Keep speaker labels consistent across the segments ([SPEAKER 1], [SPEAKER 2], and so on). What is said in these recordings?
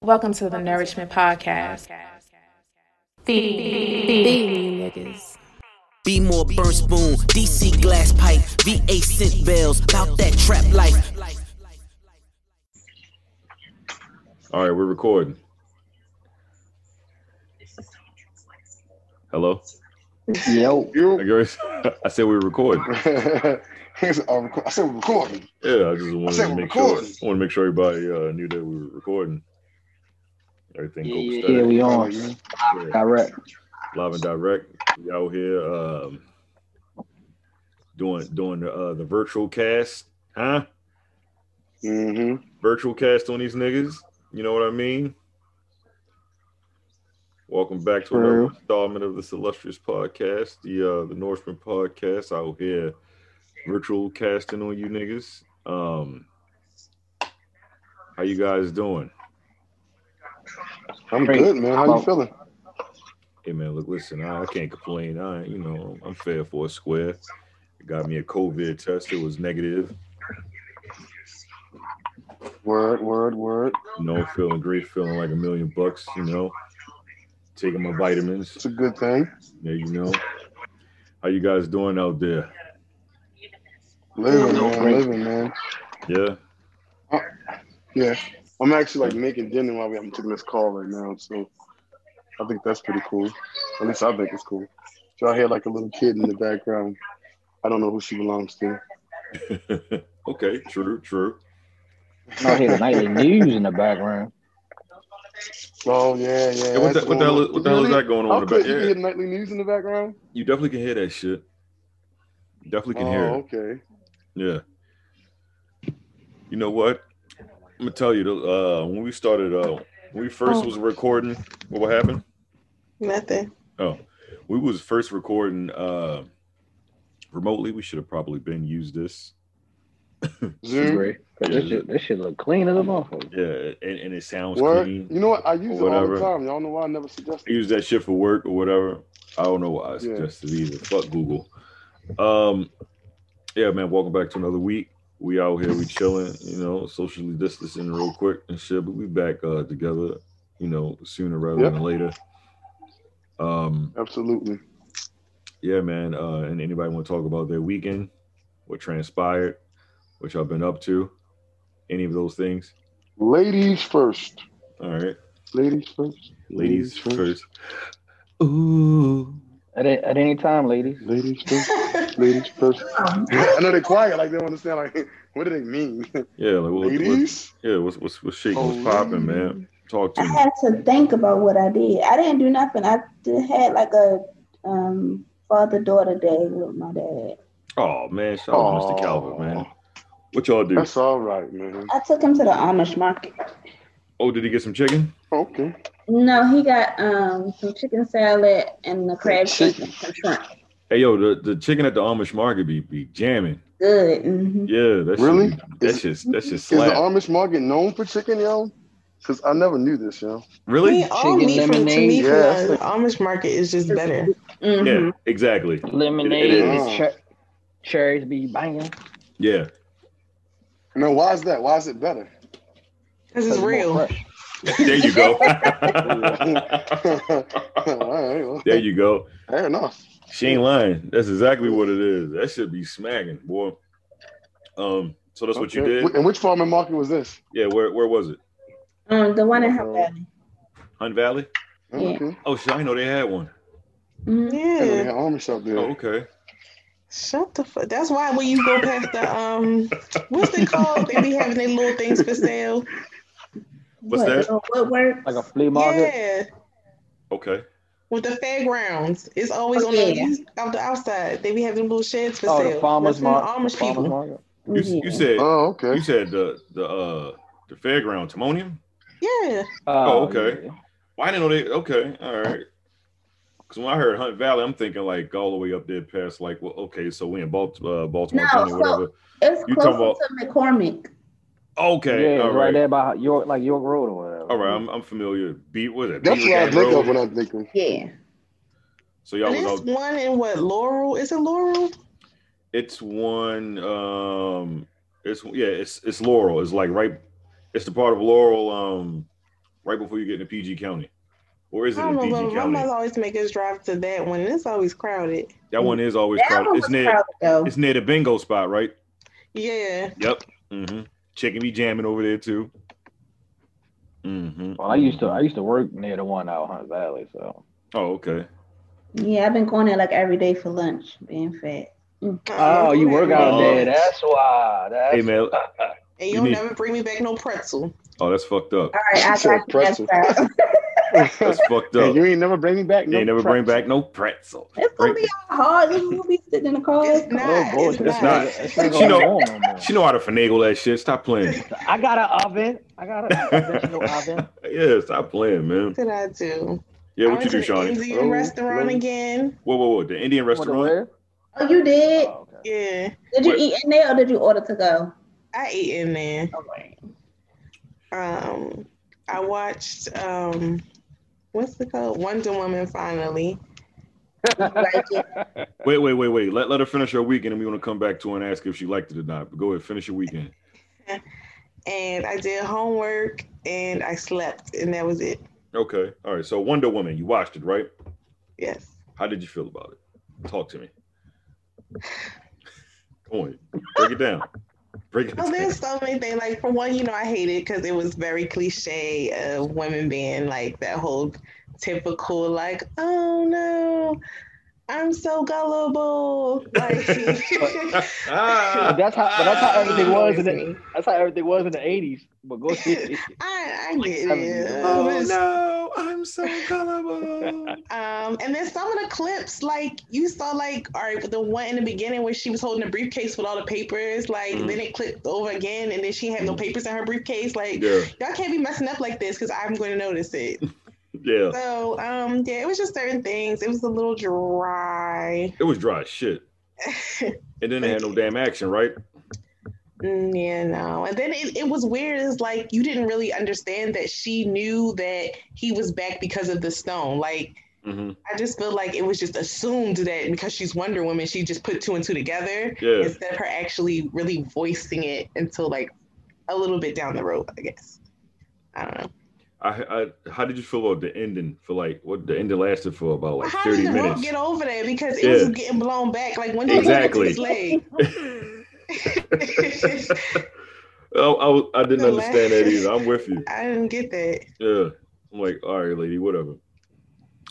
[SPEAKER 1] Welcome to the Nourishment Podcast. Feed me, niggas.
[SPEAKER 2] Be more burn spoon, DC glass pipe, VA scent bells, bout that trap life.
[SPEAKER 3] All right, we're recording. Hello.
[SPEAKER 4] Yo.
[SPEAKER 3] I guess- I said we were recording.
[SPEAKER 4] Here's a record- um, I said we're recording.
[SPEAKER 3] Yeah, I just
[SPEAKER 4] I
[SPEAKER 3] wanted to
[SPEAKER 4] said we're
[SPEAKER 3] make sure.
[SPEAKER 4] recording.
[SPEAKER 3] I want to make sure everybody uh, knew that we were recording. Everything
[SPEAKER 4] Yeah,
[SPEAKER 3] go
[SPEAKER 4] yeah,
[SPEAKER 3] steady.
[SPEAKER 5] Yeah, we on.
[SPEAKER 4] Yeah.
[SPEAKER 3] Yeah,
[SPEAKER 5] Direct.
[SPEAKER 3] live and direct. We out here um, doing doing the uh, the virtual cast, huh?
[SPEAKER 4] Mm-hmm.
[SPEAKER 3] Virtual cast on these niggas. You know what I mean? Welcome back to another
[SPEAKER 5] True.
[SPEAKER 3] installment of this illustrious podcast, the uh, the Norseman podcast out here, virtual casting on you niggas. Um, how you guys doing?
[SPEAKER 4] I'm
[SPEAKER 5] Great.
[SPEAKER 4] good, man. How you
[SPEAKER 5] Well-
[SPEAKER 4] feeling?
[SPEAKER 3] Hey man, look, listen, I, I can't complain. I, you know, I'm fair for a square. Got me a COVID test. It was negative.
[SPEAKER 4] Word, word, word.
[SPEAKER 3] You know, feeling great, feeling like a million bucks. You know, taking my vitamins.
[SPEAKER 4] It's a good thing.
[SPEAKER 3] Yeah, you know. How you guys doing out there?
[SPEAKER 4] Living,
[SPEAKER 5] No
[SPEAKER 4] man.
[SPEAKER 5] break.
[SPEAKER 4] Living, man.
[SPEAKER 3] Yeah.
[SPEAKER 4] Yeah. I'm actually like making dinner while we- I'm taking this call right now, so I think that's pretty cool. At least I think it's cool. So I hear like a little kid in the background. I don't know who she belongs to.
[SPEAKER 3] okay. True. True.
[SPEAKER 5] I don't hear the nightly news in the background.
[SPEAKER 4] Oh yeah, yeah.
[SPEAKER 3] Hey, what, the,
[SPEAKER 4] that's
[SPEAKER 3] what, the hell,
[SPEAKER 4] going
[SPEAKER 3] is-
[SPEAKER 4] on.
[SPEAKER 3] what the hell is that going on
[SPEAKER 4] Oh,
[SPEAKER 3] in the
[SPEAKER 4] could
[SPEAKER 3] back?
[SPEAKER 4] you hear
[SPEAKER 3] Yeah,
[SPEAKER 4] the nightly news in the background?
[SPEAKER 3] you definitely can hear that shit. You definitely can hear
[SPEAKER 4] Oh,
[SPEAKER 3] it.
[SPEAKER 4] okay.
[SPEAKER 3] Yeah. You know what? I'm gonna tell you. the, Uh, when we started, uh, when we first
[SPEAKER 1] Oh.
[SPEAKER 3] was recording, what what happened?
[SPEAKER 1] Nothing.
[SPEAKER 3] Oh, we was first recording uh, remotely. We should have probably been used this. Mm-hmm.
[SPEAKER 4] Zoom.
[SPEAKER 5] Great. 'Cause This, shit, this shit look clean as a motherfucker.
[SPEAKER 3] Yeah, and, and it sounds
[SPEAKER 4] Word.
[SPEAKER 3] clean.
[SPEAKER 4] You know what? I use it all
[SPEAKER 3] Whatever.
[SPEAKER 4] the time. Y'all know why I never suggest
[SPEAKER 3] I
[SPEAKER 4] it.
[SPEAKER 3] use that shit for work or whatever. I don't know why I suggested either. Fuck Google. Um, yeah, man. Welcome back to another week. We out here, we chilling, you know, socially distancing real quick and shit. But we back uh, together, you know, sooner rather
[SPEAKER 4] Yep.
[SPEAKER 3] than later. Um,
[SPEAKER 4] Absolutely.
[SPEAKER 3] yeah, man. Uh, and anybody want to talk about their weekend, what transpired, what y'all been up to, any of those things?
[SPEAKER 4] Ladies first.
[SPEAKER 3] All right,
[SPEAKER 4] Ladies first.
[SPEAKER 3] ladies first. Ooh,
[SPEAKER 5] At, a- at any time, ladies.
[SPEAKER 4] Ladies first. ladies first. I know they're quiet, like they don't understand. Like, what do they mean?
[SPEAKER 3] yeah, like what, what,
[SPEAKER 4] ladies.
[SPEAKER 3] Yeah, what's what's what's shaking, what's
[SPEAKER 4] Oh,
[SPEAKER 3] popping, man? Talk to
[SPEAKER 6] I
[SPEAKER 3] me.
[SPEAKER 6] had to think about what I did. I didn't do nothing. I did, had like a um, father daughter day with my dad.
[SPEAKER 3] Oh man, shout out to Mr.
[SPEAKER 4] Aw.
[SPEAKER 3] Calvin, man. What y'all do?
[SPEAKER 4] That's all right, man.
[SPEAKER 6] I took him to the Amish market.
[SPEAKER 3] Oh, did he get some chicken?
[SPEAKER 4] Okay.
[SPEAKER 6] No, he got um, some chicken salad and the crab cake and some shrimp.
[SPEAKER 3] Hey yo, the, the chicken at the Amish market be, be jamming.
[SPEAKER 6] Good. hmm
[SPEAKER 3] Yeah, that's
[SPEAKER 4] Really?
[SPEAKER 3] That's just that's just
[SPEAKER 4] Is the
[SPEAKER 3] slap.
[SPEAKER 4] Amish market known for chicken, yo? Because I never knew this, yo.
[SPEAKER 3] Really?
[SPEAKER 7] We all
[SPEAKER 5] Chicken
[SPEAKER 7] meat from to
[SPEAKER 5] lemonade,
[SPEAKER 7] me from
[SPEAKER 4] yes.
[SPEAKER 7] the Amish market is just better.
[SPEAKER 6] hmm
[SPEAKER 4] Mm-hmm.
[SPEAKER 3] Yeah, exactly.
[SPEAKER 5] Lemonade,
[SPEAKER 3] It
[SPEAKER 4] is.
[SPEAKER 5] cher- cherries be banging.
[SPEAKER 3] Yeah,
[SPEAKER 4] No, why is that? Why is it better?
[SPEAKER 7] This is real.
[SPEAKER 3] there you go.
[SPEAKER 4] all right. Well,
[SPEAKER 3] there you go.
[SPEAKER 4] fair enough.
[SPEAKER 3] She ain't lying. That's exactly what it is. That should be smacking, boy. Um, so that's what you
[SPEAKER 4] Okay.
[SPEAKER 3] did.
[SPEAKER 4] And which farming market was this?
[SPEAKER 3] Yeah, where where was it?
[SPEAKER 6] Um, the one in Hunt Valley.
[SPEAKER 3] Hunt Valley.
[SPEAKER 4] Oh,
[SPEAKER 6] Yeah.
[SPEAKER 4] Okay.
[SPEAKER 3] Oh, shit, I didn't know they had one.
[SPEAKER 6] Mhm.
[SPEAKER 4] They
[SPEAKER 7] Yeah.
[SPEAKER 4] had Amish out there.
[SPEAKER 3] Oh, okay.
[SPEAKER 7] Shut the fuck. That's why when you go past the um, what's they called? They be having their little things for sale.
[SPEAKER 3] What's
[SPEAKER 6] What,
[SPEAKER 3] that?
[SPEAKER 6] uh, What work?
[SPEAKER 5] Like a flea market.
[SPEAKER 7] Yeah,
[SPEAKER 3] Okay.
[SPEAKER 7] with the fairgrounds, it's always on
[SPEAKER 6] Yeah.
[SPEAKER 7] the out the outside. They be having little sheds for
[SPEAKER 5] Oh,
[SPEAKER 7] sale.
[SPEAKER 5] the farmers
[SPEAKER 7] That's where
[SPEAKER 5] market.
[SPEAKER 7] the Amish
[SPEAKER 5] farmers
[SPEAKER 7] people.
[SPEAKER 5] market.
[SPEAKER 3] You, s- you
[SPEAKER 6] Yeah.
[SPEAKER 3] said
[SPEAKER 4] Oh, okay.
[SPEAKER 3] You said the the uh the fairground Timonium.
[SPEAKER 7] Yeah,
[SPEAKER 3] Oh, okay.
[SPEAKER 5] Uh, yeah.
[SPEAKER 3] Well, I didn't know they. Okay, all right. Because when I heard Hunt Valley, I'm thinking like all the way up there past like well, okay, so we in Balt- uh, Baltimore
[SPEAKER 6] No,
[SPEAKER 3] County,
[SPEAKER 6] so-
[SPEAKER 3] whatever.
[SPEAKER 6] It's
[SPEAKER 3] You
[SPEAKER 6] closer
[SPEAKER 3] talking about-
[SPEAKER 6] to McCormick.
[SPEAKER 3] Okay,
[SPEAKER 5] yeah,
[SPEAKER 3] all
[SPEAKER 5] it's
[SPEAKER 3] right,
[SPEAKER 5] right there by York, like York Road or whatever.
[SPEAKER 3] all right. I'm I'm familiar. Beat was it?
[SPEAKER 4] That's
[SPEAKER 3] Beaver
[SPEAKER 4] what I
[SPEAKER 3] Dam
[SPEAKER 4] think
[SPEAKER 3] Road?
[SPEAKER 4] of when I think of.
[SPEAKER 6] Yeah.
[SPEAKER 3] So y'all was
[SPEAKER 7] there's
[SPEAKER 3] out.
[SPEAKER 7] one in what Laurel? Is it Laurel?
[SPEAKER 3] It's one. Um, it's yeah. It's it's Laurel. It's like right. It's the part of Laurel. Um, right before you get into PG County, or is it
[SPEAKER 7] I
[SPEAKER 3] in
[SPEAKER 6] Oh,
[SPEAKER 7] don't
[SPEAKER 3] PG
[SPEAKER 7] know, but my
[SPEAKER 3] County?
[SPEAKER 7] mother always make us drive to that one. It's always crowded.
[SPEAKER 3] That one is always
[SPEAKER 6] That
[SPEAKER 3] crowded.
[SPEAKER 6] one
[SPEAKER 3] It's
[SPEAKER 6] was
[SPEAKER 3] near.
[SPEAKER 6] crowded though.
[SPEAKER 3] It's near the bingo spot, right?
[SPEAKER 7] Yeah.
[SPEAKER 3] Yep. Mm-hmm. Chicken be jamming over there too. Mm-hmm.
[SPEAKER 5] Well, I used to I used to work near the one out in Hunt Valley, so
[SPEAKER 3] Oh, okay.
[SPEAKER 6] Yeah, I've been going there like every day for lunch, being fat.
[SPEAKER 5] Oh, you work out
[SPEAKER 3] Oh.
[SPEAKER 5] there. That's why. That's
[SPEAKER 3] Hey man.
[SPEAKER 7] And
[SPEAKER 3] You
[SPEAKER 7] you'll
[SPEAKER 3] need-
[SPEAKER 7] never bring me back no pretzel.
[SPEAKER 3] Oh, that's fucked up.
[SPEAKER 6] All right, I
[SPEAKER 4] She said
[SPEAKER 6] got you. next
[SPEAKER 4] pretzel.
[SPEAKER 6] time.
[SPEAKER 3] That's fucked
[SPEAKER 4] Hey,
[SPEAKER 3] up.
[SPEAKER 4] you ain't never bring me back.
[SPEAKER 3] They ain't never bring back no pretzel.
[SPEAKER 6] It's gonna be all hard. It's gonna be sitting in the car.
[SPEAKER 7] It's not.
[SPEAKER 5] Oh, bullshit.
[SPEAKER 7] It's
[SPEAKER 3] That's
[SPEAKER 7] not.
[SPEAKER 3] not-
[SPEAKER 5] It's
[SPEAKER 3] You know-
[SPEAKER 5] going on no more.
[SPEAKER 3] She know how to finagle that shit. Stop playing.
[SPEAKER 5] I got an oven. I got a conventional oven.
[SPEAKER 3] yeah, stop playing, man.
[SPEAKER 7] What did I do?
[SPEAKER 3] Yeah,
[SPEAKER 7] I
[SPEAKER 3] what
[SPEAKER 7] went
[SPEAKER 3] you do,
[SPEAKER 7] to the
[SPEAKER 3] Shawnee?
[SPEAKER 7] Indian
[SPEAKER 4] Oh,
[SPEAKER 7] restaurant
[SPEAKER 4] hello.
[SPEAKER 7] again.
[SPEAKER 3] Whoa, whoa, whoa. The Indian restaurant?
[SPEAKER 6] Oh, you did?
[SPEAKER 5] Oh, okay.
[SPEAKER 7] Yeah.
[SPEAKER 6] Did you
[SPEAKER 3] Wait.
[SPEAKER 6] eat in there or did you order to go?
[SPEAKER 7] I ate in there.
[SPEAKER 6] Oh, right.
[SPEAKER 7] Um, I watched um, what's the called Wonder Woman finally.
[SPEAKER 6] Like it.
[SPEAKER 3] Wait, wait, wait, wait. Let, let her finish her weekend and we want to come back to her and ask if she liked it or not. But go ahead, finish your weekend.
[SPEAKER 7] And I did homework and I slept and that was it.
[SPEAKER 3] Okay. All right. So Wonder Woman, you watched it, right?
[SPEAKER 7] Yes.
[SPEAKER 3] How did you feel about it? Talk to me. Go on. Break it down. Break it
[SPEAKER 7] Oh,
[SPEAKER 3] down.
[SPEAKER 7] there's so many things. Like for one, you know, I hate it because it was very cliche of women being like that whole typical, like, oh no, I'm so gullible. Like
[SPEAKER 5] But
[SPEAKER 3] Ah,
[SPEAKER 5] that's how. But that's how everything was. In the,
[SPEAKER 7] I,
[SPEAKER 5] that's how everything was in the eighties. But go see.
[SPEAKER 7] I get it.
[SPEAKER 3] oh no, I'm so gullible.
[SPEAKER 7] Um, and then some of the clips, like you saw, like all right, with the one in the beginning where she was holding a briefcase with all the papers, like
[SPEAKER 5] Mm.
[SPEAKER 3] Mhm.
[SPEAKER 7] then it clipped over again, and then she had no papers in her briefcase. Like
[SPEAKER 3] yeah,
[SPEAKER 7] y'all can't be messing up like this because I'm going to notice it.
[SPEAKER 3] yeah.
[SPEAKER 7] so um, yeah, it was just certain things. It was a little dry.
[SPEAKER 3] It was dry as shit. And then they had no damn action, right?
[SPEAKER 7] Mm, Yeah, no. And then it, it was weird. It's like you didn't really understand that she knew that he was back because of the stone. Like
[SPEAKER 3] Mm-hmm.
[SPEAKER 7] I just feel like it was just assumed that because she's Wonder Woman, she just put two and two together
[SPEAKER 3] Yeah.
[SPEAKER 7] instead of her actually really voicing it until like a little bit down the road, I guess. I don't know.
[SPEAKER 3] I, I how did you feel about the ending for like what the ending lasted for about like
[SPEAKER 7] How did
[SPEAKER 3] thirty
[SPEAKER 7] the rope
[SPEAKER 3] minutes?
[SPEAKER 7] get over there? Because it was
[SPEAKER 3] Yeah.
[SPEAKER 7] getting blown back. Like when did
[SPEAKER 3] Exactly.
[SPEAKER 7] it get to his leg?
[SPEAKER 3] oh, I, was- I didn't
[SPEAKER 7] The la-
[SPEAKER 3] understand that either. I'm with you.
[SPEAKER 7] I didn't get that.
[SPEAKER 3] Yeah. I'm like, all right, lady, whatever.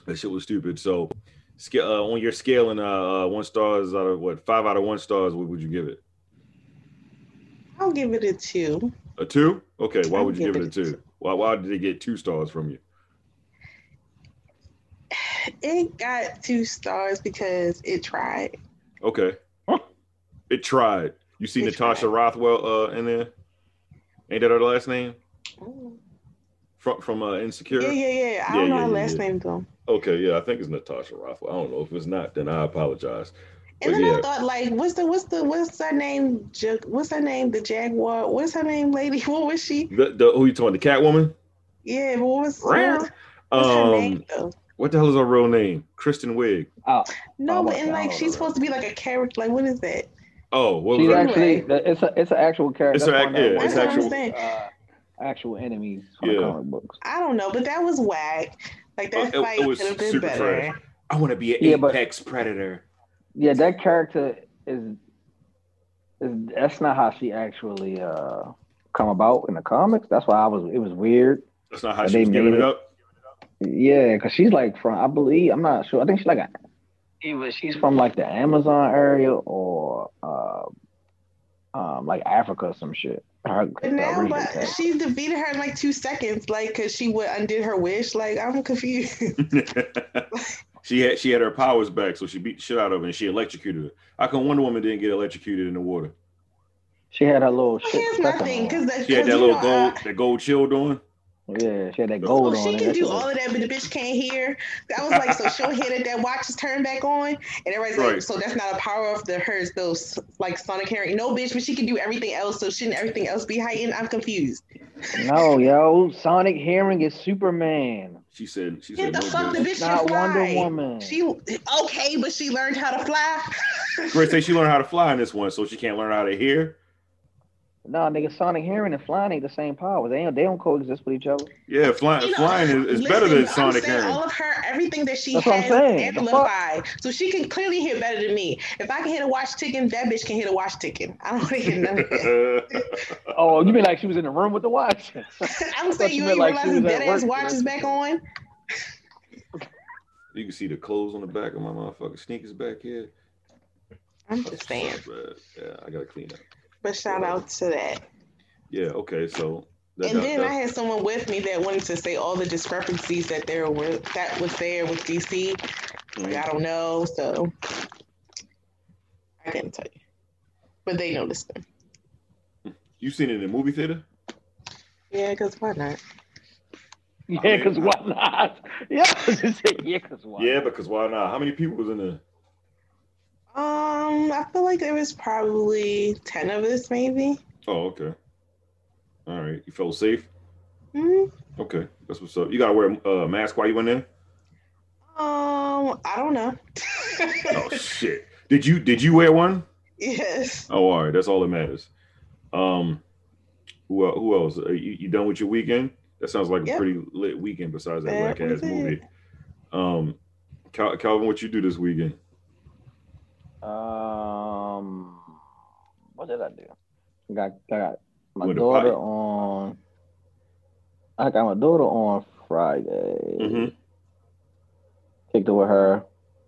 [SPEAKER 3] That shit was stupid. So, sca- uh, on your scale and uh, uh, one stars out of what five out of one stars, what would you give it?
[SPEAKER 7] I'll give it a two.
[SPEAKER 3] A two? Okay. Why
[SPEAKER 7] I'd
[SPEAKER 3] would you give it a two? Why? Why did it get two stars from you?
[SPEAKER 7] It got two stars because it tried.
[SPEAKER 3] Okay. It tried. You see
[SPEAKER 7] It
[SPEAKER 3] Natasha
[SPEAKER 7] tried.
[SPEAKER 3] Rothwell uh, in there? Ain't that her last name from from uh, Insecure?
[SPEAKER 7] Yeah, yeah, yeah. I
[SPEAKER 3] Yeah,
[SPEAKER 7] don't know
[SPEAKER 3] yeah,
[SPEAKER 7] her
[SPEAKER 3] yeah,
[SPEAKER 7] last
[SPEAKER 3] yeah.
[SPEAKER 7] name though.
[SPEAKER 3] Okay, yeah, I think it's Natasha Rothwell. I don't know if it's not, then I apologize. But
[SPEAKER 7] And then
[SPEAKER 3] yeah.
[SPEAKER 7] I thought, like, what's the what's the what's her name? Ja- What's her name? The Jaguar. What's her name, lady? What was she?
[SPEAKER 3] The, the who you talking? The Catwoman?
[SPEAKER 7] Yeah, but what was
[SPEAKER 3] Rare.
[SPEAKER 7] what- what's her
[SPEAKER 3] Um,
[SPEAKER 7] name though?
[SPEAKER 3] what the hell is her real name? Kristen Wiig.
[SPEAKER 5] Oh,
[SPEAKER 7] No,
[SPEAKER 5] oh,
[SPEAKER 7] but
[SPEAKER 5] what
[SPEAKER 7] and
[SPEAKER 5] the
[SPEAKER 7] like
[SPEAKER 5] hell?
[SPEAKER 7] she's supposed to be like a character. Like, what is that?
[SPEAKER 3] Oh, what was
[SPEAKER 5] she's
[SPEAKER 3] her?
[SPEAKER 5] actually. It's a. It's an actual character.
[SPEAKER 3] It's her
[SPEAKER 5] That's
[SPEAKER 3] act-
[SPEAKER 5] one of
[SPEAKER 3] yeah,
[SPEAKER 5] the-
[SPEAKER 3] it's
[SPEAKER 7] That's
[SPEAKER 3] actual-
[SPEAKER 7] what I'm saying.
[SPEAKER 5] Uh, actual enemies from
[SPEAKER 3] Yeah.
[SPEAKER 5] the comic books.
[SPEAKER 7] I don't know, but that was whack. Like that
[SPEAKER 3] Oh, it-
[SPEAKER 7] fight
[SPEAKER 3] it was
[SPEAKER 7] could have been
[SPEAKER 3] super
[SPEAKER 7] better.
[SPEAKER 3] trash. I want to be an
[SPEAKER 5] Yeah, but-
[SPEAKER 3] apex predator.
[SPEAKER 5] Yeah, that character is is that's not how she actually uh come about in the comics. That's why I was it was weird.
[SPEAKER 3] That's not how
[SPEAKER 5] But
[SPEAKER 3] she
[SPEAKER 5] they
[SPEAKER 3] was giving
[SPEAKER 5] made
[SPEAKER 3] it
[SPEAKER 5] it-
[SPEAKER 3] up.
[SPEAKER 5] Yeah, because she's like from I believe I'm not sure. I think she's like a either she's from like the Amazon area or uh, um like Africa or some shit. Her,
[SPEAKER 7] But
[SPEAKER 5] the
[SPEAKER 7] now,
[SPEAKER 5] original
[SPEAKER 7] but
[SPEAKER 5] character.
[SPEAKER 7] she defeated her in like two seconds, like because she would undid her wish. Like I'm confused.
[SPEAKER 3] she had she had her powers back, so she beat the shit out of her and she electrocuted her. How come Wonder Woman didn't get electrocuted in the water?
[SPEAKER 5] she had her little shit.
[SPEAKER 7] Here's my
[SPEAKER 5] stuck in
[SPEAKER 7] thing,
[SPEAKER 5] her.
[SPEAKER 7] because that
[SPEAKER 3] She had that
[SPEAKER 7] you
[SPEAKER 3] little
[SPEAKER 7] know,
[SPEAKER 3] gold
[SPEAKER 7] I-
[SPEAKER 3] that gold shield on.
[SPEAKER 5] yeah, she had that
[SPEAKER 7] Well,
[SPEAKER 5] gold on
[SPEAKER 7] she
[SPEAKER 5] it.
[SPEAKER 7] can
[SPEAKER 5] That shit
[SPEAKER 7] do all
[SPEAKER 5] was-
[SPEAKER 7] of that, but the bitch can't hear. I was like, so she'll hear that that watch is turned back on, and everybody's
[SPEAKER 3] Right.
[SPEAKER 7] like, so that's not a power of the hers, though. s- Like Sonic Harry, no bitch, but she can do everything else, so shouldn't everything else be heightened? I'm confused.
[SPEAKER 5] No, yo, Sonic hearing is Superman,
[SPEAKER 3] She said she said
[SPEAKER 7] Get the
[SPEAKER 3] no.
[SPEAKER 7] fuck, the
[SPEAKER 3] bitch.
[SPEAKER 7] bitch can
[SPEAKER 5] not Wonder
[SPEAKER 7] fly.
[SPEAKER 5] Woman.
[SPEAKER 7] She okay, but she learned how to fly.
[SPEAKER 3] Chris say she learned how to fly in this one, so she can't learn how to hear.
[SPEAKER 5] No, nigga, sonic hearing and flying ain't the same powers. They don't, they don't coexist with each other.
[SPEAKER 3] Yeah, flying
[SPEAKER 7] You know,
[SPEAKER 3] flying is, is better
[SPEAKER 7] listen,
[SPEAKER 3] than
[SPEAKER 7] I'm
[SPEAKER 3] Sonic
[SPEAKER 7] saying
[SPEAKER 3] hearing.
[SPEAKER 7] All of her, everything that she
[SPEAKER 5] That's what I'm
[SPEAKER 7] has
[SPEAKER 5] saying. The fuck?
[SPEAKER 7] amplified, so she can clearly hit better than me. If I can hit a watch ticking, that bitch can hit a watch ticking. I don't want to hit none of that.
[SPEAKER 5] Oh, you mean like she was in the room with the watch?
[SPEAKER 7] I'm
[SPEAKER 5] thought
[SPEAKER 7] saying
[SPEAKER 5] you
[SPEAKER 7] you
[SPEAKER 5] meant
[SPEAKER 7] ain't
[SPEAKER 5] like she
[SPEAKER 7] realizing
[SPEAKER 5] was at
[SPEAKER 7] dead ass
[SPEAKER 5] work.
[SPEAKER 7] watch is back on.
[SPEAKER 3] you can see the clothes on the back of my motherfucking sneakers back here.
[SPEAKER 7] I'm just saying.
[SPEAKER 3] But, yeah, I gotta clean up.
[SPEAKER 7] But shout out to that.
[SPEAKER 3] Yeah, okay, so that,
[SPEAKER 7] And
[SPEAKER 3] that-
[SPEAKER 7] then I
[SPEAKER 3] that-
[SPEAKER 7] had someone with me that wanted to say all the discrepancies that there were that was there with DC. Like, I don't know, so I couldn't tell you. But they noticed them.
[SPEAKER 3] you seen it in the movie theater?
[SPEAKER 7] Yeah, because why not?
[SPEAKER 5] yeah, because why not? Yeah, yeah, because why?
[SPEAKER 3] Yeah, because why not? How many people was in there?
[SPEAKER 7] Um, I feel like there was probably ten of us, maybe.
[SPEAKER 3] Oh, okay. All right, you felt safe.
[SPEAKER 7] hmm
[SPEAKER 3] Okay, that's what's up. You gotta wear a uh, mask while you in there.
[SPEAKER 7] Um, I don't know.
[SPEAKER 3] Oh shit! Did you did you wear one?
[SPEAKER 7] yes.
[SPEAKER 3] Oh, all right. That's all that matters. Um, who el- who else? Are you, you done with your weekend? That sounds like
[SPEAKER 7] Yep.
[SPEAKER 3] a pretty lit weekend. Besides that
[SPEAKER 7] That
[SPEAKER 3] whack ass
[SPEAKER 7] was it.
[SPEAKER 3] movie. Um, Cal- Calvin, what you do this weekend?
[SPEAKER 5] Um, what did I do? I got I got my
[SPEAKER 3] With a
[SPEAKER 5] daughter
[SPEAKER 3] pipe.
[SPEAKER 5] on. I got my daughter on Friday.
[SPEAKER 3] Mhm.
[SPEAKER 5] Kicked it with her,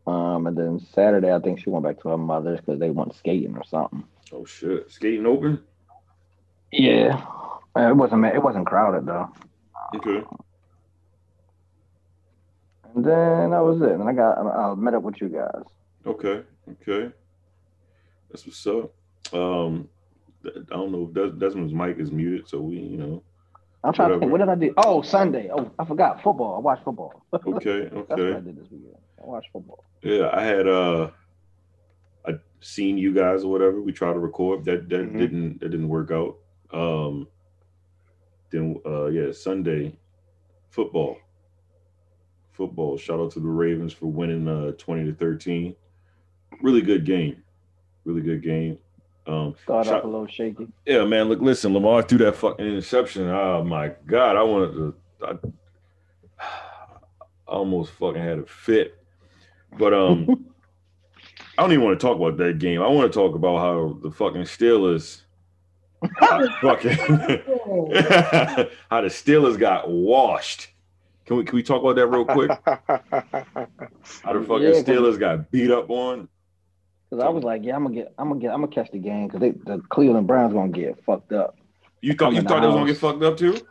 [SPEAKER 5] um, and then Saturday I think she went back to her mother's because they went skating or something.
[SPEAKER 3] Oh shit! Skating open.
[SPEAKER 5] Yeah, Uh, it wasn't it wasn't crowded though.
[SPEAKER 3] Okay.
[SPEAKER 5] And then that was it. And I got I, I met up with you guys.
[SPEAKER 3] Okay. Okay. That's what's up. Um, th- I don't know if Des- Desmond's mic is muted, so we you know.
[SPEAKER 5] I'm trying to think. What
[SPEAKER 3] Whatever.
[SPEAKER 5] did I do? Oh, Sunday. Oh, I forgot football. I watched football.
[SPEAKER 3] Okay.
[SPEAKER 5] That's what I
[SPEAKER 3] Okay.
[SPEAKER 5] did this weekend. I watched football.
[SPEAKER 3] Yeah, I had uh I seen you guys or whatever. We tried to record. That that
[SPEAKER 4] Mhm.
[SPEAKER 3] didn't that didn't work out. Um then uh yeah, Sunday football. Football. Shout out to the Ravens for winning uh 20 to 13. Really good game. Really good game. Um
[SPEAKER 5] Started
[SPEAKER 3] Shot-
[SPEAKER 5] off a little shaky.
[SPEAKER 3] yeah, man. Look, listen, Lamar threw that fucking interception. Oh my god, I wanted to. I, I almost fucking had a fit. But um, I don't even want to talk about that game. I want to talk about how the fucking Steelers, how fucking, how the Steelers got washed. Can we can we talk about that real quick? How the fucking
[SPEAKER 5] Yeah, 'cause-
[SPEAKER 3] Steelers got beat up on?
[SPEAKER 5] Cause I was like, yeah, I'm gonna get, I'm gonna get, I'm gonna catch the game because they, the Cleveland Browns gonna get fucked up.
[SPEAKER 3] You thought you
[SPEAKER 5] Coming
[SPEAKER 3] thought they was gonna
[SPEAKER 5] out.
[SPEAKER 3] get fucked up too?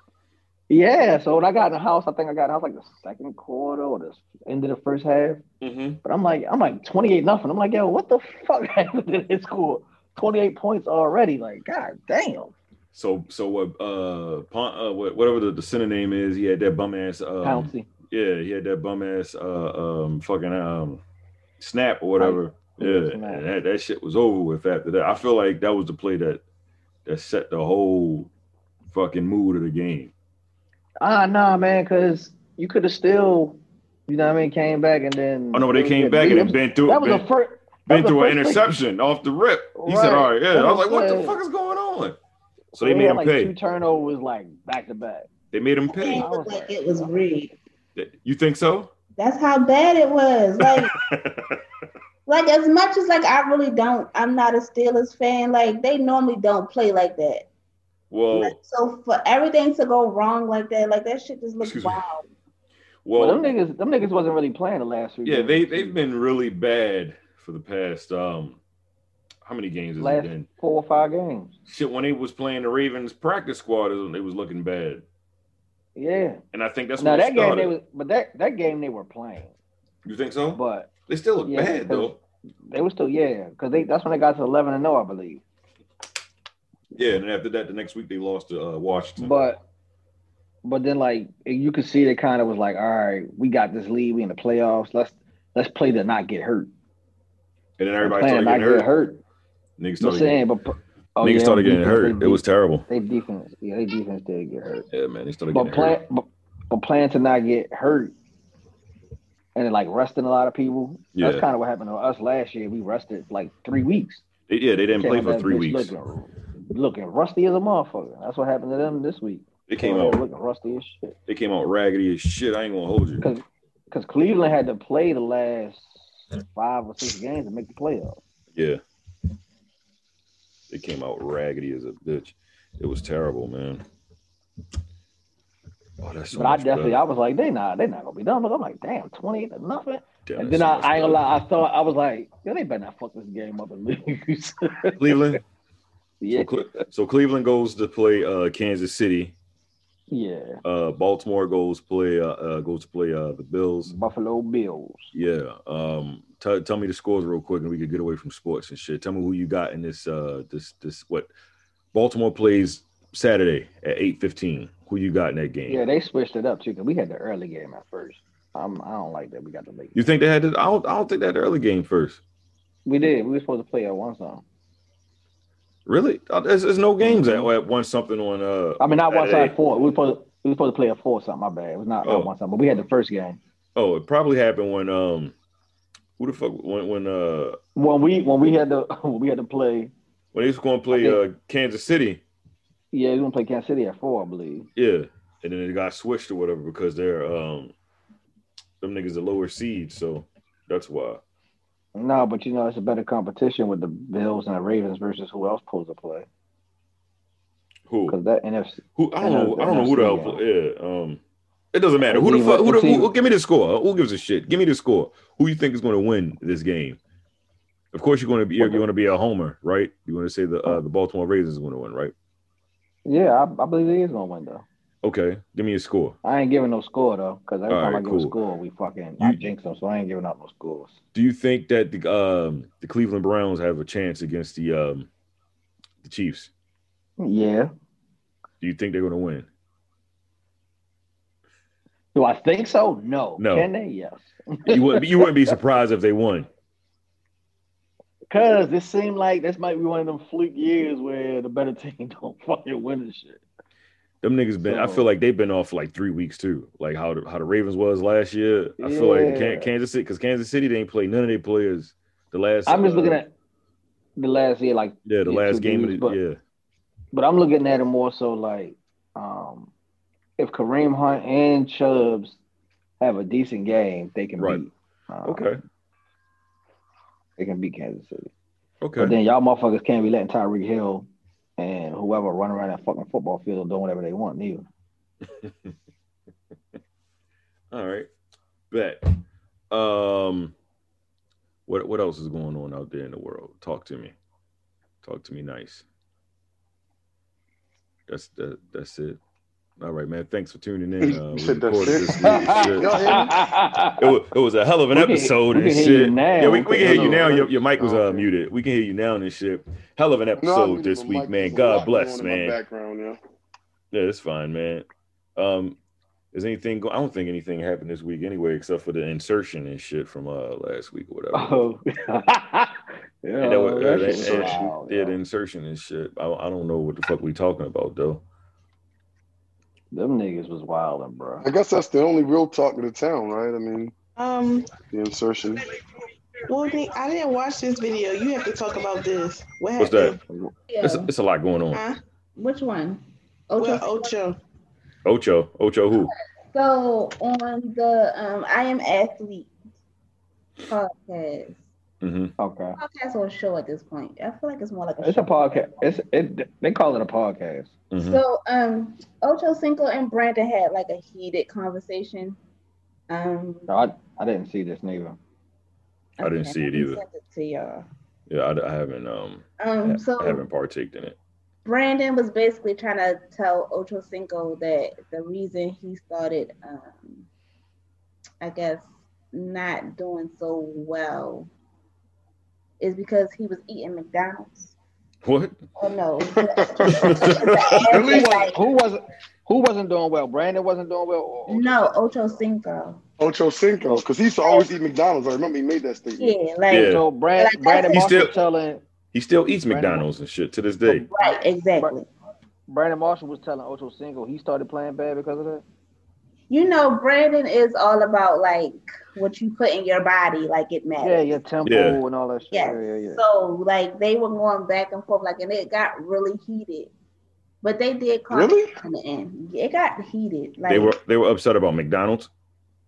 [SPEAKER 5] Yeah, so when I got in the house, I think I got in the house like the second quarter or the end of the first half.
[SPEAKER 3] Mm-hmm.
[SPEAKER 5] But I'm like, I'm like 28 nothing. I'm like, yo, what the fuck happened in this school? 28 points already. Like, god damn.
[SPEAKER 3] Uh-huh. So so what uh, Pon- uh what- whatever the, the center name is, he had that bum ass um,
[SPEAKER 5] Pouncy.
[SPEAKER 3] yeah, he had that bum ass uh um fucking um snap or whatever. Yeah,
[SPEAKER 5] Snap.
[SPEAKER 3] and that, that shit was over with after that. I feel like that was the play that that set the whole fucking mood of the game.
[SPEAKER 5] Ah, nah, man, because you could have still, you know what I mean, came back and then.
[SPEAKER 3] Oh no, they came back and then bent through
[SPEAKER 5] That was
[SPEAKER 3] bent,
[SPEAKER 5] the first.
[SPEAKER 3] bent
[SPEAKER 5] that was
[SPEAKER 3] through
[SPEAKER 5] the
[SPEAKER 3] an
[SPEAKER 5] first thing-
[SPEAKER 3] interception off the rip. He said,
[SPEAKER 5] Right.
[SPEAKER 3] "All right, yeah."
[SPEAKER 5] That's
[SPEAKER 3] I was
[SPEAKER 5] what
[SPEAKER 3] like, "What
[SPEAKER 5] I'm
[SPEAKER 3] the
[SPEAKER 5] saying.
[SPEAKER 3] fuck is going on?" So they made
[SPEAKER 5] had
[SPEAKER 3] him
[SPEAKER 5] like two
[SPEAKER 3] pay.
[SPEAKER 5] turnovers, like back to back.
[SPEAKER 3] They made him
[SPEAKER 6] It
[SPEAKER 3] pay.
[SPEAKER 5] I was
[SPEAKER 6] looked
[SPEAKER 5] like-
[SPEAKER 6] like it was rigged.
[SPEAKER 3] You think so?
[SPEAKER 6] That's how bad it was. Like, like as much as like I really don't, I'm not a Steelers fan. Like they normally don't play like that.
[SPEAKER 3] Well,
[SPEAKER 6] So for everything to go wrong like that, like that shit just looks
[SPEAKER 3] Excuse me.
[SPEAKER 6] wild.
[SPEAKER 5] Well,
[SPEAKER 3] well,
[SPEAKER 5] them niggas, them niggas wasn't really playing the last three.
[SPEAKER 3] Yeah,
[SPEAKER 5] games.
[SPEAKER 3] they they've been really bad for the past um how many games has
[SPEAKER 5] Last-
[SPEAKER 3] it been?
[SPEAKER 5] four or five games.
[SPEAKER 3] Shit, when they was playing the Ravens practice squad, it- they was looking bad,
[SPEAKER 5] Yeah.
[SPEAKER 3] and I think that's
[SPEAKER 5] Now
[SPEAKER 3] what
[SPEAKER 5] that
[SPEAKER 3] that
[SPEAKER 5] game
[SPEAKER 3] started.
[SPEAKER 5] they was, but that that game they were playing,
[SPEAKER 3] you think so?
[SPEAKER 5] but
[SPEAKER 3] they still look
[SPEAKER 5] yeah,
[SPEAKER 3] bad though.
[SPEAKER 5] they were still yeah, because they that's when they got to eleven and zero, I believe.
[SPEAKER 3] Yeah, and after that, the next week they lost to uh, Washington.
[SPEAKER 5] But but then like you could see they kind of was like, all right, we got this lead, we in the playoffs. Let's let's play to not get hurt.
[SPEAKER 3] and then
[SPEAKER 5] Everybody
[SPEAKER 3] everybody started
[SPEAKER 5] not
[SPEAKER 3] getting hurt.
[SPEAKER 5] get hurt.
[SPEAKER 3] Niggas
[SPEAKER 5] I'm
[SPEAKER 3] started,
[SPEAKER 5] saying, but oh,
[SPEAKER 3] niggas
[SPEAKER 5] yeah,
[SPEAKER 3] started getting
[SPEAKER 5] defense,
[SPEAKER 3] hurt.
[SPEAKER 5] they
[SPEAKER 3] It was
[SPEAKER 5] def-
[SPEAKER 3] terrible.
[SPEAKER 5] they defense. Yeah, they defense did get hurt.
[SPEAKER 3] Yeah, man, they started
[SPEAKER 5] But
[SPEAKER 3] getting
[SPEAKER 5] plan,
[SPEAKER 3] hurt.
[SPEAKER 5] but, but plan to not get hurt, and then like resting a lot of people.
[SPEAKER 3] Yeah,
[SPEAKER 5] That's kind of what happened to us last year. We rested like three weeks.
[SPEAKER 3] They- yeah, they didn't
[SPEAKER 5] Came
[SPEAKER 3] play
[SPEAKER 5] out
[SPEAKER 3] for
[SPEAKER 5] that
[SPEAKER 3] three
[SPEAKER 5] bitch
[SPEAKER 3] weeks.
[SPEAKER 5] looking looking rusty as a motherfucker. That's what happened to them this week.
[SPEAKER 3] They came
[SPEAKER 5] They were
[SPEAKER 3] out.
[SPEAKER 5] looking rusty as shit.
[SPEAKER 3] They came out raggedy as shit. I ain't gonna hold you.
[SPEAKER 5] Because Cleveland had to play the last five or six games to make the playoffs.
[SPEAKER 3] Yeah. They came out raggedy as a bitch. It was terrible, man. Oh, that's so
[SPEAKER 5] but I
[SPEAKER 3] much
[SPEAKER 5] definitely,
[SPEAKER 3] better.
[SPEAKER 5] I was like, they not, they not gonna be done. But I'm like, damn, twenty to nothing.
[SPEAKER 3] Damn,
[SPEAKER 5] And
[SPEAKER 3] that's
[SPEAKER 5] then
[SPEAKER 3] so
[SPEAKER 5] I,
[SPEAKER 3] much
[SPEAKER 5] I ain't gonna
[SPEAKER 3] better.
[SPEAKER 5] lie, I thought I was like, yo, they better not fuck this game up and lose.
[SPEAKER 3] Cleveland.
[SPEAKER 5] yeah,
[SPEAKER 3] So, Cle- so Cleveland goes to play uh, Kansas City.
[SPEAKER 5] yeah.
[SPEAKER 3] Uh, Baltimore goes play uh, uh, goes to play uh, the Bills.
[SPEAKER 5] Buffalo Bills.
[SPEAKER 3] Yeah. Um. T- tell me the scores real quick, and we could get away from sports and shit. Tell me who you got in this. Uh. This. This. What? Baltimore plays Saturday at eight fifteen. Who you got in that game?
[SPEAKER 5] Yeah, they switched it up too because we had the early game at first. Um, I don't like that we got the late.
[SPEAKER 3] You think they had? This? I don't. I don't think they had the early game first.
[SPEAKER 5] We did. We were supposed to play at one song.
[SPEAKER 3] Really? Uh, There's, there's no games at, at one something on. Uh.
[SPEAKER 5] I mean, not one
[SPEAKER 3] Saturday.
[SPEAKER 5] side four. We were supposed to, we were supposed to play at four something. My bad. It was not
[SPEAKER 3] Oh.
[SPEAKER 5] at one something, but we had the first game.
[SPEAKER 3] Oh, it probably happened when. Um. Who the fuck? When? When? Uh.
[SPEAKER 5] When we when we had the when we had to play.
[SPEAKER 3] When they was going to play
[SPEAKER 5] I
[SPEAKER 3] uh Kansas City.
[SPEAKER 5] Yeah, we were gonna play Kansas City at four, I believe.
[SPEAKER 3] Yeah, and then it got switched or whatever because they're um them niggas are lower seed, so that's why.
[SPEAKER 5] No, but you know it's a better competition with the Bills and the Ravens versus who else supposed to play
[SPEAKER 3] Who?
[SPEAKER 5] because that NFC.
[SPEAKER 3] Who? I don't know. I don't know who the hell. play- Yeah. Um. It doesn't matter. Who the
[SPEAKER 5] It's
[SPEAKER 3] fuck? Who, the, who,
[SPEAKER 5] even-
[SPEAKER 3] who? Give me the score. Who gives a shit? Give me the score. Who you think is going to win this game? Of course, you're going to be. You're going to be a homer, right? You want to say the uh, the Baltimore Ravens is going to win, right?
[SPEAKER 5] Yeah, I, I believe they is gonna win though.
[SPEAKER 3] Okay. Give me a score.
[SPEAKER 5] I ain't giving no score though because every
[SPEAKER 3] All
[SPEAKER 5] time
[SPEAKER 3] right,
[SPEAKER 5] I give
[SPEAKER 3] cool.
[SPEAKER 5] a score, we fucking I
[SPEAKER 3] You-
[SPEAKER 5] jinx them, so I ain't giving out no scores.
[SPEAKER 3] Do you think that the um the Cleveland Browns have a chance against the um the Chiefs?
[SPEAKER 5] Yeah.
[SPEAKER 3] Do you think they're going to win?
[SPEAKER 5] Do I think so? No.
[SPEAKER 3] No.
[SPEAKER 5] Can they? Yes.
[SPEAKER 3] You wouldn't. You wouldn't be surprised if they won.
[SPEAKER 5] Because it seemed like this might be one of them fluke years where the better team don't fucking win the shit.
[SPEAKER 3] Them niggas been. I
[SPEAKER 5] So-
[SPEAKER 3] feel like they've been off for like three weeks too. Like how the, how the Ravens was last year. I feel like
[SPEAKER 5] Yeah.
[SPEAKER 3] Can, Kansas City because Kansas City they ain't played none of their players. The last
[SPEAKER 5] I'm just
[SPEAKER 3] uh,
[SPEAKER 5] looking at the last year, like,
[SPEAKER 3] yeah the
[SPEAKER 5] yeah,
[SPEAKER 3] last
[SPEAKER 5] two
[SPEAKER 3] game of the
[SPEAKER 5] dudes, but-
[SPEAKER 3] yeah
[SPEAKER 5] but I'm looking at it more so like, um, if Kareem Hunt and Chubbs have a decent game, they can
[SPEAKER 3] Right.
[SPEAKER 5] beat. uh,
[SPEAKER 3] okay
[SPEAKER 5] They can beat Kansas City. But
[SPEAKER 3] okay
[SPEAKER 5] then y'all motherfuckers can't be letting Tyreek Hill and whoever run around that fucking football field doing whatever they want, neither.
[SPEAKER 3] all right bet um what what else is going on out there in the world talk to me talk to me nice that's that that's it all right man thanks for tuning in uh,
[SPEAKER 4] You
[SPEAKER 3] we
[SPEAKER 4] said that's
[SPEAKER 3] recorded
[SPEAKER 4] it?
[SPEAKER 3] this week. Shit.
[SPEAKER 4] Y'all hear me?
[SPEAKER 3] it was, it was a hell of an
[SPEAKER 5] We can-
[SPEAKER 3] episode and
[SPEAKER 5] we can hear you
[SPEAKER 3] shit.
[SPEAKER 5] now.
[SPEAKER 3] Yeah, we, we can hear you now.
[SPEAKER 5] Hello.
[SPEAKER 3] Your, your mic was uh,
[SPEAKER 5] Okay.
[SPEAKER 3] muted. We can hear you now and shit. Hell of an episode
[SPEAKER 4] muted
[SPEAKER 3] this
[SPEAKER 4] my
[SPEAKER 3] week,
[SPEAKER 4] mic.
[SPEAKER 3] man.
[SPEAKER 4] There's a
[SPEAKER 3] God
[SPEAKER 4] lot going
[SPEAKER 3] bless,
[SPEAKER 4] on in my
[SPEAKER 3] man.
[SPEAKER 4] background, yeah.
[SPEAKER 3] Yeah, it's fine, man. Um, is anything? Go- I don't think anything happened this week anyway, except for the insertion and shit from uh last week or whatever.
[SPEAKER 5] Oh,
[SPEAKER 3] And that was- uh,
[SPEAKER 5] that
[SPEAKER 3] that-
[SPEAKER 5] shit was
[SPEAKER 3] and-
[SPEAKER 5] wild,
[SPEAKER 3] yeah,
[SPEAKER 5] yo.
[SPEAKER 3] the insertion and shit. I, I don't know what the fuck we talking about though.
[SPEAKER 5] Them niggas was wilding, bro.
[SPEAKER 4] I guess that's the only real talk in the town, right? I mean,
[SPEAKER 7] Um,
[SPEAKER 4] the insertion.
[SPEAKER 7] well, Nick, I didn't watch this video. You have to talk about this. What
[SPEAKER 3] What's
[SPEAKER 7] happened?
[SPEAKER 6] Yeah.
[SPEAKER 3] It's, it's a lot going on.
[SPEAKER 7] Huh?
[SPEAKER 6] Which one? Ultra
[SPEAKER 7] Well, oh. Ocho.
[SPEAKER 3] Ocho, Ocho, who?
[SPEAKER 6] So on the um, I am athlete podcast.
[SPEAKER 3] hmm
[SPEAKER 5] Okay.
[SPEAKER 6] Podcast or show at this point. I feel like it's more like a
[SPEAKER 5] It's a
[SPEAKER 6] show.
[SPEAKER 5] podcast. It's it. They call it a podcast.
[SPEAKER 3] hmm
[SPEAKER 6] So um, Ocho Cinco and Brandon had like a heated conversation. Um,
[SPEAKER 5] No, I, I didn't see this neither.
[SPEAKER 3] I didn't see it either.
[SPEAKER 6] Sent it to y'all.
[SPEAKER 3] Yeah, I, I haven't um,
[SPEAKER 6] Um, so
[SPEAKER 3] I haven't partaked in it.
[SPEAKER 6] Brandon was basically trying to tell Ocho Cinco that the reason he started, um, I guess, not doing so well is because he was eating McDonald's.
[SPEAKER 3] What?
[SPEAKER 6] Oh no.
[SPEAKER 5] Who, was,
[SPEAKER 6] It's like,
[SPEAKER 5] who wasn't? Who wasn't doing well? Brandon wasn't doing well. Or,
[SPEAKER 6] no, Ocho Cinco.
[SPEAKER 4] Ocho Cinco, because he used to always eat McDonald's. I remember he made that statement.
[SPEAKER 6] Yeah, like
[SPEAKER 3] Yeah.
[SPEAKER 5] So Brand,
[SPEAKER 6] Like I
[SPEAKER 5] Brandon
[SPEAKER 6] said-
[SPEAKER 5] Marshall
[SPEAKER 3] He still-
[SPEAKER 5] telling
[SPEAKER 3] He still eats
[SPEAKER 5] Brandon-
[SPEAKER 3] McDonald's and shit to this day.
[SPEAKER 6] right, exactly.
[SPEAKER 5] Brandon Marshall was telling Ocho Single he started playing bad because of that.
[SPEAKER 6] You know, Brandon is all about like what you put in your body, like it matters.
[SPEAKER 5] Yeah, your tempo
[SPEAKER 3] Yeah.
[SPEAKER 5] and all that shit.
[SPEAKER 6] Yes.
[SPEAKER 5] Yeah, yeah, yeah.
[SPEAKER 6] So like they were going back and forth, like, and it got really heated. But they did call
[SPEAKER 4] Really?
[SPEAKER 6] it in the end. It got heated. Like
[SPEAKER 3] They were they were upset about McDonald's.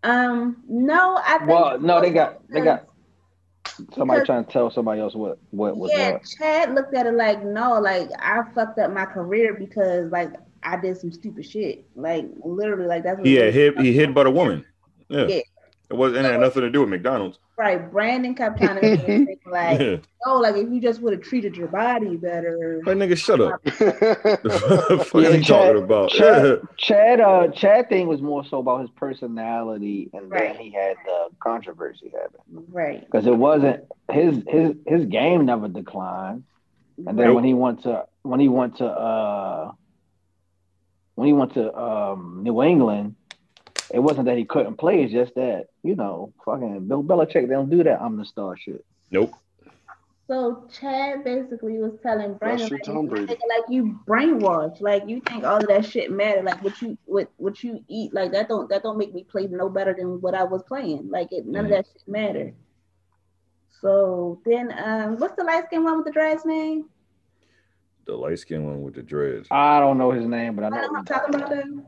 [SPEAKER 6] um no, I think
[SPEAKER 5] Well, no, they got- they got- Somebody
[SPEAKER 6] Because-
[SPEAKER 5] trying to tell somebody else what what was
[SPEAKER 6] yeah,
[SPEAKER 5] what.
[SPEAKER 6] Chad looked at it like, no, like I fucked up my career because like I did some stupid shit. Like literally, like that's what
[SPEAKER 3] He had hit he hit but a woman. Yeah.
[SPEAKER 6] Oh, Yeah.
[SPEAKER 3] It wasn't it had nothing to do with McDonald's.
[SPEAKER 6] Right, Brandon kept trying to make it seem like,
[SPEAKER 3] Yeah.
[SPEAKER 6] oh, like if you just would have treated your body better.
[SPEAKER 3] Hey nigga, shut up. the fuck
[SPEAKER 5] Yeah,
[SPEAKER 3] are you
[SPEAKER 5] Chad-
[SPEAKER 3] talking about?
[SPEAKER 5] Chad- Chad, uh, Chad thing was more so about his personality, and
[SPEAKER 6] Right.
[SPEAKER 5] then he had the controversy happening
[SPEAKER 6] Right.
[SPEAKER 5] because it wasn't his his his game never declined, and then
[SPEAKER 3] Nope.
[SPEAKER 5] when he went to when he went to uh when he went to um New England, it wasn't that he couldn't play; it's just that you know, fucking Bill Belichick, they don't do that. I'm the star shit.
[SPEAKER 3] nope.
[SPEAKER 6] So Chad basically was telling Brandon
[SPEAKER 4] your
[SPEAKER 6] like,
[SPEAKER 4] Tom Brady.
[SPEAKER 6] "Nigga, like you brainwashed, like you think all of that shit matter, like what you what what you eat, like that don't that don't make me play no better than what I was playing, like it, none
[SPEAKER 5] Mm-hmm.
[SPEAKER 3] Mhm.
[SPEAKER 6] of that shit matter. So then, um, what's the light skin one with the dress name?
[SPEAKER 3] The light skinned one with the dreads.
[SPEAKER 5] I don't know his name, but I
[SPEAKER 6] I
[SPEAKER 5] know.
[SPEAKER 6] don't know
[SPEAKER 5] who
[SPEAKER 6] what
[SPEAKER 5] you're
[SPEAKER 6] I'm talking about.
[SPEAKER 5] about.
[SPEAKER 6] Though.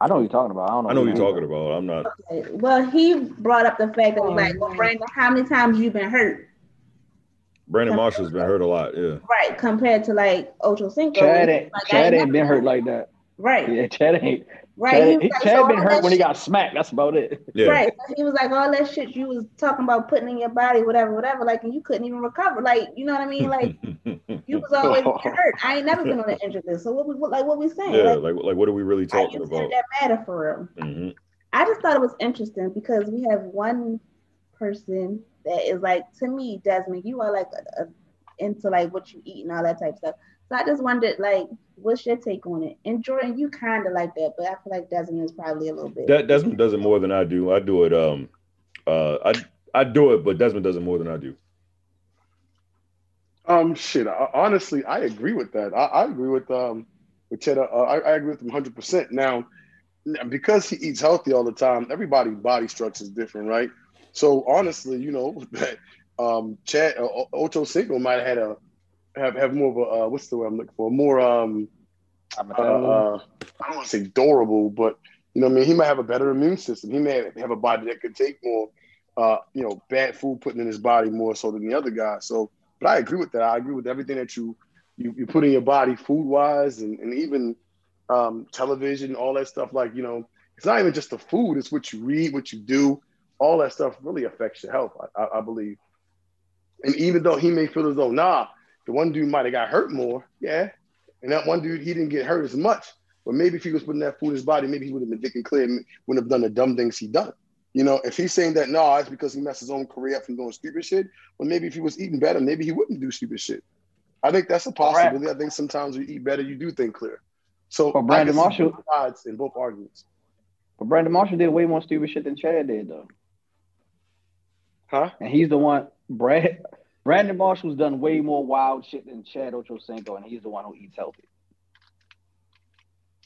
[SPEAKER 5] I know what you're talking about. I don't know.
[SPEAKER 3] I know
[SPEAKER 5] who
[SPEAKER 3] what you're
[SPEAKER 5] he is.
[SPEAKER 3] talking about. I'm not
[SPEAKER 6] Okay. Well, he brought up the fact that
[SPEAKER 7] Oh,
[SPEAKER 6] like, well,
[SPEAKER 7] man.
[SPEAKER 6] Brandon, how many times you been hurt,
[SPEAKER 3] Brandon Marshall's been hurt a lot, yeah.
[SPEAKER 6] right? Compared to like Ocho Cinco,
[SPEAKER 5] Chad ain't,
[SPEAKER 6] Like, I
[SPEAKER 5] Chad
[SPEAKER 6] ain't
[SPEAKER 5] ain't been hurt like that.
[SPEAKER 6] right?
[SPEAKER 5] Yeah, Chad ain't.
[SPEAKER 6] Right?
[SPEAKER 5] Chad,
[SPEAKER 6] He was
[SPEAKER 5] he-
[SPEAKER 6] like,
[SPEAKER 5] Chad
[SPEAKER 6] so
[SPEAKER 5] been
[SPEAKER 6] all
[SPEAKER 5] hurt
[SPEAKER 6] that
[SPEAKER 5] when he
[SPEAKER 6] shit-
[SPEAKER 5] got smacked. That's about it.
[SPEAKER 3] Yeah.
[SPEAKER 6] Right. So He was like, all that shit you was talking about putting in your body, whatever, whatever, like, and you couldn't even recover. Like, you know what I mean? Like, you was always hurt. I ain't never been on the injured list. So what we what, like what we saying?
[SPEAKER 3] yeah,
[SPEAKER 6] like,
[SPEAKER 3] like like what are we really
[SPEAKER 6] I
[SPEAKER 3] talking
[SPEAKER 6] consider
[SPEAKER 3] about?
[SPEAKER 6] that matter for real.
[SPEAKER 3] hmm
[SPEAKER 6] I just thought it was interesting because we have one person that is like, to me, Desmond, you are like a, a, into like what you eat and all that type of stuff. So I just wondered, like, what's your take on it? And Jordan, you kind of like that, but I feel like Desmond is probably a little bit.
[SPEAKER 3] That Desmond does it more than I do. I do it um uh I I do it, but Desmond does it more than I do.
[SPEAKER 4] Um, shit. I, honestly, I agree with that. I, I agree with um with Ted. Uh, I, I agree with him hundred percent. Now, n- because he eats healthy all the time, everybody's body structure is different, right? So honestly, you know, um, Chad uh, O- Ocho Cinco might have had a have have more of a uh, what's the word I'm looking for? More um
[SPEAKER 5] I'm a
[SPEAKER 4] uh, uh, I don't want to say durable, but you know, what I mean, he might have a better immune system. He may have a body that could take more, uh, you know, bad food putting in his body more so than the other guy. So, but I agree with that. I agree with everything that you you, you put in your body, food wise, and and even um, television, all that stuff. Like you know, it's not even just the food; it's what you read, what you do. All that stuff really affects your health. I, I, I believe. And even though he may feel as though, nah, the one dude might have got hurt more. Yeah, and that one dude, he didn't get hurt as much. But maybe if he was putting that food in his body, maybe he would have been dick and clear and wouldn't have done the dumb things he done. You know, if he's saying that, no, it's because he messed his own career up from doing stupid shit. Well, maybe if he was eating better, maybe he wouldn't do stupid shit. I think that's a possibility. I think sometimes you eat better, you do think clear. So,
[SPEAKER 5] But Brandon
[SPEAKER 4] I can see
[SPEAKER 5] Marshall-
[SPEAKER 4] both sides in both arguments,
[SPEAKER 5] but Brandon Marshall did way more stupid shit than Chad did though,
[SPEAKER 4] huh?
[SPEAKER 5] and he's the one. Brad, Brandon Marshall's done way more wild shit than Chad Ochocinco, and he's the one who eats healthy.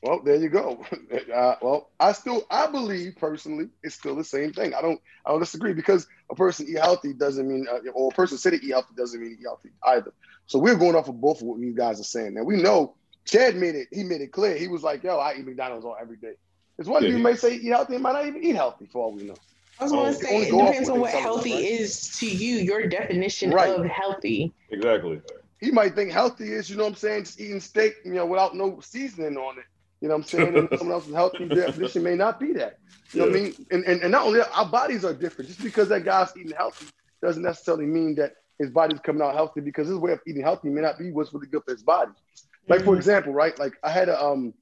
[SPEAKER 4] Well, there you go. uh, well, I still I believe personally it's still the same thing. I don't I don't disagree because a person eat healthy doesn't mean uh, or a person said to eat healthy doesn't mean eat healthy either. So we're going off of both of what you guys are saying. Now we know Chad made it. He made it clear. He was like, "Yo, I eat McDonald's all every day." It's one
[SPEAKER 3] Yeah.
[SPEAKER 4] dude may say eat healthy, he might not even eat healthy for all we know.
[SPEAKER 7] I was going
[SPEAKER 4] Oh,
[SPEAKER 7] to say, it
[SPEAKER 4] only go
[SPEAKER 7] depends
[SPEAKER 4] off
[SPEAKER 7] on
[SPEAKER 4] what
[SPEAKER 7] what
[SPEAKER 4] they tell us,
[SPEAKER 7] healthy
[SPEAKER 4] right?
[SPEAKER 7] is to you, your definition
[SPEAKER 4] Right.
[SPEAKER 7] of healthy.
[SPEAKER 3] Exactly.
[SPEAKER 4] He might think healthy is, you know, what I'm saying, just eating steak, you know, without no seasoning on it. You know, what I'm saying, and someone else's healthy definition may not be that. You know what I mean? And, and and not only that, our bodies are different. Just because that guy's eating healthy doesn't necessarily mean that his body's coming out healthy because his way of eating healthy may not be what's really good for his body. Like for example, right? Like I had a um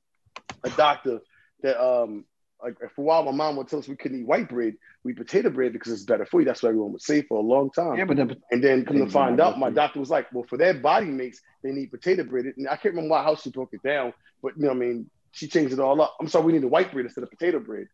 [SPEAKER 4] a doctor that um like for a while my mom would tell us we couldn't eat white bread, we eat potato bread because it's better for you. That's what everyone would say for a long time.
[SPEAKER 5] Yeah, but the,
[SPEAKER 4] And then come to
[SPEAKER 5] Things
[SPEAKER 4] find
[SPEAKER 5] like
[SPEAKER 4] out,
[SPEAKER 5] that,
[SPEAKER 4] my
[SPEAKER 5] too.
[SPEAKER 4] doctor was like, "Well, for their body mates, they need potato bread." And I can't remember why how she broke it down, but you know, what I mean, she changed it all up. I'm sorry, we need a white bread instead of potato bread.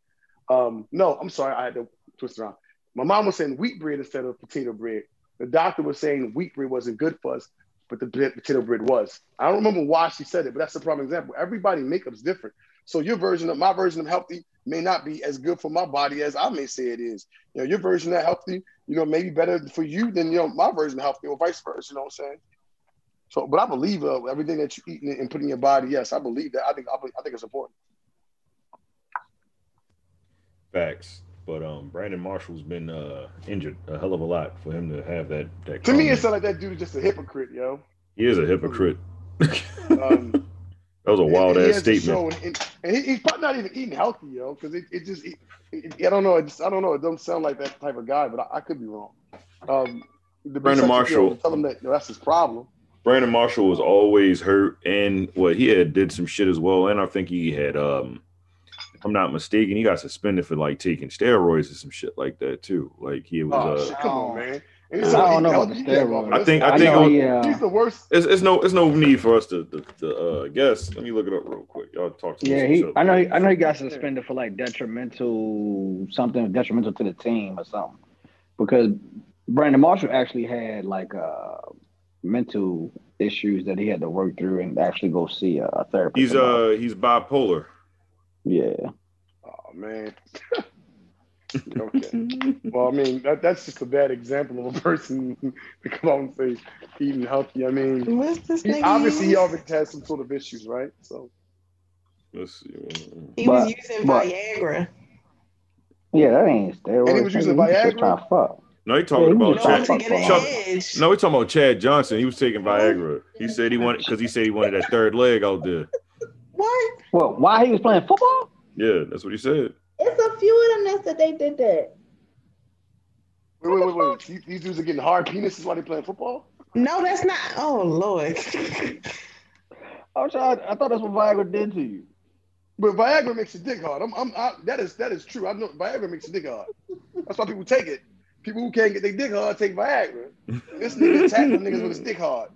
[SPEAKER 4] Um, no, I'm sorry, I had to twist it around. My mom was saying wheat bread instead of potato bread. The doctor was saying wheat bread wasn't good for us, but the bread, potato bread was. I don't remember why she said it, but that's the prime example. Everybody makeup's different. So your version of my version of healthy may not be as good for my body as I may say it is. You know, your version of healthy, you know, maybe better for you than you know my version of healthy, or vice versa. You know what I'm saying? So, but I believe uh, everything that you're eating and putting in your body. Yes, I believe that. I think I, believe- I think it's important.
[SPEAKER 3] Facts. But um, Brandon Marshall's been uh, injured a hell of a lot for him to have that. that
[SPEAKER 4] To me,
[SPEAKER 3] comment.
[SPEAKER 4] it sounds like that dude is just a hypocrite, yo.
[SPEAKER 3] he is a hypocrite.
[SPEAKER 4] Um,
[SPEAKER 3] That was a wild
[SPEAKER 4] And- and he
[SPEAKER 3] ass
[SPEAKER 4] has to show-
[SPEAKER 3] statement.
[SPEAKER 4] And, and he, he's probably not even eating healthy, yo, because it, it just, it, it- I don't know, it just, I don't know, it don't sound like that type of guy, but I, I could be wrong. Um, the
[SPEAKER 3] Brandon Marshall.
[SPEAKER 4] tell him that no, that's his problem.
[SPEAKER 3] Brandon Marshall was always hurt, and what he had did some shit as well. And I think he had, um, if I'm not mistaken, he got suspended for like taking steroids or some shit like that too. Like he
[SPEAKER 4] Oh,
[SPEAKER 3] was.
[SPEAKER 4] shit,
[SPEAKER 3] Uh,
[SPEAKER 4] come on, man. And
[SPEAKER 5] I
[SPEAKER 4] he's not
[SPEAKER 5] don't
[SPEAKER 4] eating
[SPEAKER 5] know about
[SPEAKER 4] healthy,
[SPEAKER 5] the
[SPEAKER 4] he can't go off.
[SPEAKER 5] steroids.
[SPEAKER 3] I think- I
[SPEAKER 4] That's-
[SPEAKER 3] think
[SPEAKER 5] know
[SPEAKER 3] it was-
[SPEAKER 5] he,
[SPEAKER 4] he's
[SPEAKER 5] uh,
[SPEAKER 4] the worst.
[SPEAKER 3] it's, it's no it's no need for us to, to, to uh, guess. Let me look it up real quick. Y'all talk to me.
[SPEAKER 5] yeah,
[SPEAKER 3] some
[SPEAKER 5] he.
[SPEAKER 3] shit.
[SPEAKER 5] I know. He, I know he got suspended for like detrimental something detrimental to the team or something, because Brandon Marshall actually had like uh mental issues that he had to work through and actually go see a, a therapist.
[SPEAKER 3] He's
[SPEAKER 5] about.
[SPEAKER 3] uh he's bipolar.
[SPEAKER 5] yeah.
[SPEAKER 4] Oh man. okay. Well, I mean, that, that's just a bad example of a person to come out and say eating healthy. I mean,
[SPEAKER 7] What's this
[SPEAKER 4] he,
[SPEAKER 7] nigga?
[SPEAKER 4] obviously, he
[SPEAKER 7] use?
[SPEAKER 4] always has some sort of issues, right? So.
[SPEAKER 3] Let's see.
[SPEAKER 7] he was
[SPEAKER 5] But-
[SPEAKER 7] using
[SPEAKER 5] but-
[SPEAKER 7] Viagra.
[SPEAKER 5] Yeah, that ain't steroids.
[SPEAKER 4] And he was using
[SPEAKER 5] nigga. He just
[SPEAKER 4] Viagra?
[SPEAKER 5] trying to fuck.
[SPEAKER 3] No, he talking
[SPEAKER 5] Yeah, he
[SPEAKER 7] You
[SPEAKER 3] about
[SPEAKER 5] was
[SPEAKER 7] know,
[SPEAKER 3] Chad.
[SPEAKER 5] trying
[SPEAKER 7] to get an
[SPEAKER 5] Chuck-
[SPEAKER 7] edge.
[SPEAKER 3] No, we talking about Chad Johnson. He was taking Viagra. He said he wanted because he said he wanted that third leg out there.
[SPEAKER 7] What?
[SPEAKER 5] Well, why he was playing football?
[SPEAKER 3] Yeah, that's what he said.
[SPEAKER 6] It's a few of them that said they did that.
[SPEAKER 4] Wait, wait, wait, wait. These, these dudes are getting hard penises while they playing football?
[SPEAKER 7] No, that's not. Oh Lord.
[SPEAKER 5] I, was trying, I thought that's what Viagra did to you.
[SPEAKER 4] But Viagra makes your dick hard. I'm, I'm, I, that is, that is true. I know Viagra makes your dick hard. That's why people take it. People who can't get their dick hard take Viagra. This nigga tackling niggas with his dick hard.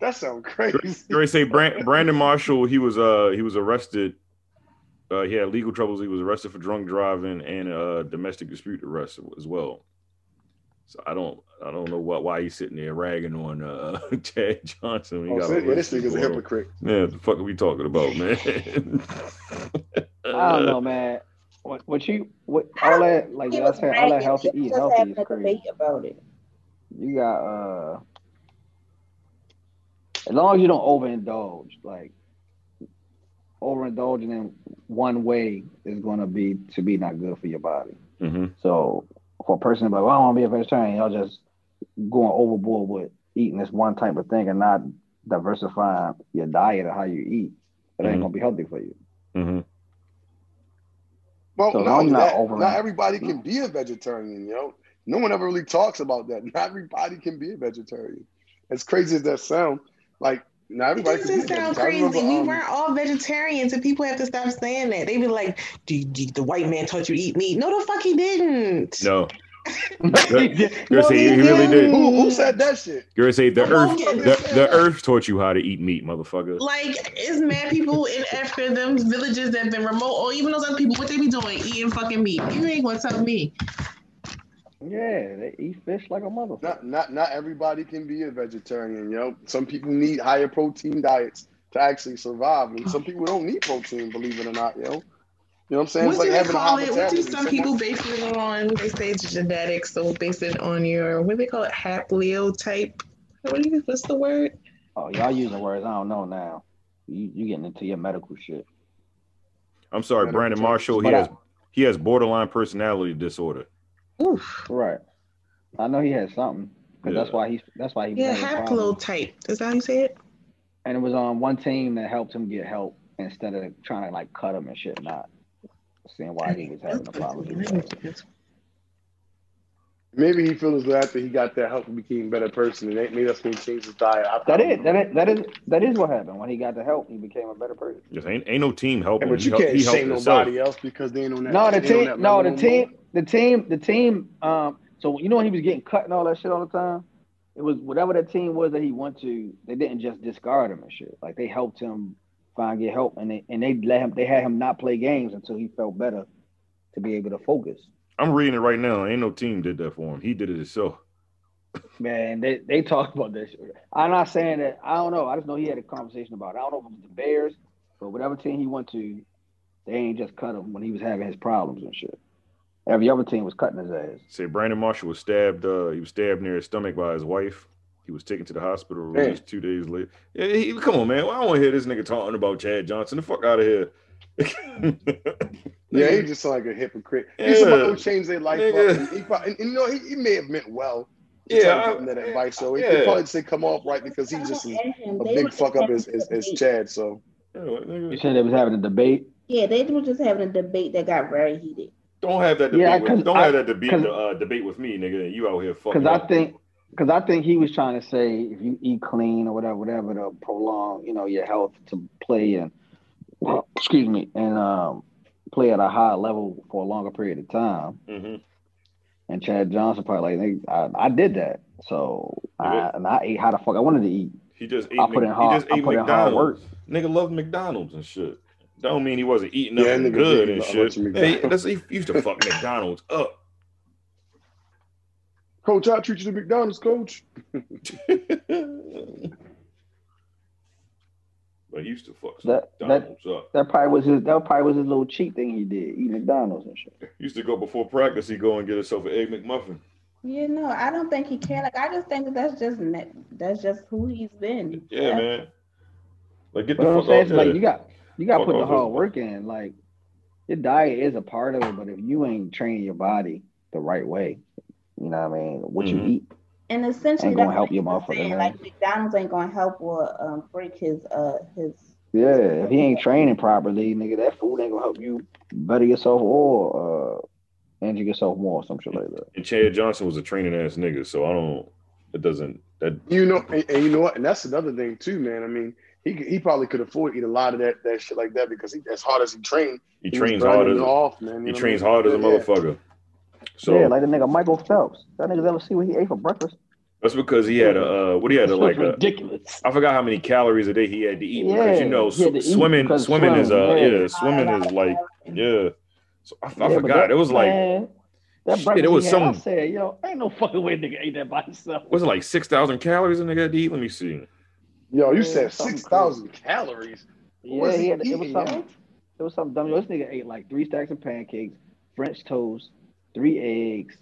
[SPEAKER 4] That sounds crazy.
[SPEAKER 3] Dre say Brand, Brandon Marshall. He was uh he was arrested. Uh, he had legal troubles. He was arrested for drunk driving and uh domestic dispute arrest as well. So I don't I don't know what why he's sitting there ragging on uh Chad Johnson. when He
[SPEAKER 4] Oh, so- yeah, this nigga's a
[SPEAKER 3] Well,
[SPEAKER 4] hypocrite.
[SPEAKER 3] Yeah, what the fuck are we talking about, man?
[SPEAKER 5] I
[SPEAKER 4] Uh.
[SPEAKER 5] don't know, man. What, what you, what, all that, like
[SPEAKER 6] He
[SPEAKER 5] y'all
[SPEAKER 6] was
[SPEAKER 5] saying, all that
[SPEAKER 6] bragging.
[SPEAKER 5] healthy,
[SPEAKER 6] He was
[SPEAKER 5] eat
[SPEAKER 6] just
[SPEAKER 5] healthy
[SPEAKER 6] having
[SPEAKER 5] is
[SPEAKER 6] a
[SPEAKER 5] crazy.
[SPEAKER 6] debate about it.
[SPEAKER 5] You got, uh, as long as you don't overindulge, like, overindulging in one way is going to be, to be not good for your body.
[SPEAKER 3] Mhm.
[SPEAKER 5] So for a person to be like, well, I want to be a vegetarian, y'all just going overboard with eating this one type of thing and not diversifying your diet or how you eat. It ain't
[SPEAKER 3] Mhm.
[SPEAKER 5] gonna be healthy for you.
[SPEAKER 3] Mhm.
[SPEAKER 4] Well,
[SPEAKER 5] So
[SPEAKER 4] not,
[SPEAKER 5] I'm
[SPEAKER 4] only
[SPEAKER 5] not
[SPEAKER 4] that,
[SPEAKER 5] over-
[SPEAKER 4] not everybody can be a vegetarian, yo. No one ever really talks about that. Not everybody can be a vegetarian. As crazy as that sound, like not
[SPEAKER 7] It
[SPEAKER 4] everybody. can be
[SPEAKER 7] doesn't
[SPEAKER 4] a
[SPEAKER 7] sound crazy.
[SPEAKER 4] vegetarian. I remember,
[SPEAKER 7] we
[SPEAKER 4] um,
[SPEAKER 7] weren't all vegetarians, and people have to stop saying that. They be like, "Do you- do- the white man taught you to eat meat?" No, the fuck he didn't.
[SPEAKER 3] No,
[SPEAKER 5] no,
[SPEAKER 3] Gary say he really did.
[SPEAKER 4] um, Who, who said that shit?
[SPEAKER 3] Gary say the
[SPEAKER 7] I'm
[SPEAKER 3] earth,
[SPEAKER 7] okay.
[SPEAKER 3] the, the earth taught you how to eat meat, motherfucker.
[SPEAKER 7] Like, it's mad people in Africa, them villages that have been remote, or even those other people, what they be doing, eating fucking meat. You ain't gonna tell me.
[SPEAKER 5] Yeah, they eat fish like a motherfucker.
[SPEAKER 4] Not not not everybody can be a vegetarian, yo. Some people need higher protein diets to actually survive, and some people don't need protein, believe it or not, yo. You know what I'm saying?
[SPEAKER 7] What
[SPEAKER 4] It's like
[SPEAKER 7] do they
[SPEAKER 4] having a
[SPEAKER 7] call
[SPEAKER 4] high
[SPEAKER 7] it? What do
[SPEAKER 4] metabolism.
[SPEAKER 7] some
[SPEAKER 4] Someone-
[SPEAKER 7] people base it on? They say it's genetics, so base it on your what do they call it, haplotype. What do you, what's the word?
[SPEAKER 5] Oh, y'all using words I don't know now. You you getting into your medical shit.
[SPEAKER 3] I'm sorry,
[SPEAKER 4] Medical
[SPEAKER 3] Brandon
[SPEAKER 4] terms.
[SPEAKER 3] Marshall. He
[SPEAKER 5] But I-
[SPEAKER 3] has he has borderline personality disorder.
[SPEAKER 7] Oof.
[SPEAKER 5] Right. I know he had something. 'cause
[SPEAKER 3] Yeah.
[SPEAKER 5] that's why he that's why he
[SPEAKER 7] Yeah,
[SPEAKER 5] had a problem.
[SPEAKER 7] haplotype. Is that how you say it?
[SPEAKER 5] and it was on one team that helped him get help instead of trying to like cut him and shit, not seeing why he was having a problem. with that.
[SPEAKER 4] Maybe he feels as though after he got that help, he became a better person, and that- maybe that's when he changed his diet. I-
[SPEAKER 5] That is, that is that is that is what happened. When he got the help, he became a better person.
[SPEAKER 3] Just ain't ain't no team
[SPEAKER 4] Yeah,
[SPEAKER 3] helping. him.
[SPEAKER 4] but you
[SPEAKER 3] he, hel-
[SPEAKER 4] can't
[SPEAKER 3] he helped
[SPEAKER 4] shame
[SPEAKER 3] himself.
[SPEAKER 4] nobody else because they ain't on that.
[SPEAKER 5] No, the
[SPEAKER 4] they on
[SPEAKER 5] team,
[SPEAKER 4] that
[SPEAKER 5] no,
[SPEAKER 4] level
[SPEAKER 5] the
[SPEAKER 4] more.
[SPEAKER 5] team, the team, the team. Um, so you know when he was getting cut and all that shit all the time, it was whatever that team was that he went to. They didn't just discard him and shit. Like they helped him find get help, and they and they let him. They had him not play games until he felt better to be able to focus.
[SPEAKER 3] I'm reading it right now. Ain't no team did that for him. He did it himself.
[SPEAKER 5] Man, they, they talk about this. shit. I'm not saying that. I don't know. I just know he had a conversation about it. I don't know if it was the Bears, but whatever team he went to, They ain't just cut him when he was having his problems and shit. Every other team was cutting his ass.
[SPEAKER 3] Say Brandon Marshall was stabbed. Uh, he was stabbed near his stomach by his wife. He was taken to the hospital. Released two days later. Yeah, he, come on, man. I don't want to hear this nigga talking about Chad Johnson. The fuck out of here.
[SPEAKER 4] Yeah, he just sound like a hypocrite.
[SPEAKER 3] Yeah.
[SPEAKER 4] He's somebody who changed their life
[SPEAKER 3] Nigga.
[SPEAKER 4] up. And he probably, and, you know, he, he may have meant well. to
[SPEAKER 3] Yeah,
[SPEAKER 4] try to
[SPEAKER 3] I-
[SPEAKER 4] give him that advice. So
[SPEAKER 3] yeah.
[SPEAKER 4] he probably just didn't come off right because he's just a, a big fuck up as, as, as Chad. So
[SPEAKER 3] Yeah, nigga.
[SPEAKER 5] You said they was having a debate.
[SPEAKER 6] Yeah, they were just having a debate that got very heated.
[SPEAKER 3] Don't have that debate.
[SPEAKER 5] Yeah,
[SPEAKER 3] with,
[SPEAKER 5] 'cause
[SPEAKER 3] don't
[SPEAKER 5] I-
[SPEAKER 3] have that debate.
[SPEAKER 5] 'cause-
[SPEAKER 3] Uh, debate with me, nigga. You out here fucking.
[SPEAKER 5] Because I
[SPEAKER 3] up.
[SPEAKER 5] think, because I think he was trying to say if you eat clean or whatever, whatever to prolong, you know, your health to play and excuse me and um, play at a high level for a longer period of time.
[SPEAKER 3] Mhm.
[SPEAKER 5] And Chad Johnson probably like nigga, I, I did that, so I, and I ate how the fuck I wanted to eat.
[SPEAKER 3] He just ate.
[SPEAKER 5] I put
[SPEAKER 3] Mc-
[SPEAKER 5] in hard.
[SPEAKER 3] He just
[SPEAKER 5] I
[SPEAKER 3] ate
[SPEAKER 5] put in
[SPEAKER 3] McDonald's.
[SPEAKER 5] hard work.
[SPEAKER 3] Nigga loved McDonald's and shit. That don't mean he wasn't eating
[SPEAKER 4] Yeah,
[SPEAKER 3] nothing
[SPEAKER 4] nigga
[SPEAKER 3] good
[SPEAKER 4] did
[SPEAKER 3] and
[SPEAKER 4] love
[SPEAKER 3] shit.
[SPEAKER 4] some
[SPEAKER 3] Hey,
[SPEAKER 4] McDonald's.
[SPEAKER 3] that's he used to fuck McDonald's up.
[SPEAKER 4] coach, I treat you to McDonald's, coach.
[SPEAKER 3] but he used to fuck some
[SPEAKER 5] That- that-
[SPEAKER 3] McDonald's up.
[SPEAKER 5] That probably was his. That probably was his little cheat thing he did, eat McDonald's and shit.
[SPEAKER 3] He used to go before practice. He go and get himself an egg McMuffin.
[SPEAKER 6] You know, I don't think he can. Like, I just think that that's just ne- that's just who he's been.
[SPEAKER 3] Yeah, man. Like get the
[SPEAKER 5] But what I'm
[SPEAKER 3] fuck
[SPEAKER 5] saying
[SPEAKER 3] off
[SPEAKER 5] is, like, you
[SPEAKER 3] there.
[SPEAKER 5] got you got to
[SPEAKER 3] Fuck
[SPEAKER 5] put the
[SPEAKER 3] off
[SPEAKER 5] hard
[SPEAKER 3] his-
[SPEAKER 5] work in. Like, your diet is a part of it, but if you ain't training your body the right way, you know what I mean. What
[SPEAKER 3] Mhm.
[SPEAKER 5] you eat
[SPEAKER 6] And essentially,
[SPEAKER 5] ain't gonna
[SPEAKER 6] that's
[SPEAKER 5] help you,
[SPEAKER 6] what I'm
[SPEAKER 5] motherfucker.
[SPEAKER 6] saying,
[SPEAKER 5] man.
[SPEAKER 6] like McDonald's ain't gonna help or um, break his uh his.
[SPEAKER 5] Yeah, if he ain't training properly, nigga, that food ain't gonna help you better yourself or uh, injure yourself more, or some shit like that.
[SPEAKER 3] And Chad Johnson was a training ass nigga, so I don't. It doesn't. That
[SPEAKER 4] You know, and, and you know what? And that's another thing too, man. I mean, he could- he probably could afford to eat a lot of that that shit like that because he, as hard as he trained,
[SPEAKER 3] he
[SPEAKER 4] was
[SPEAKER 3] trains
[SPEAKER 4] burning
[SPEAKER 3] hard as
[SPEAKER 4] it off, man.
[SPEAKER 3] he
[SPEAKER 4] You know what I
[SPEAKER 3] trains
[SPEAKER 4] mean?
[SPEAKER 3] hard as a
[SPEAKER 4] Yeah.
[SPEAKER 3] motherfucker. So
[SPEAKER 5] yeah, like the nigga Michael Phelps. That niggas ever see what he ate for breakfast?
[SPEAKER 3] that's because he had a uh, what he had a,
[SPEAKER 5] That's
[SPEAKER 3] like a,
[SPEAKER 5] ridiculous.
[SPEAKER 3] I forgot how many calories a day he had to eat because you
[SPEAKER 5] Yeah,
[SPEAKER 3] know
[SPEAKER 5] he had
[SPEAKER 3] sw-
[SPEAKER 5] to eat
[SPEAKER 3] swimming
[SPEAKER 5] because
[SPEAKER 3] swimming is uh
[SPEAKER 5] swimming,
[SPEAKER 3] yeah
[SPEAKER 5] yeah.
[SPEAKER 3] swimming is like yeah. So I, I
[SPEAKER 5] Yeah, but
[SPEAKER 3] forgot
[SPEAKER 5] that-
[SPEAKER 3] it was like
[SPEAKER 5] man, that
[SPEAKER 3] shit,
[SPEAKER 5] breakfast
[SPEAKER 3] it was
[SPEAKER 5] he had, I
[SPEAKER 3] some-
[SPEAKER 5] said, yo, ain't no fucking way nigga ate that by himself.
[SPEAKER 3] was it like six thousand calories a nigga had to eat? Let me see.
[SPEAKER 4] Yo, you
[SPEAKER 5] Yeah,
[SPEAKER 4] said
[SPEAKER 5] something
[SPEAKER 4] six thousand calories. What
[SPEAKER 5] Yeah,
[SPEAKER 4] was
[SPEAKER 5] he
[SPEAKER 4] he
[SPEAKER 5] had, it was
[SPEAKER 4] eating,
[SPEAKER 5] something.
[SPEAKER 4] yo?
[SPEAKER 5] It was something dumb. Yo, This nigga ate like three stacks of pancakes, French toast, three eggs.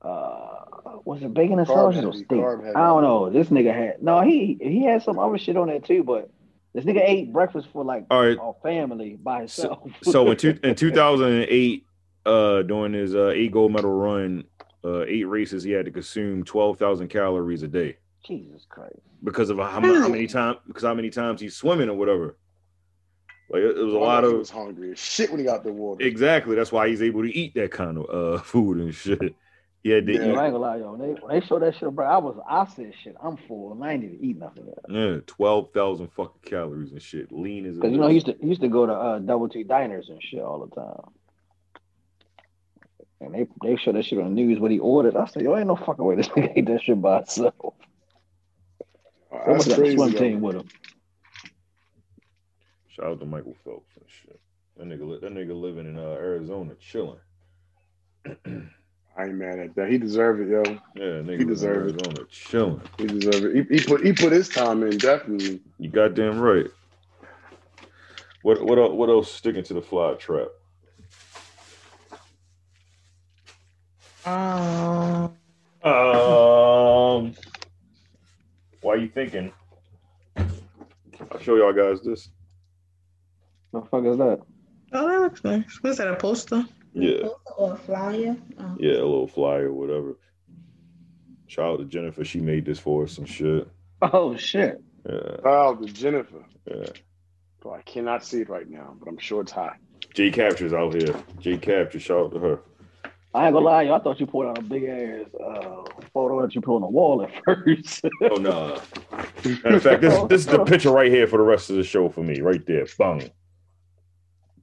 [SPEAKER 5] Uh, was it bacon and
[SPEAKER 4] Carb
[SPEAKER 5] sausage or
[SPEAKER 4] heavy,
[SPEAKER 5] steak?
[SPEAKER 4] carb heavy.
[SPEAKER 5] I don't know. This nigga had no. He he had some other shit on there too, but this nigga ate breakfast for like
[SPEAKER 3] All right.
[SPEAKER 5] a family by himself.
[SPEAKER 3] So in two in two thousand and eight, uh, during his uh, eight gold medal run, uh, eight races, he had to consume twelve thousand calories a day
[SPEAKER 5] Jesus Christ.
[SPEAKER 3] because of how, mu- how many times because how many times he's swimming or whatever. Like it, it was a
[SPEAKER 4] I
[SPEAKER 3] lot
[SPEAKER 4] know he
[SPEAKER 3] of
[SPEAKER 4] was hungry as shit when he got out the water.
[SPEAKER 3] Exactly. That's why he's able to eat that kind of uh, food and shit. He had to
[SPEAKER 5] Yo, I ain't gonna lie, yo. When they, when they showed that shit, bro, I was I said shit. I'm full. and I ain't even eat nothing.
[SPEAKER 3] eat yeah, twelve thousand fucking calories and shit. Lean as a
[SPEAKER 5] Because you know
[SPEAKER 3] bitch.
[SPEAKER 5] he used to he used to go to uh, Double T diners and shit all the time. And they they show that shit on the news what he ordered. I said, yo, ain't no fucking way this nigga ate that shit by itself.
[SPEAKER 4] Wow,
[SPEAKER 5] They
[SPEAKER 4] that's
[SPEAKER 5] must have got the
[SPEAKER 4] crazy.
[SPEAKER 5] swim
[SPEAKER 4] yo.
[SPEAKER 5] team with him.
[SPEAKER 3] Shout out to Michael Phelps and shit. That nigga, li- that nigga living in uh, Arizona, chilling.
[SPEAKER 4] I ain't mad at that. He deserved it, yo.
[SPEAKER 3] Yeah, nigga
[SPEAKER 4] He
[SPEAKER 3] living in
[SPEAKER 4] deserve it.
[SPEAKER 3] Arizona, chilling.
[SPEAKER 4] He deserved it. He, he put he put his time in, definitely.
[SPEAKER 3] You goddamn right. What what el- what else sticking to the fly trap?
[SPEAKER 7] Um,
[SPEAKER 3] Um, why you thinking? I'll show y'all guys this.
[SPEAKER 5] The fuck is that?
[SPEAKER 7] oh, that looks nice. What's that? A poster?
[SPEAKER 3] Yeah.
[SPEAKER 6] Or a flyer. Oh.
[SPEAKER 3] Yeah, a little flyer or whatever. Shout out to Jennifer. She made this for us, some shit.
[SPEAKER 5] Oh shit.
[SPEAKER 3] Yeah,
[SPEAKER 4] Wow, to Jennifer.
[SPEAKER 3] yeah.
[SPEAKER 4] Bro, I cannot see it right now, but I'm sure it's high.
[SPEAKER 3] J Captures out here. J Captures, shout out to her.
[SPEAKER 5] I ain't gonna lie, yo. I thought you pulled out a big ass uh, photo that you put on the wall at first.
[SPEAKER 3] Oh no. Matter of fact, this this is the picture right here for the rest of the show for me. Right there. Bung.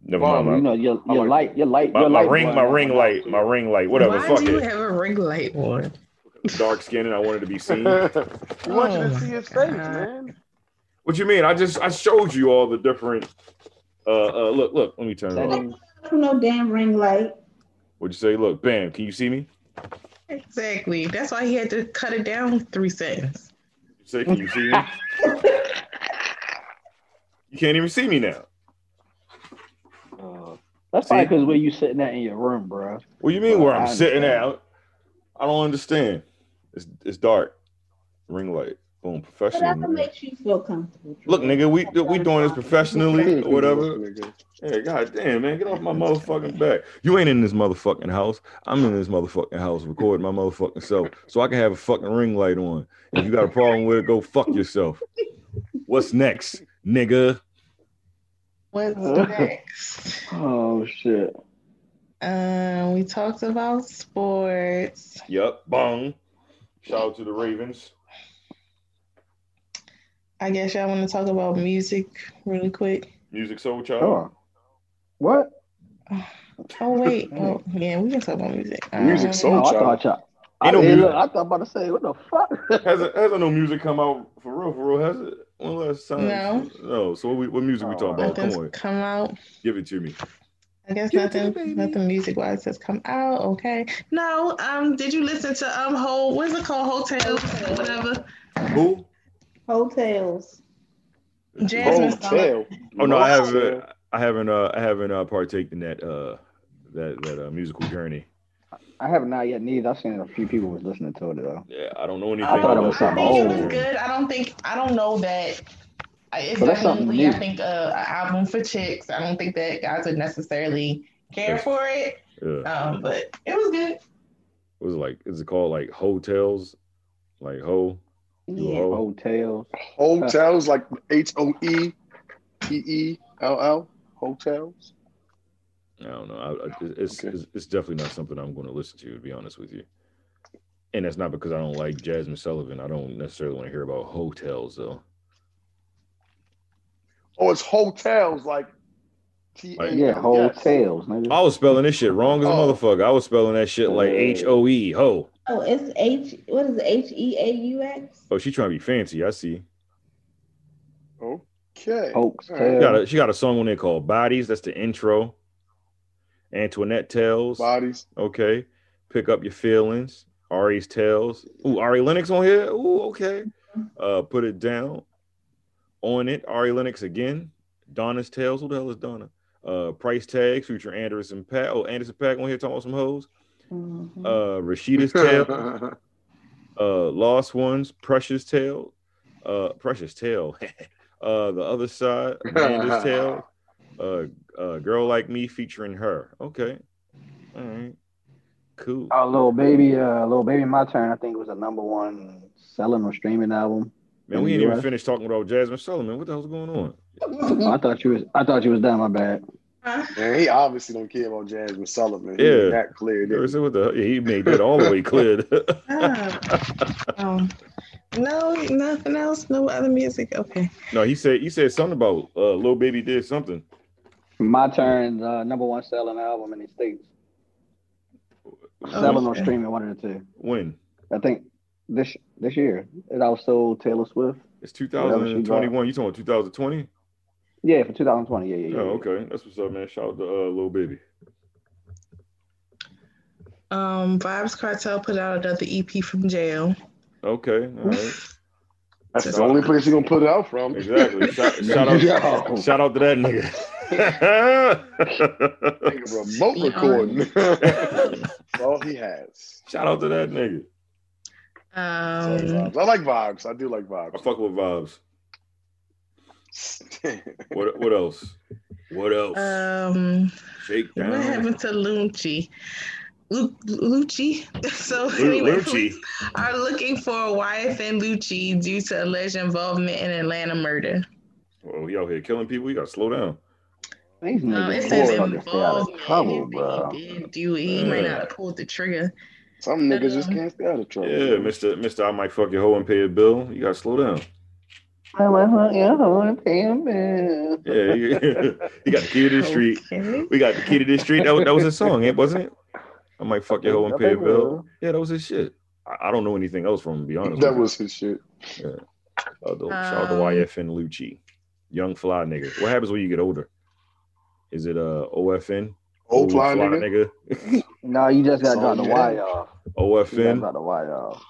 [SPEAKER 3] Never
[SPEAKER 4] Bung,
[SPEAKER 5] you
[SPEAKER 3] mind. My,
[SPEAKER 5] know, your,
[SPEAKER 4] I
[SPEAKER 5] your
[SPEAKER 4] like-
[SPEAKER 5] light, your light,
[SPEAKER 3] my,
[SPEAKER 5] your
[SPEAKER 3] my
[SPEAKER 5] light
[SPEAKER 3] ring,
[SPEAKER 5] one.
[SPEAKER 3] my ring light, my ring light, whatever.
[SPEAKER 7] Why
[SPEAKER 3] fuck
[SPEAKER 7] do you
[SPEAKER 3] it.
[SPEAKER 7] have a ring light on?
[SPEAKER 3] Dark skin and I wanted to be
[SPEAKER 4] we
[SPEAKER 3] seen.
[SPEAKER 4] want you
[SPEAKER 7] Oh,
[SPEAKER 4] to see his face,
[SPEAKER 7] God.
[SPEAKER 4] man.
[SPEAKER 3] What you mean? I just I showed you all the different uh uh look look, let me turn it off.
[SPEAKER 5] Setting.
[SPEAKER 6] No damn ring light.
[SPEAKER 3] What'd you say? Look, bam, can you see me?
[SPEAKER 7] Exactly. That's why he had to cut it down three seconds.
[SPEAKER 3] You say, can you see me? you can't even see me now.
[SPEAKER 5] Oh That's
[SPEAKER 3] See?
[SPEAKER 5] probably because where you sitting at in your room, bro.
[SPEAKER 3] What do you mean where
[SPEAKER 5] Well,
[SPEAKER 3] I'm
[SPEAKER 5] I
[SPEAKER 3] sitting at?
[SPEAKER 5] understand.
[SPEAKER 3] I I don't understand. It's it's dark. Ring light. Boom,
[SPEAKER 6] But
[SPEAKER 3] professional.
[SPEAKER 6] that
[SPEAKER 3] man.
[SPEAKER 6] makes you feel comfortable. Drew.
[SPEAKER 3] Look, nigga, we we doing this professionally or whatever.
[SPEAKER 4] Nigga.
[SPEAKER 3] Yeah, god damn, man, get off my motherfucking back. You ain't in this motherfucking house. I'm in this motherfucking house recording my motherfucking self, so I can have a fucking ring light on. If you got a problem with it, go fuck yourself. What's next, nigga?
[SPEAKER 7] What's
[SPEAKER 4] Uh,
[SPEAKER 7] next?
[SPEAKER 5] Oh shit.
[SPEAKER 7] Um, we talked about sports.
[SPEAKER 3] Yup, bong. Shout out to the Ravens.
[SPEAKER 7] I guess y'all want to talk about music really quick.
[SPEAKER 3] Music Soul Child.
[SPEAKER 5] Oh. What?
[SPEAKER 7] Oh wait, oh yeah, we can talk about music.
[SPEAKER 4] Music
[SPEAKER 7] Um,
[SPEAKER 4] soul.
[SPEAKER 5] Oh, I
[SPEAKER 4] child.
[SPEAKER 5] thought y'all. I,
[SPEAKER 3] Ain't no
[SPEAKER 5] hey,
[SPEAKER 3] music.
[SPEAKER 5] look, I thought about to say, what the fuck?
[SPEAKER 3] Hasn't hasn't no music come out for real? For real, has it? One last time.
[SPEAKER 7] No.
[SPEAKER 3] No. So what, we, what music we talking about? Come
[SPEAKER 7] Nothing's
[SPEAKER 3] on,
[SPEAKER 7] come out.
[SPEAKER 3] give it to me.
[SPEAKER 7] I guess
[SPEAKER 3] Give it to me, baby.
[SPEAKER 7] nothing, nothing music wise has come out. Okay. No. Um. Did you listen to um whole? What's it called? Hotel. Whatever.
[SPEAKER 3] Who?
[SPEAKER 6] Hotels.
[SPEAKER 7] Jasmine.
[SPEAKER 4] Hotel.
[SPEAKER 3] Oh no, I haven't. I haven't. Uh, I haven't uh, partaken in that. Uh, that that uh, musical journey.
[SPEAKER 5] I have not yet neither. I've seen a few people was listening to it though.
[SPEAKER 3] Yeah, I don't know anything.
[SPEAKER 5] I thought it was
[SPEAKER 7] I
[SPEAKER 5] something
[SPEAKER 7] think it was
[SPEAKER 5] old.
[SPEAKER 7] good. I don't think. I don't know that. I- It's
[SPEAKER 5] But that's something
[SPEAKER 7] definitely. I
[SPEAKER 5] new.
[SPEAKER 7] think uh, an album for chicks. I don't think that guys would necessarily care
[SPEAKER 3] Yes.
[SPEAKER 7] for it.
[SPEAKER 3] Yeah.
[SPEAKER 7] Um. But it was good.
[SPEAKER 3] It was like, is it called like hotels? Like ho. You a
[SPEAKER 6] Yeah.
[SPEAKER 3] hoe?
[SPEAKER 5] Hotels.
[SPEAKER 4] Hotels like H O E E E L L. Hotels.
[SPEAKER 3] I don't know. I, I, it's,
[SPEAKER 4] Okay.
[SPEAKER 3] it's it's definitely not something I'm going to listen to. To be honest with you, and that's not because I don't like Jasmine Sullivan. I don't necessarily want to hear about hotels though.
[SPEAKER 4] Oh, it's hotels like T A.
[SPEAKER 3] Like-
[SPEAKER 5] Yeah,
[SPEAKER 7] oh,
[SPEAKER 5] hotels,
[SPEAKER 3] I
[SPEAKER 5] nigga.
[SPEAKER 3] was spelling this shit wrong as a
[SPEAKER 4] Oh.
[SPEAKER 3] motherfucker. I was spelling that shit like
[SPEAKER 5] Oh.
[SPEAKER 3] H O E ho.
[SPEAKER 6] Oh, it's H. What is it? H E A U X.
[SPEAKER 3] Oh, she trying to be fancy. I see.
[SPEAKER 4] Okay.
[SPEAKER 3] She got a,
[SPEAKER 5] Hotels.
[SPEAKER 3] she got a song on there called Bodies. That's the intro. Antoinette Tales.
[SPEAKER 4] Bodies.
[SPEAKER 3] Okay. Pick up your feelings. Ari's Tales. Ooh, Ari Lennox on here. Ooh, okay. Uh, put it down. On it, Ari Lennox again. Donna's Tales. Who the hell is Donna? Uh, price tags. Future Anderson Pack. Oh, Anderson Pack on here talking about some hoes.
[SPEAKER 6] Mhm.
[SPEAKER 3] Uh, Rashida's Tales. uh Lost Ones, Precious Tale, uh Precious Tale, uh The Other Side, Amanda's Tale, uh, uh Girl Like Me featuring her. Okay. All right. Cool.
[SPEAKER 5] Oh, little baby, uh, little baby, my turn. I think was a number one selling or streaming album.
[SPEAKER 3] Man, we ain't even
[SPEAKER 5] Yeah.
[SPEAKER 3] finished talking about Jasmine Solomon. What the hell's going on?
[SPEAKER 7] Hmm.
[SPEAKER 5] I thought you was, I thought you was done. My bad.
[SPEAKER 4] Man, he obviously don't care about Jasmine Sullivan. He
[SPEAKER 3] Yeah.
[SPEAKER 4] yeah. That clear.
[SPEAKER 3] Yeah,
[SPEAKER 4] didn't he?
[SPEAKER 3] so what the hell? He made that all the way clear.
[SPEAKER 7] Um, no, nothing else. No other music. Okay.
[SPEAKER 3] no, he said he said something about uh Lil Baby did something.
[SPEAKER 5] My turn. Uh, number one selling album in the states.
[SPEAKER 7] Oh,
[SPEAKER 5] Selling or streaming, one of the two.
[SPEAKER 3] When?
[SPEAKER 5] I think this this year it outsold Taylor Swift.
[SPEAKER 3] It's 2021. You talking about 2020?
[SPEAKER 5] Yeah, for 2020. Yeah, yeah,
[SPEAKER 3] Oh,
[SPEAKER 5] yeah.
[SPEAKER 3] okay. That's what's up, man. Shout out to uh Lil Baby.
[SPEAKER 7] Um, Vibes Cartel put out another EP from jail.
[SPEAKER 3] Okay. All right.
[SPEAKER 4] That's the only place he gonna put it out from.
[SPEAKER 3] Exactly. Shout, shout out,
[SPEAKER 4] Yo.
[SPEAKER 3] shout out to that nigga.
[SPEAKER 4] Nigga, remote recording. That's all he has.
[SPEAKER 3] shout out to that nigga.
[SPEAKER 7] Um,
[SPEAKER 4] Vibes. I like vibes. I do like
[SPEAKER 3] I
[SPEAKER 4] vibes.
[SPEAKER 3] fuck with vibes. What what else? What else?
[SPEAKER 7] um,
[SPEAKER 3] Shake down.
[SPEAKER 7] what happened to Lucci? Lu- Lucci. So
[SPEAKER 3] Lu-
[SPEAKER 7] anyway,
[SPEAKER 3] Lucci.
[SPEAKER 7] police are looking for Wyeth and Lucci due to alleged involvement in Atlanta murder.
[SPEAKER 3] Oh, we out here killing people. You gotta slow down.
[SPEAKER 5] These
[SPEAKER 7] Um,
[SPEAKER 5] niggas
[SPEAKER 7] it
[SPEAKER 5] boy, fucking
[SPEAKER 7] says
[SPEAKER 5] stay out of
[SPEAKER 7] involvement.
[SPEAKER 5] trouble,
[SPEAKER 7] Anything
[SPEAKER 5] bro.
[SPEAKER 7] He did do it. He
[SPEAKER 5] Uh,
[SPEAKER 7] might not have pulled the trigger.
[SPEAKER 4] Some niggas just can't stay out of trouble.
[SPEAKER 3] Yeah, Mister Mister, I might fuck your hoe and pay a bill. You gotta slow down.
[SPEAKER 5] I'm like, huh, yeah, I wanna pay him back.
[SPEAKER 3] Yeah, you, you got the key to
[SPEAKER 4] Oh.
[SPEAKER 3] the street.
[SPEAKER 7] Okay.
[SPEAKER 3] We got the key to this street. That was, that was his song, it wasn't it? I might fuck your hoe and pay a bill. Yeah, that was his shit. I, I don't know anything else from him. To be honest,
[SPEAKER 4] That
[SPEAKER 3] with you.
[SPEAKER 4] was his shit.
[SPEAKER 3] Uh, the, shout out to
[SPEAKER 7] Um,
[SPEAKER 3] YFN Lucci, young fly nigga. What happens when you get older? Is it uh OFN?
[SPEAKER 4] Old fly nigga.
[SPEAKER 3] nigga.
[SPEAKER 5] No, you just gotta
[SPEAKER 4] So
[SPEAKER 5] drop the
[SPEAKER 4] you-
[SPEAKER 5] wire off. You gotta
[SPEAKER 3] OFN.
[SPEAKER 5] drop the wire off.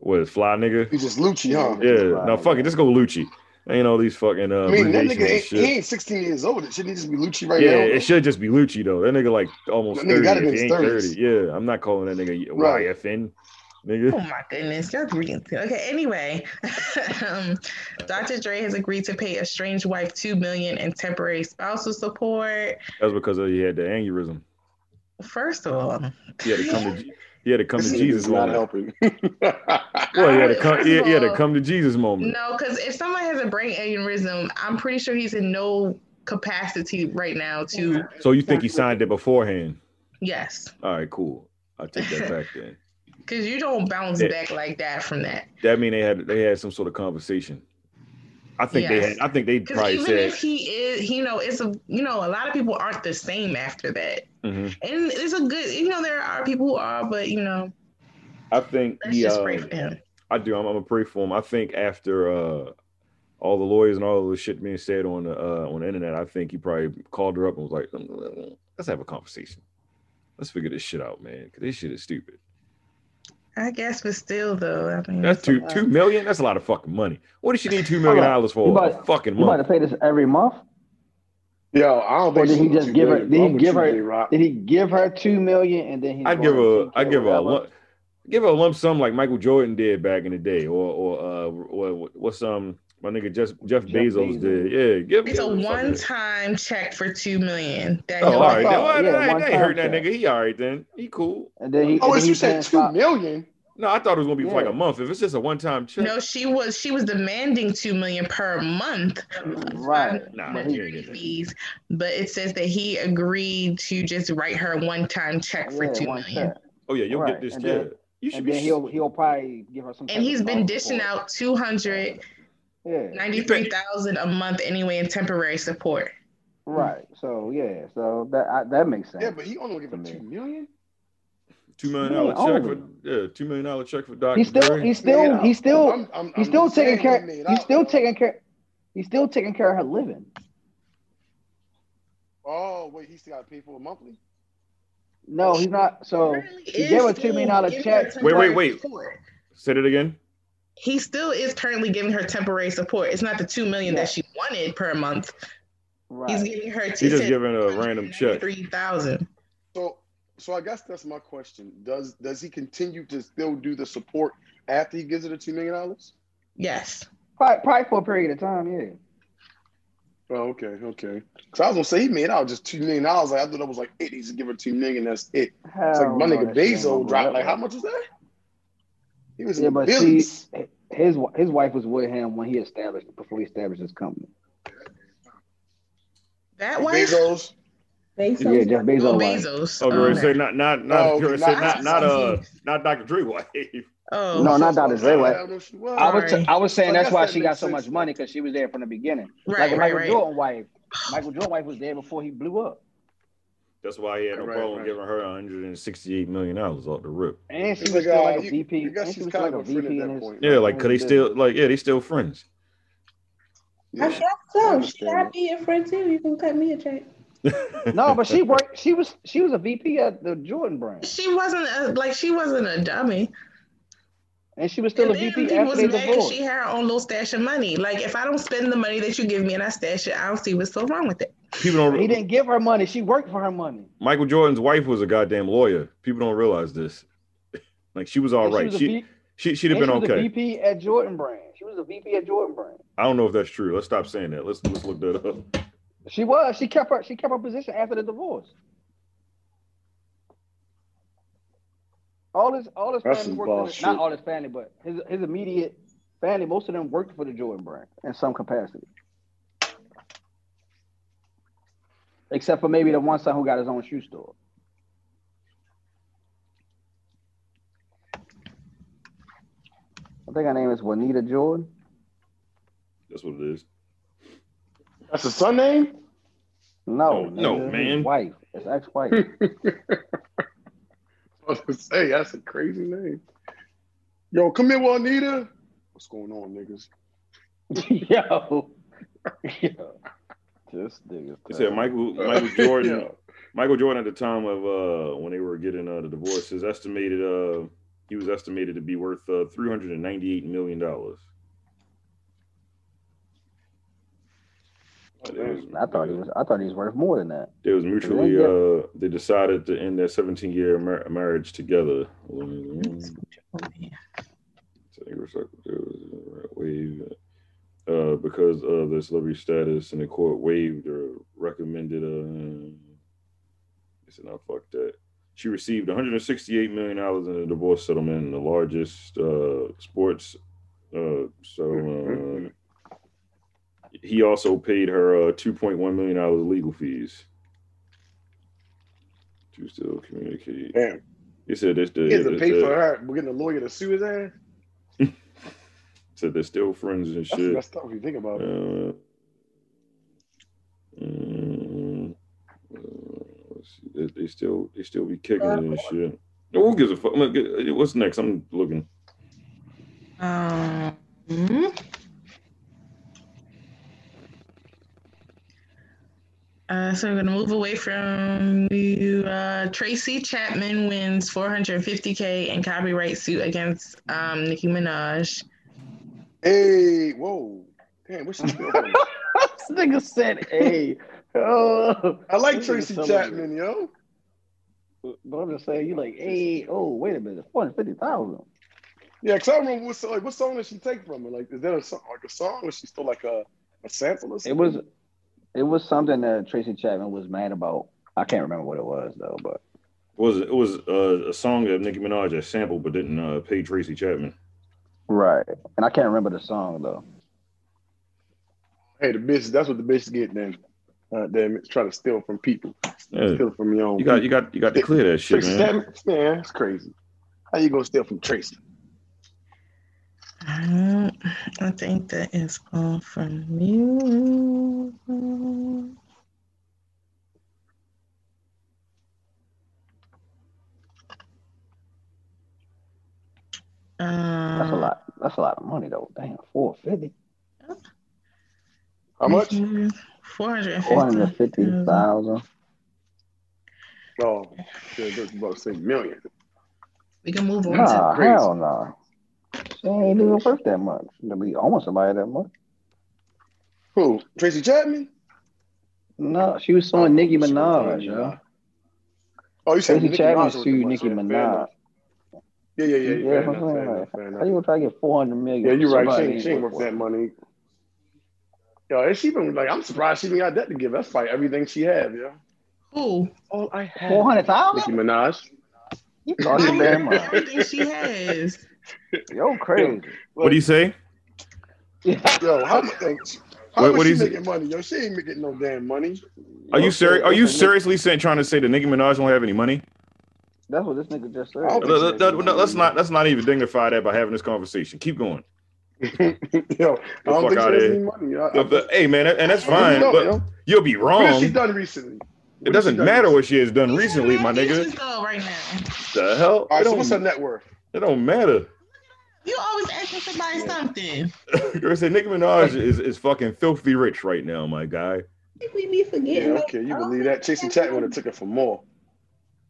[SPEAKER 3] What is fly nigga?
[SPEAKER 4] He just Lucci, huh?
[SPEAKER 5] Yeah,
[SPEAKER 3] Yeah.
[SPEAKER 5] fly
[SPEAKER 3] No, fuck it.
[SPEAKER 5] nigga.
[SPEAKER 3] Just go Lucci. Ain't all these fucking uh,
[SPEAKER 4] I mean, that nigga
[SPEAKER 3] abbreviations and
[SPEAKER 4] ain't,
[SPEAKER 3] shit.
[SPEAKER 4] he ain't 16 years old. It shouldn't he just be Lucci right
[SPEAKER 3] yeah,
[SPEAKER 4] now?
[SPEAKER 3] it should just be Lucci though. That nigga like almost
[SPEAKER 4] That nigga gotta
[SPEAKER 3] thirty. If
[SPEAKER 4] be
[SPEAKER 3] he
[SPEAKER 4] in
[SPEAKER 3] ain't
[SPEAKER 4] his
[SPEAKER 3] thirty. Yeah, I'm not calling that nigga
[SPEAKER 4] Right.
[SPEAKER 3] YFN,
[SPEAKER 7] Oh
[SPEAKER 3] nigga.
[SPEAKER 7] my goodness, that's reading. Okay, anyway, um, Dr. Dre has agreed to pay estranged wife two million in temporary spousal support.
[SPEAKER 3] That's because he had the aneurysm.
[SPEAKER 7] First of all,
[SPEAKER 3] He had to come to he had to come
[SPEAKER 4] This
[SPEAKER 3] to
[SPEAKER 4] nigga's
[SPEAKER 3] Jesus
[SPEAKER 4] not
[SPEAKER 3] moment.
[SPEAKER 4] helping.
[SPEAKER 3] Well, he had to come
[SPEAKER 7] First
[SPEAKER 3] he,
[SPEAKER 7] of
[SPEAKER 3] he had to
[SPEAKER 7] all-
[SPEAKER 3] come to Jesus moment.
[SPEAKER 7] no, because if someone has a brain aneurysm, I'm pretty sure he's in no capacity right now to
[SPEAKER 3] So you think he signed it beforehand?
[SPEAKER 7] yes,
[SPEAKER 3] All right, cool. I take that back then.
[SPEAKER 7] because you don't bounce
[SPEAKER 3] Yeah.
[SPEAKER 7] back like that from that.
[SPEAKER 3] That mean they had they had some sort of conversation. I think they had.
[SPEAKER 7] Yes.
[SPEAKER 3] I think they
[SPEAKER 7] Because
[SPEAKER 3] probably
[SPEAKER 7] even
[SPEAKER 3] said.
[SPEAKER 7] if he is, you know, it's a you know, a lot of people aren't the same after that,
[SPEAKER 3] Mhm.
[SPEAKER 7] and it's a good, you know, there are people who are, but you know,
[SPEAKER 3] I think
[SPEAKER 7] let's
[SPEAKER 3] he.
[SPEAKER 7] just
[SPEAKER 3] uh,
[SPEAKER 7] pray for him.
[SPEAKER 3] I do. I'm, I'm gonna pray for him. I think after uh, all the lawyers and all the shit being said on the uh, on the internet, I think he probably called her up and was like, "Mm, "Let's have a conversation. Let's figure this shit out, man. 'cause this shit is stupid.
[SPEAKER 7] I guess, but still, though, I mean,
[SPEAKER 3] That's
[SPEAKER 7] it's
[SPEAKER 3] two
[SPEAKER 7] a lot.
[SPEAKER 3] two million. That's a lot of fucking money. What does she need two million dollars for?
[SPEAKER 5] You about-
[SPEAKER 3] a fucking
[SPEAKER 5] You about to
[SPEAKER 3] month.
[SPEAKER 5] pay this every month?
[SPEAKER 4] Yo, I don't
[SPEAKER 5] Or
[SPEAKER 4] think
[SPEAKER 5] did he
[SPEAKER 4] she's
[SPEAKER 5] just
[SPEAKER 4] too
[SPEAKER 5] give her?
[SPEAKER 4] good.
[SPEAKER 5] Did
[SPEAKER 4] I'm
[SPEAKER 5] he
[SPEAKER 4] with
[SPEAKER 5] give
[SPEAKER 4] you,
[SPEAKER 5] her?
[SPEAKER 4] J-Rock.
[SPEAKER 5] Did he give her two million and then he?
[SPEAKER 3] I'd give a
[SPEAKER 5] I
[SPEAKER 3] I'd give her a lump, give her a lump sum like Michael Jordan did back in the day, or or uh, or what's um my nigga Jeff Jeff,
[SPEAKER 5] Jeff
[SPEAKER 3] Bezos,
[SPEAKER 5] Bezos.
[SPEAKER 3] did. Yeah, give
[SPEAKER 7] It's
[SPEAKER 3] give
[SPEAKER 7] a
[SPEAKER 3] him something.
[SPEAKER 7] one-time check for two million. That
[SPEAKER 3] Oh,
[SPEAKER 7] he'll-
[SPEAKER 3] all right.
[SPEAKER 5] Yeah,
[SPEAKER 3] Then, well,
[SPEAKER 5] yeah,
[SPEAKER 3] that ain't- that ain't hurt that
[SPEAKER 5] one-time check.
[SPEAKER 3] nigga. He all right then. He cool.
[SPEAKER 5] And then he.
[SPEAKER 4] Oh,
[SPEAKER 5] and
[SPEAKER 4] as
[SPEAKER 5] then
[SPEAKER 4] you
[SPEAKER 5] he
[SPEAKER 4] said,
[SPEAKER 5] paying
[SPEAKER 4] two
[SPEAKER 5] five-
[SPEAKER 4] million.
[SPEAKER 3] No, I thought it was gonna be for like
[SPEAKER 5] Yeah.
[SPEAKER 3] a month. If it's just a one time check,
[SPEAKER 7] No, she was she was demanding two million per month.
[SPEAKER 5] Right.
[SPEAKER 3] Nah,
[SPEAKER 7] But
[SPEAKER 3] he
[SPEAKER 7] he
[SPEAKER 3] ain't getting that.
[SPEAKER 7] fees, but it says that he agreed to just write her a one-time check for
[SPEAKER 5] Yeah,
[SPEAKER 7] two
[SPEAKER 5] one
[SPEAKER 7] million.
[SPEAKER 5] check.
[SPEAKER 3] oh yeah, you'll
[SPEAKER 5] Right,
[SPEAKER 3] get this.
[SPEAKER 5] and
[SPEAKER 3] yeah,
[SPEAKER 5] then-
[SPEAKER 3] you should
[SPEAKER 5] And
[SPEAKER 3] be.
[SPEAKER 5] then he'll he'll probably give her some. type
[SPEAKER 7] And
[SPEAKER 5] of
[SPEAKER 7] he's
[SPEAKER 5] spousal
[SPEAKER 7] been dishing
[SPEAKER 5] support.
[SPEAKER 7] out two hundred
[SPEAKER 5] Yeah.
[SPEAKER 7] ninety-three thousand a month anyway in temporary support.
[SPEAKER 5] Right. So yeah. So that I, that makes sense.
[SPEAKER 4] Yeah, but he only give her two million.
[SPEAKER 3] two million
[SPEAKER 5] Yeah,
[SPEAKER 3] dollar check
[SPEAKER 5] oh.
[SPEAKER 3] for yeah, two million dollar check for Dr.
[SPEAKER 5] he's still
[SPEAKER 3] Dre.
[SPEAKER 5] he's still
[SPEAKER 4] Man, I-
[SPEAKER 5] he's still
[SPEAKER 4] I'm- I'm-
[SPEAKER 5] he's
[SPEAKER 4] I'm
[SPEAKER 5] still
[SPEAKER 4] saying
[SPEAKER 5] taking care
[SPEAKER 4] they made
[SPEAKER 5] he's
[SPEAKER 4] out.
[SPEAKER 5] still taking care he's still taking care of her living.
[SPEAKER 4] Oh wait, he still got people monthly.
[SPEAKER 5] No, he's not. So he gave her two million dollar check.
[SPEAKER 3] Wait, wait, wait. Said it again.
[SPEAKER 7] He still is currently giving her temporary support. It's not the two million
[SPEAKER 5] Yeah.
[SPEAKER 7] that she wanted per month. He's
[SPEAKER 5] Right.
[SPEAKER 7] giving her
[SPEAKER 3] He just giving her a random check.
[SPEAKER 7] three thousand.
[SPEAKER 4] So, so I guess that's my question. Does does he continue to still do the support after he gives her the two million dollars?
[SPEAKER 7] Yes.
[SPEAKER 5] Probably, probably for a period of time. Yeah.
[SPEAKER 4] Oh, okay, okay. Cause I was gonna say he made out just two million dollars. Like I thought that was like it. He's give her two million. That's it. It's like
[SPEAKER 5] Hell
[SPEAKER 4] my
[SPEAKER 5] no,
[SPEAKER 4] nigga
[SPEAKER 5] that shit ain't
[SPEAKER 4] Bezos
[SPEAKER 5] gonna
[SPEAKER 4] dropped.
[SPEAKER 5] work.
[SPEAKER 4] Like how much was that? He was in
[SPEAKER 5] Yeah,
[SPEAKER 4] the
[SPEAKER 5] but see,
[SPEAKER 4] billions.
[SPEAKER 5] his wi- his wife was with him when he established before he established his company.
[SPEAKER 7] That one?
[SPEAKER 4] Bezos.
[SPEAKER 5] Yeah, Jeff Bezos.
[SPEAKER 7] Oh,
[SPEAKER 5] wife.
[SPEAKER 7] Bezos.
[SPEAKER 3] Oh, Dre
[SPEAKER 7] Um,
[SPEAKER 3] said not not not
[SPEAKER 4] Oh,
[SPEAKER 3] Dre
[SPEAKER 4] okay,
[SPEAKER 3] said
[SPEAKER 4] not-
[SPEAKER 3] not not uh not Dr. Dre wife.
[SPEAKER 7] oh.
[SPEAKER 5] No, not Dr. Dre.
[SPEAKER 4] I
[SPEAKER 5] What?
[SPEAKER 4] don't know if she was.
[SPEAKER 5] I was
[SPEAKER 7] Sorry.
[SPEAKER 5] I was saying
[SPEAKER 4] I
[SPEAKER 5] that's
[SPEAKER 4] guess
[SPEAKER 5] why
[SPEAKER 4] that
[SPEAKER 5] she got
[SPEAKER 4] makes
[SPEAKER 5] so
[SPEAKER 4] sense.
[SPEAKER 5] much money because she was there from the beginning.
[SPEAKER 7] Right,
[SPEAKER 5] like
[SPEAKER 7] right,
[SPEAKER 5] Michael
[SPEAKER 7] right.
[SPEAKER 5] Jordan wife. Michael Jordan wife was there before he blew up,
[SPEAKER 3] That's why he had no
[SPEAKER 4] Right,
[SPEAKER 3] problem
[SPEAKER 4] right.
[SPEAKER 3] giving her 168 million dollars off the rip.
[SPEAKER 5] and she
[SPEAKER 4] He's
[SPEAKER 5] was
[SPEAKER 4] like,
[SPEAKER 5] still
[SPEAKER 4] uh,
[SPEAKER 5] like a
[SPEAKER 4] you-
[SPEAKER 5] VP.
[SPEAKER 4] you guess
[SPEAKER 5] and she
[SPEAKER 4] she's
[SPEAKER 5] was
[SPEAKER 4] kind
[SPEAKER 5] still
[SPEAKER 4] of
[SPEAKER 5] like
[SPEAKER 4] a friend
[SPEAKER 5] a VP
[SPEAKER 4] at
[SPEAKER 5] in
[SPEAKER 4] that
[SPEAKER 5] his,
[SPEAKER 4] point.
[SPEAKER 3] Yeah, like could they
[SPEAKER 5] Yeah.
[SPEAKER 3] still like yeah they still friends.
[SPEAKER 6] I
[SPEAKER 4] Yeah.
[SPEAKER 6] guess so. She
[SPEAKER 4] understand
[SPEAKER 6] gotta
[SPEAKER 4] that.
[SPEAKER 6] be your friend too. You can cut me a check.
[SPEAKER 5] No, but she worked. She was she was a VP at the Jordan brand,
[SPEAKER 7] She wasn't a, like she wasn't a dummy.
[SPEAKER 5] and she was still a
[SPEAKER 7] And then
[SPEAKER 5] VP
[SPEAKER 7] people
[SPEAKER 5] after
[SPEAKER 7] was
[SPEAKER 5] they
[SPEAKER 7] mad 'cause
[SPEAKER 5] divorced.
[SPEAKER 7] she had her own little stash of money. Like if I don't spend the money that you give me and I stash it, I don't see what's so wrong with it.
[SPEAKER 3] People don't.
[SPEAKER 5] He didn't give her money. She worked for her money.
[SPEAKER 3] Michael Jordan's wife was a goddamn lawyer. People don't realize this. Like she was all
[SPEAKER 5] And
[SPEAKER 3] right.
[SPEAKER 5] was a
[SPEAKER 3] She
[SPEAKER 5] V-
[SPEAKER 3] she she'd have
[SPEAKER 5] and
[SPEAKER 3] been
[SPEAKER 5] she was a
[SPEAKER 3] okay.
[SPEAKER 5] VP at Jordan brand. She was a VP at Jordan brand.
[SPEAKER 3] I don't know if that's true. Let's stop saying that. Let's let's look that up.
[SPEAKER 5] She was. She kept her. She kept her position after the divorce. All his, all his
[SPEAKER 4] That's
[SPEAKER 5] family
[SPEAKER 4] some
[SPEAKER 5] worked.
[SPEAKER 4] bullshit.
[SPEAKER 5] For, not all his family, but his his immediate family. Most of them worked for the Jordan brand in some capacity, except for maybe the one son who got his own shoe store. I think her name is Juanita Jordan.
[SPEAKER 3] That's what it is.
[SPEAKER 4] That's his son name.
[SPEAKER 5] No,
[SPEAKER 3] No, no,
[SPEAKER 5] nigga, his
[SPEAKER 3] man.
[SPEAKER 5] wife, his ex-wife.
[SPEAKER 4] I was gonna say that's a crazy name. Yo, come here, Juanita. What's going on, niggas?
[SPEAKER 5] Yo. Yo. This nigga.
[SPEAKER 3] They said Michael Michael Jordan Michael Jordan at the time of uh when they were getting uh, the divorce is estimated uh he was estimated to be worth uh, 398 million dollars. They was-
[SPEAKER 5] I thought he was. I thought he was worth more than that.
[SPEAKER 3] They was mutually.
[SPEAKER 5] Yeah.
[SPEAKER 3] Uh, they decided to end their 17 year mar- marriage together.
[SPEAKER 7] Mm-hmm.
[SPEAKER 3] Mm. Tiger Circle there was a right wave. Uh, because of their celebrity status, and the court waived or recommended. Uh, they said, "No, fuck that." She received 168 million dollars in a divorce settlement, the largest uh, sports. Uh, so uh, he also paid her uh, 2.1 million dollars legal fees. To still communicate,
[SPEAKER 4] Damn.
[SPEAKER 3] he said this.
[SPEAKER 4] He has to pay for her. We're getting a lawyer to sue his ass.
[SPEAKER 3] Said they're still friends and
[SPEAKER 4] That's
[SPEAKER 3] shit.
[SPEAKER 4] messed up if you think about it.
[SPEAKER 3] Uh, mm, uh, let's see. They, they still they still be kicking it and shit. No, who gives a fuck? Look, uh, what's next? I'm looking.
[SPEAKER 7] Um, mhm. uh, so we're gonna move away from you. Uh, Tracy Chapman wins 450k in copyright suit against um, Nicki Minaj.
[SPEAKER 4] Hey, whoa. Damn, what's she doing?
[SPEAKER 5] this nigga said, "Hey, oh."
[SPEAKER 4] I like
[SPEAKER 5] This is
[SPEAKER 4] Tracy
[SPEAKER 5] so
[SPEAKER 4] Chapman, yo.
[SPEAKER 5] But I'm just saying, you like, "Hey, oh, wait a minute, four hundred fifty thousand.
[SPEAKER 4] Yeah, because I remember what, so- like, what song did she take from it? Like, is that a song, like a song, or she still like a, a sample or
[SPEAKER 5] It
[SPEAKER 4] something?
[SPEAKER 5] was, it was something that Tracy Chapman was mad about. I can't remember what it was though, but
[SPEAKER 3] Was it was uh, a song that Nicki Minaj had sampled but didn't uh, pay Tracy Chapman.
[SPEAKER 5] right. And I can't remember the song though.
[SPEAKER 4] Hey, the bitch, that's what the bitch get then. Uh, damn it, try to steal from people,
[SPEAKER 3] Yeah.
[SPEAKER 4] steal from your own.
[SPEAKER 3] You got you got you got to clear that shit, man.
[SPEAKER 4] Tracy Chapman, man, it's crazy. How you gonna steal from Tracy?
[SPEAKER 7] Um, I think that is all from you.
[SPEAKER 5] That's a
[SPEAKER 7] Um,
[SPEAKER 5] lot. That's a lot of money though. Damn, four fifty. Mm-hmm.
[SPEAKER 4] How much?
[SPEAKER 7] Four hundred and
[SPEAKER 5] Four hundred fifty
[SPEAKER 7] fifty.
[SPEAKER 5] thousand.
[SPEAKER 4] Oh, shit, I was about to say million.
[SPEAKER 7] We can move on.
[SPEAKER 5] Nah,
[SPEAKER 4] crazy.
[SPEAKER 5] Ah, hell no. She ain't even worth that much. To be almost somebody that much.
[SPEAKER 4] Who? Tracy Chapman?
[SPEAKER 5] No, she was suing Nicki Minaj, yo.
[SPEAKER 4] Oh, you said
[SPEAKER 5] Tracy
[SPEAKER 4] Nicki
[SPEAKER 5] Chapman
[SPEAKER 4] Minaj was
[SPEAKER 5] sued
[SPEAKER 4] the one,
[SPEAKER 5] Nicki
[SPEAKER 4] yeah, fair
[SPEAKER 5] Minaj.
[SPEAKER 4] enough. Yeah, yeah, yeah.
[SPEAKER 5] Yeah,
[SPEAKER 4] fair
[SPEAKER 5] that's
[SPEAKER 4] enough,
[SPEAKER 5] what I'm
[SPEAKER 4] fair
[SPEAKER 5] saying.
[SPEAKER 4] enough, fair
[SPEAKER 5] How
[SPEAKER 4] enough.
[SPEAKER 5] you gonna try to get four hundred million?
[SPEAKER 4] Yeah, you're right. She
[SPEAKER 5] Somebody
[SPEAKER 4] ain't, she ain't worth that
[SPEAKER 5] it.
[SPEAKER 4] money. Yo, and she been like, I'm surprised she even got that to give. That's probably everything she have, yo.
[SPEAKER 7] Who?
[SPEAKER 4] All I have.
[SPEAKER 5] Four hundred
[SPEAKER 4] Nicki
[SPEAKER 5] thousand?
[SPEAKER 4] Minaj.
[SPEAKER 5] You
[SPEAKER 7] I
[SPEAKER 5] talking
[SPEAKER 7] don't
[SPEAKER 5] that
[SPEAKER 7] remember
[SPEAKER 5] much?
[SPEAKER 7] everything she has.
[SPEAKER 5] Yo, crazy.
[SPEAKER 3] What do you say?
[SPEAKER 4] Yo, how much? Like, how
[SPEAKER 3] Wait,
[SPEAKER 4] much
[SPEAKER 3] what
[SPEAKER 4] she
[SPEAKER 3] is it?
[SPEAKER 4] making money? Yo, she ain't making no damn money.
[SPEAKER 3] Are you serious? Are you
[SPEAKER 5] That's what-
[SPEAKER 3] seriously saying trying to say that Nicki Minaj don't have any money?
[SPEAKER 5] That's what this nigga just said.
[SPEAKER 4] Oh,
[SPEAKER 3] Let- let- let- let's not let's not even dignify that by having this conversation. Keep going.
[SPEAKER 4] Yo, I don't
[SPEAKER 3] fuck
[SPEAKER 4] think she
[SPEAKER 3] outta
[SPEAKER 4] has
[SPEAKER 3] here.
[SPEAKER 4] any money. I, I,
[SPEAKER 3] Hey man, and that's
[SPEAKER 4] I
[SPEAKER 3] fine,
[SPEAKER 4] really don't,
[SPEAKER 3] but
[SPEAKER 4] yo.
[SPEAKER 3] you'll be
[SPEAKER 4] What has she
[SPEAKER 3] wrong.
[SPEAKER 4] done recently?
[SPEAKER 3] It doesn't matter what she has done recently, my
[SPEAKER 7] Just
[SPEAKER 3] nigga.
[SPEAKER 7] go right now.
[SPEAKER 3] The hell?
[SPEAKER 4] All
[SPEAKER 3] It
[SPEAKER 4] right, so what's her
[SPEAKER 3] don't,
[SPEAKER 4] net worth?
[SPEAKER 3] it don't matter.
[SPEAKER 7] You always asking somebody something.
[SPEAKER 3] Girl said Nicki Minaj is, is fucking filthy rich right now, my guy.
[SPEAKER 6] I think we be forgetting.
[SPEAKER 4] Yeah, okay, you believe that? Chasing Chapman would have took it for more.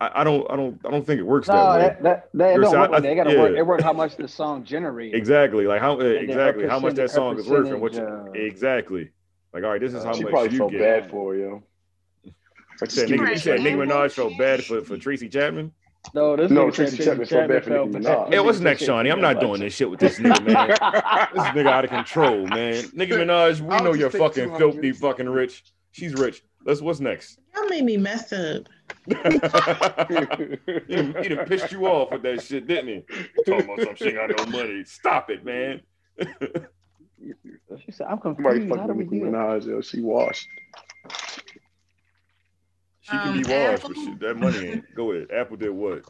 [SPEAKER 3] I, I don't I don't I don't think it works
[SPEAKER 5] No,
[SPEAKER 3] that way.
[SPEAKER 5] that that, that
[SPEAKER 3] You're
[SPEAKER 5] don't
[SPEAKER 3] saying-
[SPEAKER 5] work like that. It gotta
[SPEAKER 3] yeah.
[SPEAKER 5] work. It work how much the song generated.
[SPEAKER 3] exactly. Like how eh,
[SPEAKER 5] then her
[SPEAKER 3] exactly how much that
[SPEAKER 5] percentage-
[SPEAKER 3] song
[SPEAKER 5] her
[SPEAKER 3] is worth and what you,
[SPEAKER 5] percentage, uh,
[SPEAKER 3] exactly. Like all right, this is how
[SPEAKER 4] Uh, She
[SPEAKER 3] much
[SPEAKER 4] probably
[SPEAKER 3] you
[SPEAKER 4] felt
[SPEAKER 3] get.
[SPEAKER 4] bad for her, yo. Like,
[SPEAKER 3] You said,
[SPEAKER 4] just give
[SPEAKER 3] Nicki,
[SPEAKER 4] her
[SPEAKER 3] you
[SPEAKER 4] a
[SPEAKER 7] Right.
[SPEAKER 3] said
[SPEAKER 4] check.
[SPEAKER 3] Nicki Minaj felt bad for, for Tracy Chapman.
[SPEAKER 5] No, this
[SPEAKER 4] No,
[SPEAKER 5] nigga
[SPEAKER 4] Tracy
[SPEAKER 5] said
[SPEAKER 4] Chapman felt bad for
[SPEAKER 5] felt
[SPEAKER 4] Nicki
[SPEAKER 5] bad
[SPEAKER 4] Minaj.
[SPEAKER 5] for
[SPEAKER 3] Hey, what's
[SPEAKER 5] Nicki
[SPEAKER 3] next, Shawnee? I'm not doing this shit with this nigga, man. This nigga out of control, man. Nicki Minaj, we
[SPEAKER 4] I'll
[SPEAKER 3] know
[SPEAKER 4] just
[SPEAKER 3] you're
[SPEAKER 4] take
[SPEAKER 3] fucking
[SPEAKER 4] 200.
[SPEAKER 3] filthy, fucking rich. She's rich. Let's what's next.
[SPEAKER 7] Y'all made me mess up.
[SPEAKER 3] he, done, he done pissed you off with that shit, didn't he? Talking about some shit got no money. Stop it, man.
[SPEAKER 5] She said, I'm
[SPEAKER 4] Somebody
[SPEAKER 5] confused. Hmm, How do
[SPEAKER 4] fucking
[SPEAKER 5] we
[SPEAKER 4] Nicki
[SPEAKER 5] do that?
[SPEAKER 4] Minaj, yo. She washed.
[SPEAKER 3] She can
[SPEAKER 7] Um,
[SPEAKER 3] be washed, but
[SPEAKER 7] Apple.
[SPEAKER 3] shit, that money ain't. Go ahead. Apple did what?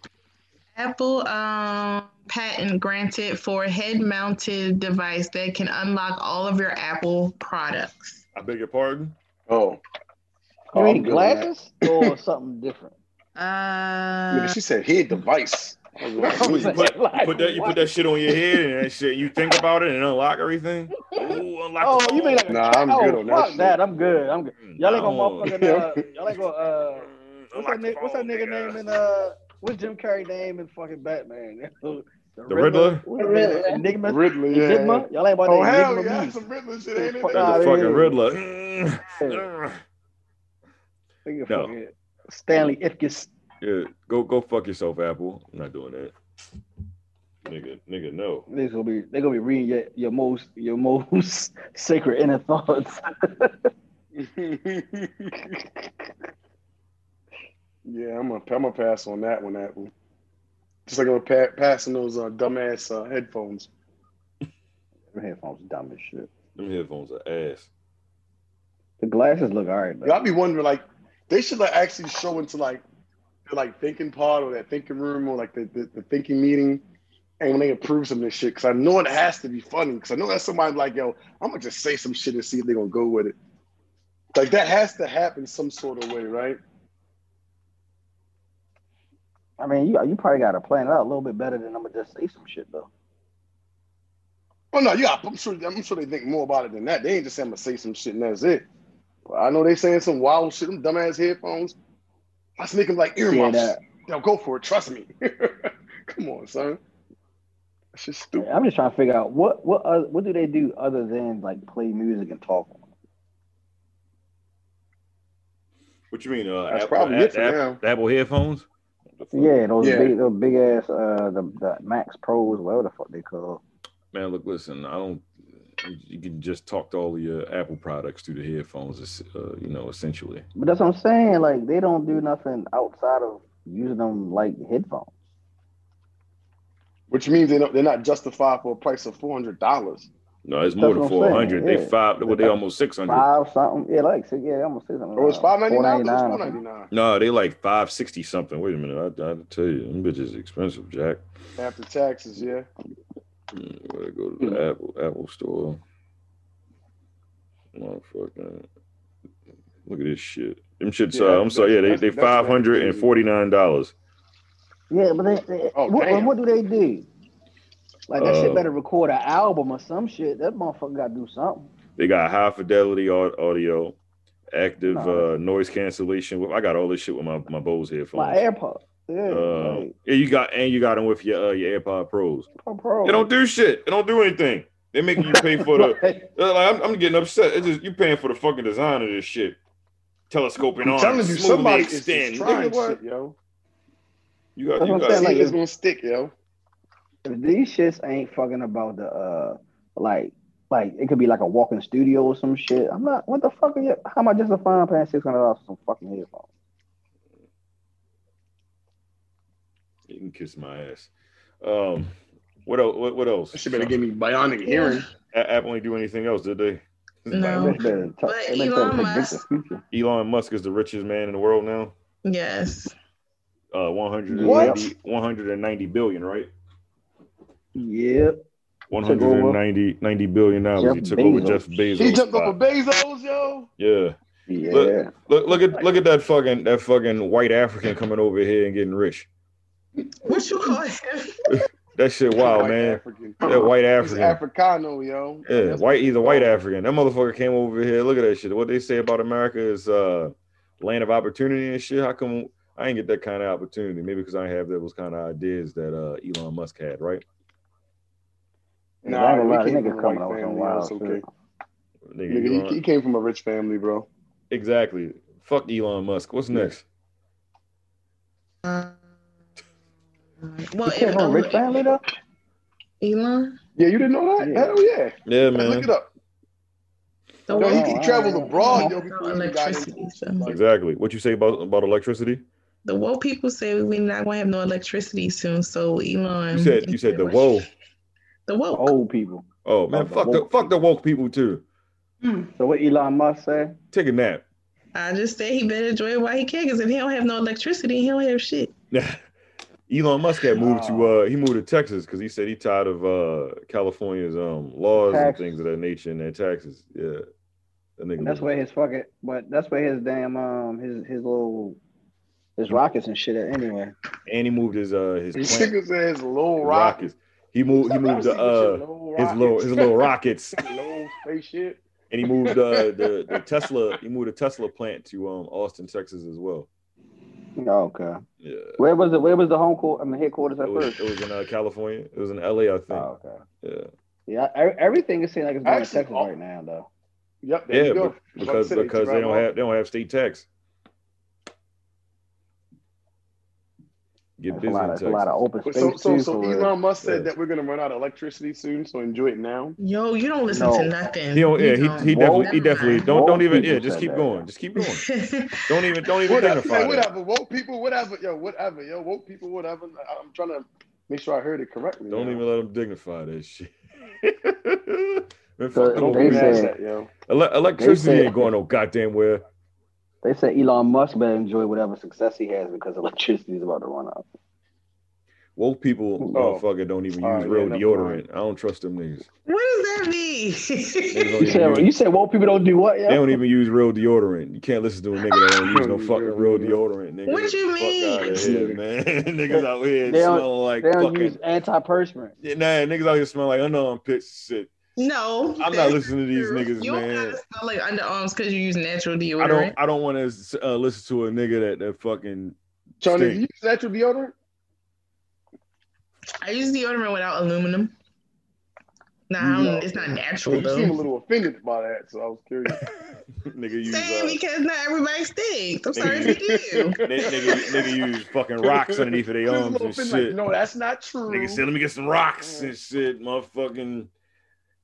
[SPEAKER 7] Apple um, patent granted for a head-mounted device that can unlock all of your Apple products.
[SPEAKER 3] I beg your pardon.
[SPEAKER 4] Oh.
[SPEAKER 5] You
[SPEAKER 4] I'm
[SPEAKER 5] mean
[SPEAKER 4] good on that.
[SPEAKER 5] glasses or something different?
[SPEAKER 7] Uh,
[SPEAKER 4] Nigga, she said head device. I was like,
[SPEAKER 5] I'm
[SPEAKER 4] what is
[SPEAKER 5] saying,
[SPEAKER 4] that?
[SPEAKER 5] like,
[SPEAKER 3] You put that you
[SPEAKER 5] what?
[SPEAKER 3] put that shit on your head and that shit. You think about it and unlock everything. Oh, unlock.
[SPEAKER 5] Oh,
[SPEAKER 3] the
[SPEAKER 5] you mean like
[SPEAKER 3] phone.
[SPEAKER 5] a
[SPEAKER 4] Nah, I'm
[SPEAKER 5] oh,
[SPEAKER 4] good on that
[SPEAKER 5] fuck
[SPEAKER 4] shit.
[SPEAKER 5] that. I'm good. I'm good. Y'all ain't
[SPEAKER 3] No.
[SPEAKER 5] gonna motherfucking. Uh, y'all ain't gonna. Uh, what's that,
[SPEAKER 3] Mm, Unlock the
[SPEAKER 5] ni- what's that
[SPEAKER 3] phone,
[SPEAKER 5] nigga name in uh? What's Jim Carrey name in fucking Batman? the
[SPEAKER 3] Riddler?
[SPEAKER 5] What's his name?
[SPEAKER 6] Riddler.
[SPEAKER 5] Enigma.
[SPEAKER 4] Ridley, yeah.
[SPEAKER 5] Enigma. Y'all ain't about
[SPEAKER 4] Oh,
[SPEAKER 5] that
[SPEAKER 4] hell
[SPEAKER 5] Enigma
[SPEAKER 4] yeah.
[SPEAKER 5] beast.
[SPEAKER 4] Some Ridley shit, ain't
[SPEAKER 5] Fuck
[SPEAKER 4] it?
[SPEAKER 3] That's
[SPEAKER 5] out.
[SPEAKER 3] a
[SPEAKER 5] Nah,
[SPEAKER 3] fucking
[SPEAKER 5] it is.
[SPEAKER 3] Riddler. Mm.
[SPEAKER 5] Nigga,
[SPEAKER 3] No.
[SPEAKER 5] fucking Stanley Ifkis.
[SPEAKER 3] Yeah, go go fuck yourself, Apple. I'm not doing that. Nigga, nigga, no.
[SPEAKER 5] They gonna be they gonna be reading your, your most your most sacred inner thoughts.
[SPEAKER 4] yeah, I'm gonna I'm gonna pass on that one. That one. Just like I'm pa- passing those uh, dumbass uh, headphones.
[SPEAKER 5] Your headphones dumb as shit.
[SPEAKER 3] Them headphones are ass.
[SPEAKER 5] The glasses look all right,
[SPEAKER 4] Yeah, I'll
[SPEAKER 5] though.
[SPEAKER 4] be wondering like they should like actually show into like the like thinking pod or that thinking room or like the, the, the thinking meeting and when they approve some of this shit because I know it has to be funny because I know that's somebody like yo I'm gonna just say some shit and see if they gonna go with it. Like that has to happen some sort of way, right?
[SPEAKER 5] I mean, you you probably got to plan it out a little bit better than I'm gonna just say some shit though.
[SPEAKER 4] Oh no, yeah, I'm sure. I'm sure they think more about it than that. They ain't just saying I'm gonna say some shit and that's it. But I know they saying some wild shit. Them dumbass headphones. Let's make them like earmuffs.
[SPEAKER 5] Yeah, that-
[SPEAKER 4] Yo, go for it. Trust me. Come on, son. That's just stupid.
[SPEAKER 5] I'm just trying to figure out what what oth- what do they do other than like play music and talk.
[SPEAKER 3] What you mean? Uh,
[SPEAKER 4] That's
[SPEAKER 3] Apple,
[SPEAKER 4] probably it for
[SPEAKER 3] Apple,
[SPEAKER 4] now.
[SPEAKER 3] Apple headphones?
[SPEAKER 5] Yeah, those
[SPEAKER 4] Yeah.
[SPEAKER 5] big those big ass uh the, the Max Pros, whatever the fuck they call.
[SPEAKER 3] Man, look, listen. I don't. You can just talk to all of your Apple products through the headphones. es- Uh, you know, essentially.
[SPEAKER 5] But that's what I'm saying. Like they don't do nothing outside of using them like headphones.
[SPEAKER 4] Which means they don't, they're not justified for a price of four hundred dollars.
[SPEAKER 3] No, it's more than
[SPEAKER 5] That's what I'm
[SPEAKER 3] four
[SPEAKER 5] saying,
[SPEAKER 3] hundred. They
[SPEAKER 5] yeah.
[SPEAKER 3] five. What they almost six hundred.
[SPEAKER 5] Five something. Yeah, like six, yeah, I'm gonna say something.
[SPEAKER 4] Or Oh, it's
[SPEAKER 5] uh,
[SPEAKER 4] five ninety nine.
[SPEAKER 5] $4.99.
[SPEAKER 4] Four ninety nine.
[SPEAKER 3] No, they like five sixty something. Wait a minute. I, I tell you, them bitches expensive, Jack.
[SPEAKER 4] After taxes, yeah.
[SPEAKER 3] Mm, Gotta go to
[SPEAKER 5] Hmm.
[SPEAKER 3] the Apple Apple store. Motherfucking look at this shit. Them shits.
[SPEAKER 4] Yeah,
[SPEAKER 3] uh, I'm sorry. Yeah, they
[SPEAKER 4] that's-
[SPEAKER 3] they
[SPEAKER 4] that's
[SPEAKER 3] five hundred and forty nine dollars.
[SPEAKER 5] Yeah, but they, they-
[SPEAKER 4] Oh,
[SPEAKER 5] what,
[SPEAKER 4] damn.
[SPEAKER 5] what do they do? Like that
[SPEAKER 3] Uh,
[SPEAKER 5] shit better record an album or some shit. That motherfucker got to do something.
[SPEAKER 3] They got high fidelity au- audio, active
[SPEAKER 5] Nah.
[SPEAKER 3] uh, noise cancellation. I got all this shit with my my Bose
[SPEAKER 5] My
[SPEAKER 3] headphones.
[SPEAKER 5] AirPods. Yeah,
[SPEAKER 3] Uh,
[SPEAKER 5] like,
[SPEAKER 3] yeah, you got and you got them with your uh, your AirPod Pros.
[SPEAKER 5] pro- pro.
[SPEAKER 3] They don't do shit. They don't do anything. They making you pay for the.
[SPEAKER 5] Like,
[SPEAKER 3] they're Like, I'm, I'm getting upset. It's just you paying for the fucking design of this shit. Telescoping
[SPEAKER 4] I'm
[SPEAKER 3] on.
[SPEAKER 4] telling you,
[SPEAKER 3] smoothly
[SPEAKER 4] somebody is
[SPEAKER 3] extend.
[SPEAKER 4] just trying
[SPEAKER 3] Nigga, what?
[SPEAKER 4] shit, yo.
[SPEAKER 3] You got,
[SPEAKER 5] That's
[SPEAKER 3] you
[SPEAKER 5] what I'm
[SPEAKER 3] got
[SPEAKER 5] saying,
[SPEAKER 4] Like
[SPEAKER 5] like,
[SPEAKER 4] it's gonna stick, yo.
[SPEAKER 5] if these shits ain't fucking about the uh, like, like it could be like a walk-in studio or some shit. I'm not. What the fuck are you? How am I justifying paying six hundred dollars for some fucking headphones?
[SPEAKER 3] you can kiss my ass. Um, what else? What, what else? Uh,
[SPEAKER 4] That shit better give me bionic hearing.
[SPEAKER 3] A- Apple ain't do anything else, did they?
[SPEAKER 7] No.
[SPEAKER 5] It's better to talk-
[SPEAKER 7] But
[SPEAKER 5] it's better
[SPEAKER 7] Elon
[SPEAKER 5] to predict the
[SPEAKER 7] Musk-
[SPEAKER 5] future.
[SPEAKER 3] Elon Musk is the richest man in the world now.
[SPEAKER 7] Yes.
[SPEAKER 3] Uh, 190,
[SPEAKER 5] What?
[SPEAKER 3] 190 billion, right?
[SPEAKER 5] Yep. over.
[SPEAKER 3] 190 90 billion dollars.
[SPEAKER 5] Jeff
[SPEAKER 3] he took over
[SPEAKER 5] Bezos.
[SPEAKER 3] Jeff Bezos.
[SPEAKER 4] He jumped
[SPEAKER 3] spot.
[SPEAKER 4] up a Bezos, yo.
[SPEAKER 3] yeah.
[SPEAKER 5] Yeah.
[SPEAKER 3] Look- Look look at look at that fucking that fucking white African coming over here and getting rich.
[SPEAKER 7] What you call him?
[SPEAKER 3] That shit wow,
[SPEAKER 4] White
[SPEAKER 3] man.
[SPEAKER 4] African.
[SPEAKER 3] That white
[SPEAKER 4] He's
[SPEAKER 3] African.
[SPEAKER 4] Africano, yo.
[SPEAKER 3] Yeah,
[SPEAKER 4] That's
[SPEAKER 3] white. He's a white
[SPEAKER 4] called.
[SPEAKER 3] African. That motherfucker came over here. Look at that shit. What they say about America is uh, land of opportunity and shit. How come I ain't get that kind of opportunity? Maybe because I ain't have those kind of ideas that uh, Elon Musk had, right?
[SPEAKER 5] Nah, I ain't gonna
[SPEAKER 4] he
[SPEAKER 5] lie,
[SPEAKER 4] came
[SPEAKER 5] that
[SPEAKER 4] from a
[SPEAKER 5] nigga coming
[SPEAKER 4] white
[SPEAKER 5] out with some
[SPEAKER 4] family,
[SPEAKER 5] wild
[SPEAKER 4] that's okay.
[SPEAKER 5] shit.
[SPEAKER 3] Nigga,
[SPEAKER 4] Nigga,
[SPEAKER 3] Elon-
[SPEAKER 4] he, he came from a rich family, bro.
[SPEAKER 3] exactly. Fuck Elon Musk. What's next?
[SPEAKER 7] Uh,
[SPEAKER 5] You
[SPEAKER 7] well,
[SPEAKER 5] came from a rich family though.
[SPEAKER 7] Elon,
[SPEAKER 4] Yeah, you didn't know that?
[SPEAKER 5] Yeah.
[SPEAKER 4] Hell yeah.
[SPEAKER 3] Yeah,
[SPEAKER 4] Hey, look
[SPEAKER 3] man.
[SPEAKER 4] it up.
[SPEAKER 7] the
[SPEAKER 4] Yo,
[SPEAKER 7] one
[SPEAKER 4] he, he
[SPEAKER 5] wow.
[SPEAKER 4] traveled abroad, yo,
[SPEAKER 7] who
[SPEAKER 4] before he
[SPEAKER 7] brought
[SPEAKER 4] even got in.
[SPEAKER 7] electricity. So.
[SPEAKER 3] Exactly. What you say about about electricity?
[SPEAKER 7] The woke people say we're not going to have no electricity soon. So Elon,
[SPEAKER 3] You said you said the whoa.
[SPEAKER 7] The woke.
[SPEAKER 5] Old people.
[SPEAKER 3] Oh man,
[SPEAKER 5] Oh, the
[SPEAKER 3] fuck the
[SPEAKER 5] woke
[SPEAKER 3] fuck the woke people too.
[SPEAKER 5] So what Elon Musk say?
[SPEAKER 3] Take a nap.
[SPEAKER 7] I just said he better enjoy it while he can, because if he don't have no electricity, he don't have shit.
[SPEAKER 3] Elon Musk had moved to uh he moved to Texas because he said he tired of uh California's um laws and
[SPEAKER 5] Taxes.
[SPEAKER 3] things of that nature and their taxes. Yeah. That nigga
[SPEAKER 5] And
[SPEAKER 3] was-
[SPEAKER 5] that's where his fucking, but that's where his damn um his his little his rockets and shit at anyway.
[SPEAKER 3] and he moved his uh his
[SPEAKER 4] His
[SPEAKER 3] plant,
[SPEAKER 4] nigga said his low
[SPEAKER 3] his
[SPEAKER 4] rockets.
[SPEAKER 3] rockets. He moved he
[SPEAKER 4] Somebody
[SPEAKER 3] moved
[SPEAKER 4] said
[SPEAKER 3] the uh
[SPEAKER 4] your
[SPEAKER 3] his little his little rockets
[SPEAKER 4] rockets. low space shit.
[SPEAKER 3] and he moved uh the, the Tesla he moved the Tesla plant to um Austin, Texas as well.
[SPEAKER 5] Oh, Okay.
[SPEAKER 3] Yeah.
[SPEAKER 5] Where was it? Where was the home court? I mean headquarters at
[SPEAKER 3] It was,
[SPEAKER 5] first.
[SPEAKER 3] it was in uh, California. It was in LA, I think.
[SPEAKER 5] Oh, okay.
[SPEAKER 3] Yeah.
[SPEAKER 5] Yeah, e- everything is seeing like it's going to
[SPEAKER 4] Actually,
[SPEAKER 5] Texas
[SPEAKER 4] all-
[SPEAKER 5] right now though.
[SPEAKER 4] Yep. There
[SPEAKER 3] Yeah,
[SPEAKER 4] you go.
[SPEAKER 3] be- because
[SPEAKER 4] City,
[SPEAKER 3] because they
[SPEAKER 4] right
[SPEAKER 3] don't
[SPEAKER 4] on.
[SPEAKER 3] have they don't have state tax. Get
[SPEAKER 5] That's a
[SPEAKER 3] busy
[SPEAKER 5] lot
[SPEAKER 3] in
[SPEAKER 5] of, that's a lot
[SPEAKER 3] Texas.
[SPEAKER 5] of open
[SPEAKER 4] But
[SPEAKER 5] space
[SPEAKER 4] So, so,
[SPEAKER 5] too,
[SPEAKER 4] so
[SPEAKER 5] for
[SPEAKER 4] Elon Musk said
[SPEAKER 3] Yeah.
[SPEAKER 4] that we're going to run out of electricity soon, so enjoy it now.
[SPEAKER 7] Yo, you don't listen
[SPEAKER 5] No.
[SPEAKER 7] to nothing.
[SPEAKER 3] He don't,
[SPEAKER 7] You
[SPEAKER 3] yeah, he,
[SPEAKER 7] don't.
[SPEAKER 3] he
[SPEAKER 5] Whoa.
[SPEAKER 3] definitely he definitely don't
[SPEAKER 5] Whoa,
[SPEAKER 3] don't even
[SPEAKER 5] people
[SPEAKER 3] yeah just
[SPEAKER 5] said
[SPEAKER 3] keep
[SPEAKER 5] that.
[SPEAKER 3] going just keep going don't even don't even
[SPEAKER 4] Whatever,
[SPEAKER 3] identify
[SPEAKER 4] yo,
[SPEAKER 3] that.
[SPEAKER 4] whatever. Woke people, whatever. Yo, whatever. Yo, woke people, whatever. I- I'm trying to make sure I heard it correctly.
[SPEAKER 3] don't
[SPEAKER 4] yo.
[SPEAKER 3] even let them dignify that shit. Man,
[SPEAKER 5] So
[SPEAKER 3] fuck them
[SPEAKER 4] Don't
[SPEAKER 5] They
[SPEAKER 4] be
[SPEAKER 3] women.
[SPEAKER 4] mad
[SPEAKER 5] said-
[SPEAKER 4] at that, yo.
[SPEAKER 3] Ele- electricity
[SPEAKER 5] said-
[SPEAKER 3] ain't going no goddamn where.
[SPEAKER 5] They said Elon Musk better enjoy whatever success he has because electricity is about to run out.
[SPEAKER 3] Woke people,
[SPEAKER 4] Oh.
[SPEAKER 3] motherfucker, don't even use
[SPEAKER 4] All right, yeah,
[SPEAKER 3] real
[SPEAKER 4] never mind.
[SPEAKER 3] deodorant. I don't trust them niggas.
[SPEAKER 7] What does that mean?
[SPEAKER 3] Niggas don't
[SPEAKER 5] You
[SPEAKER 3] even
[SPEAKER 5] said
[SPEAKER 3] use-
[SPEAKER 5] you said woke people don't do what?
[SPEAKER 3] They
[SPEAKER 5] Yeah.
[SPEAKER 3] don't even use real deodorant. You can't listen to a nigga that don't use no
[SPEAKER 4] Don't use
[SPEAKER 3] fucking real
[SPEAKER 4] real
[SPEAKER 3] deodorant, nigga.
[SPEAKER 7] What you mean?
[SPEAKER 3] Fuck out of here, man. niggas out here
[SPEAKER 5] They don't-
[SPEAKER 3] smelling like
[SPEAKER 5] They don't
[SPEAKER 3] fucking.
[SPEAKER 5] use antiperspirant.
[SPEAKER 3] Yeah, nah, niggas out here smelling like underarm pits. Shit,
[SPEAKER 7] no,
[SPEAKER 3] I'm not
[SPEAKER 7] that's
[SPEAKER 3] listening to these
[SPEAKER 7] true.
[SPEAKER 3] niggas,
[SPEAKER 7] you
[SPEAKER 3] man.
[SPEAKER 7] You smell like underarms because you use natural deodorant.
[SPEAKER 3] I don't. I don't want to uh, listen to a nigga that that fucking.
[SPEAKER 4] Johnny,
[SPEAKER 3] Stink.
[SPEAKER 4] you use natural deodorant?
[SPEAKER 7] I use deodorant without aluminum. Nah, I don't-
[SPEAKER 4] No.
[SPEAKER 7] it's not natural
[SPEAKER 4] You seem a
[SPEAKER 7] though.
[SPEAKER 4] little offended by that, so I was curious.
[SPEAKER 3] nigga use.
[SPEAKER 7] Same
[SPEAKER 3] Uh,
[SPEAKER 7] because not everybody stinks. I'm sorry if you do.
[SPEAKER 3] ni- nigga, nigga use fucking rocks underneath of their
[SPEAKER 4] Just a
[SPEAKER 3] arms
[SPEAKER 4] little
[SPEAKER 3] and
[SPEAKER 4] offended, like,
[SPEAKER 3] shit.
[SPEAKER 4] no, that's not true.
[SPEAKER 3] Nigga said, let me get some rocks and shit, motherfucking.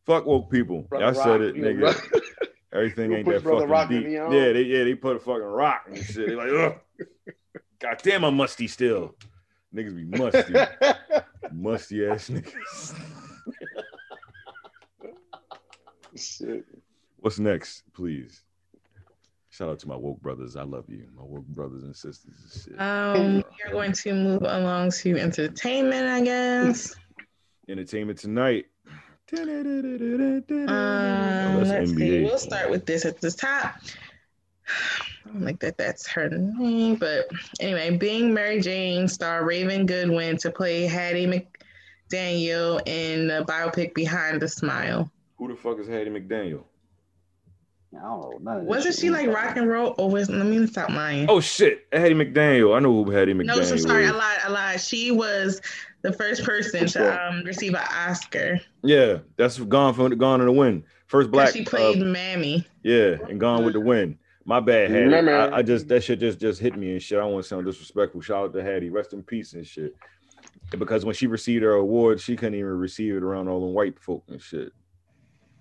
[SPEAKER 3] Fuck woke people.
[SPEAKER 4] Brother
[SPEAKER 3] I said
[SPEAKER 4] Rock,
[SPEAKER 3] it,
[SPEAKER 4] you know,
[SPEAKER 3] nigga.
[SPEAKER 4] brother-
[SPEAKER 3] Everything
[SPEAKER 4] You'll
[SPEAKER 3] ain't
[SPEAKER 4] put
[SPEAKER 3] that
[SPEAKER 4] Brother
[SPEAKER 3] fucking
[SPEAKER 4] Rock in
[SPEAKER 3] deep.
[SPEAKER 4] the arm?
[SPEAKER 3] Yeah, they yeah they put a fucking rock and shit. They like, ugh, god damn, I'm musty still. Niggas be musty, musty ass niggas.
[SPEAKER 4] Shit.
[SPEAKER 3] What's next, please? Shout out to my woke brothers. I love you, my woke brothers and sisters and shit.
[SPEAKER 7] Um, we are going to move along to entertainment, I guess.
[SPEAKER 3] Entertainment tonight.
[SPEAKER 7] uh,
[SPEAKER 3] Oh,
[SPEAKER 7] Um,
[SPEAKER 3] that's
[SPEAKER 7] let's see.
[SPEAKER 3] NBA.
[SPEAKER 7] We'll start with this at the top. I don't like that that's her name, but anyway, being Mary Jane star Raven Goodwin to play Hattie McDaniel in the biopic Behind the Smile.
[SPEAKER 3] Who the fuck is Hattie McDaniel?
[SPEAKER 5] I don't know. None of this
[SPEAKER 7] Wasn't
[SPEAKER 5] shit
[SPEAKER 7] she
[SPEAKER 5] was
[SPEAKER 7] like rock and roll? Or was let me stop lying.
[SPEAKER 3] Oh shit, Hattie McDaniel. I know who Hattie McDaniel
[SPEAKER 7] no, I'm sorry, I
[SPEAKER 3] is.
[SPEAKER 7] lied. I lied. She was the first person to um, receive an Oscar. 'cause
[SPEAKER 3] Yeah, that's gone from gone in the wind. First black.
[SPEAKER 7] she
[SPEAKER 3] uh,
[SPEAKER 7] played Mammy.
[SPEAKER 3] Yeah, and Gone with the Wind. My bad, Hattie.
[SPEAKER 4] Yeah, man.
[SPEAKER 3] I, I just that shit just just hit me and shit. I don't want to sound disrespectful. Shout out to Hattie, rest in peace and shit. Because when she received her award, she couldn't even receive it around all them white folk and shit.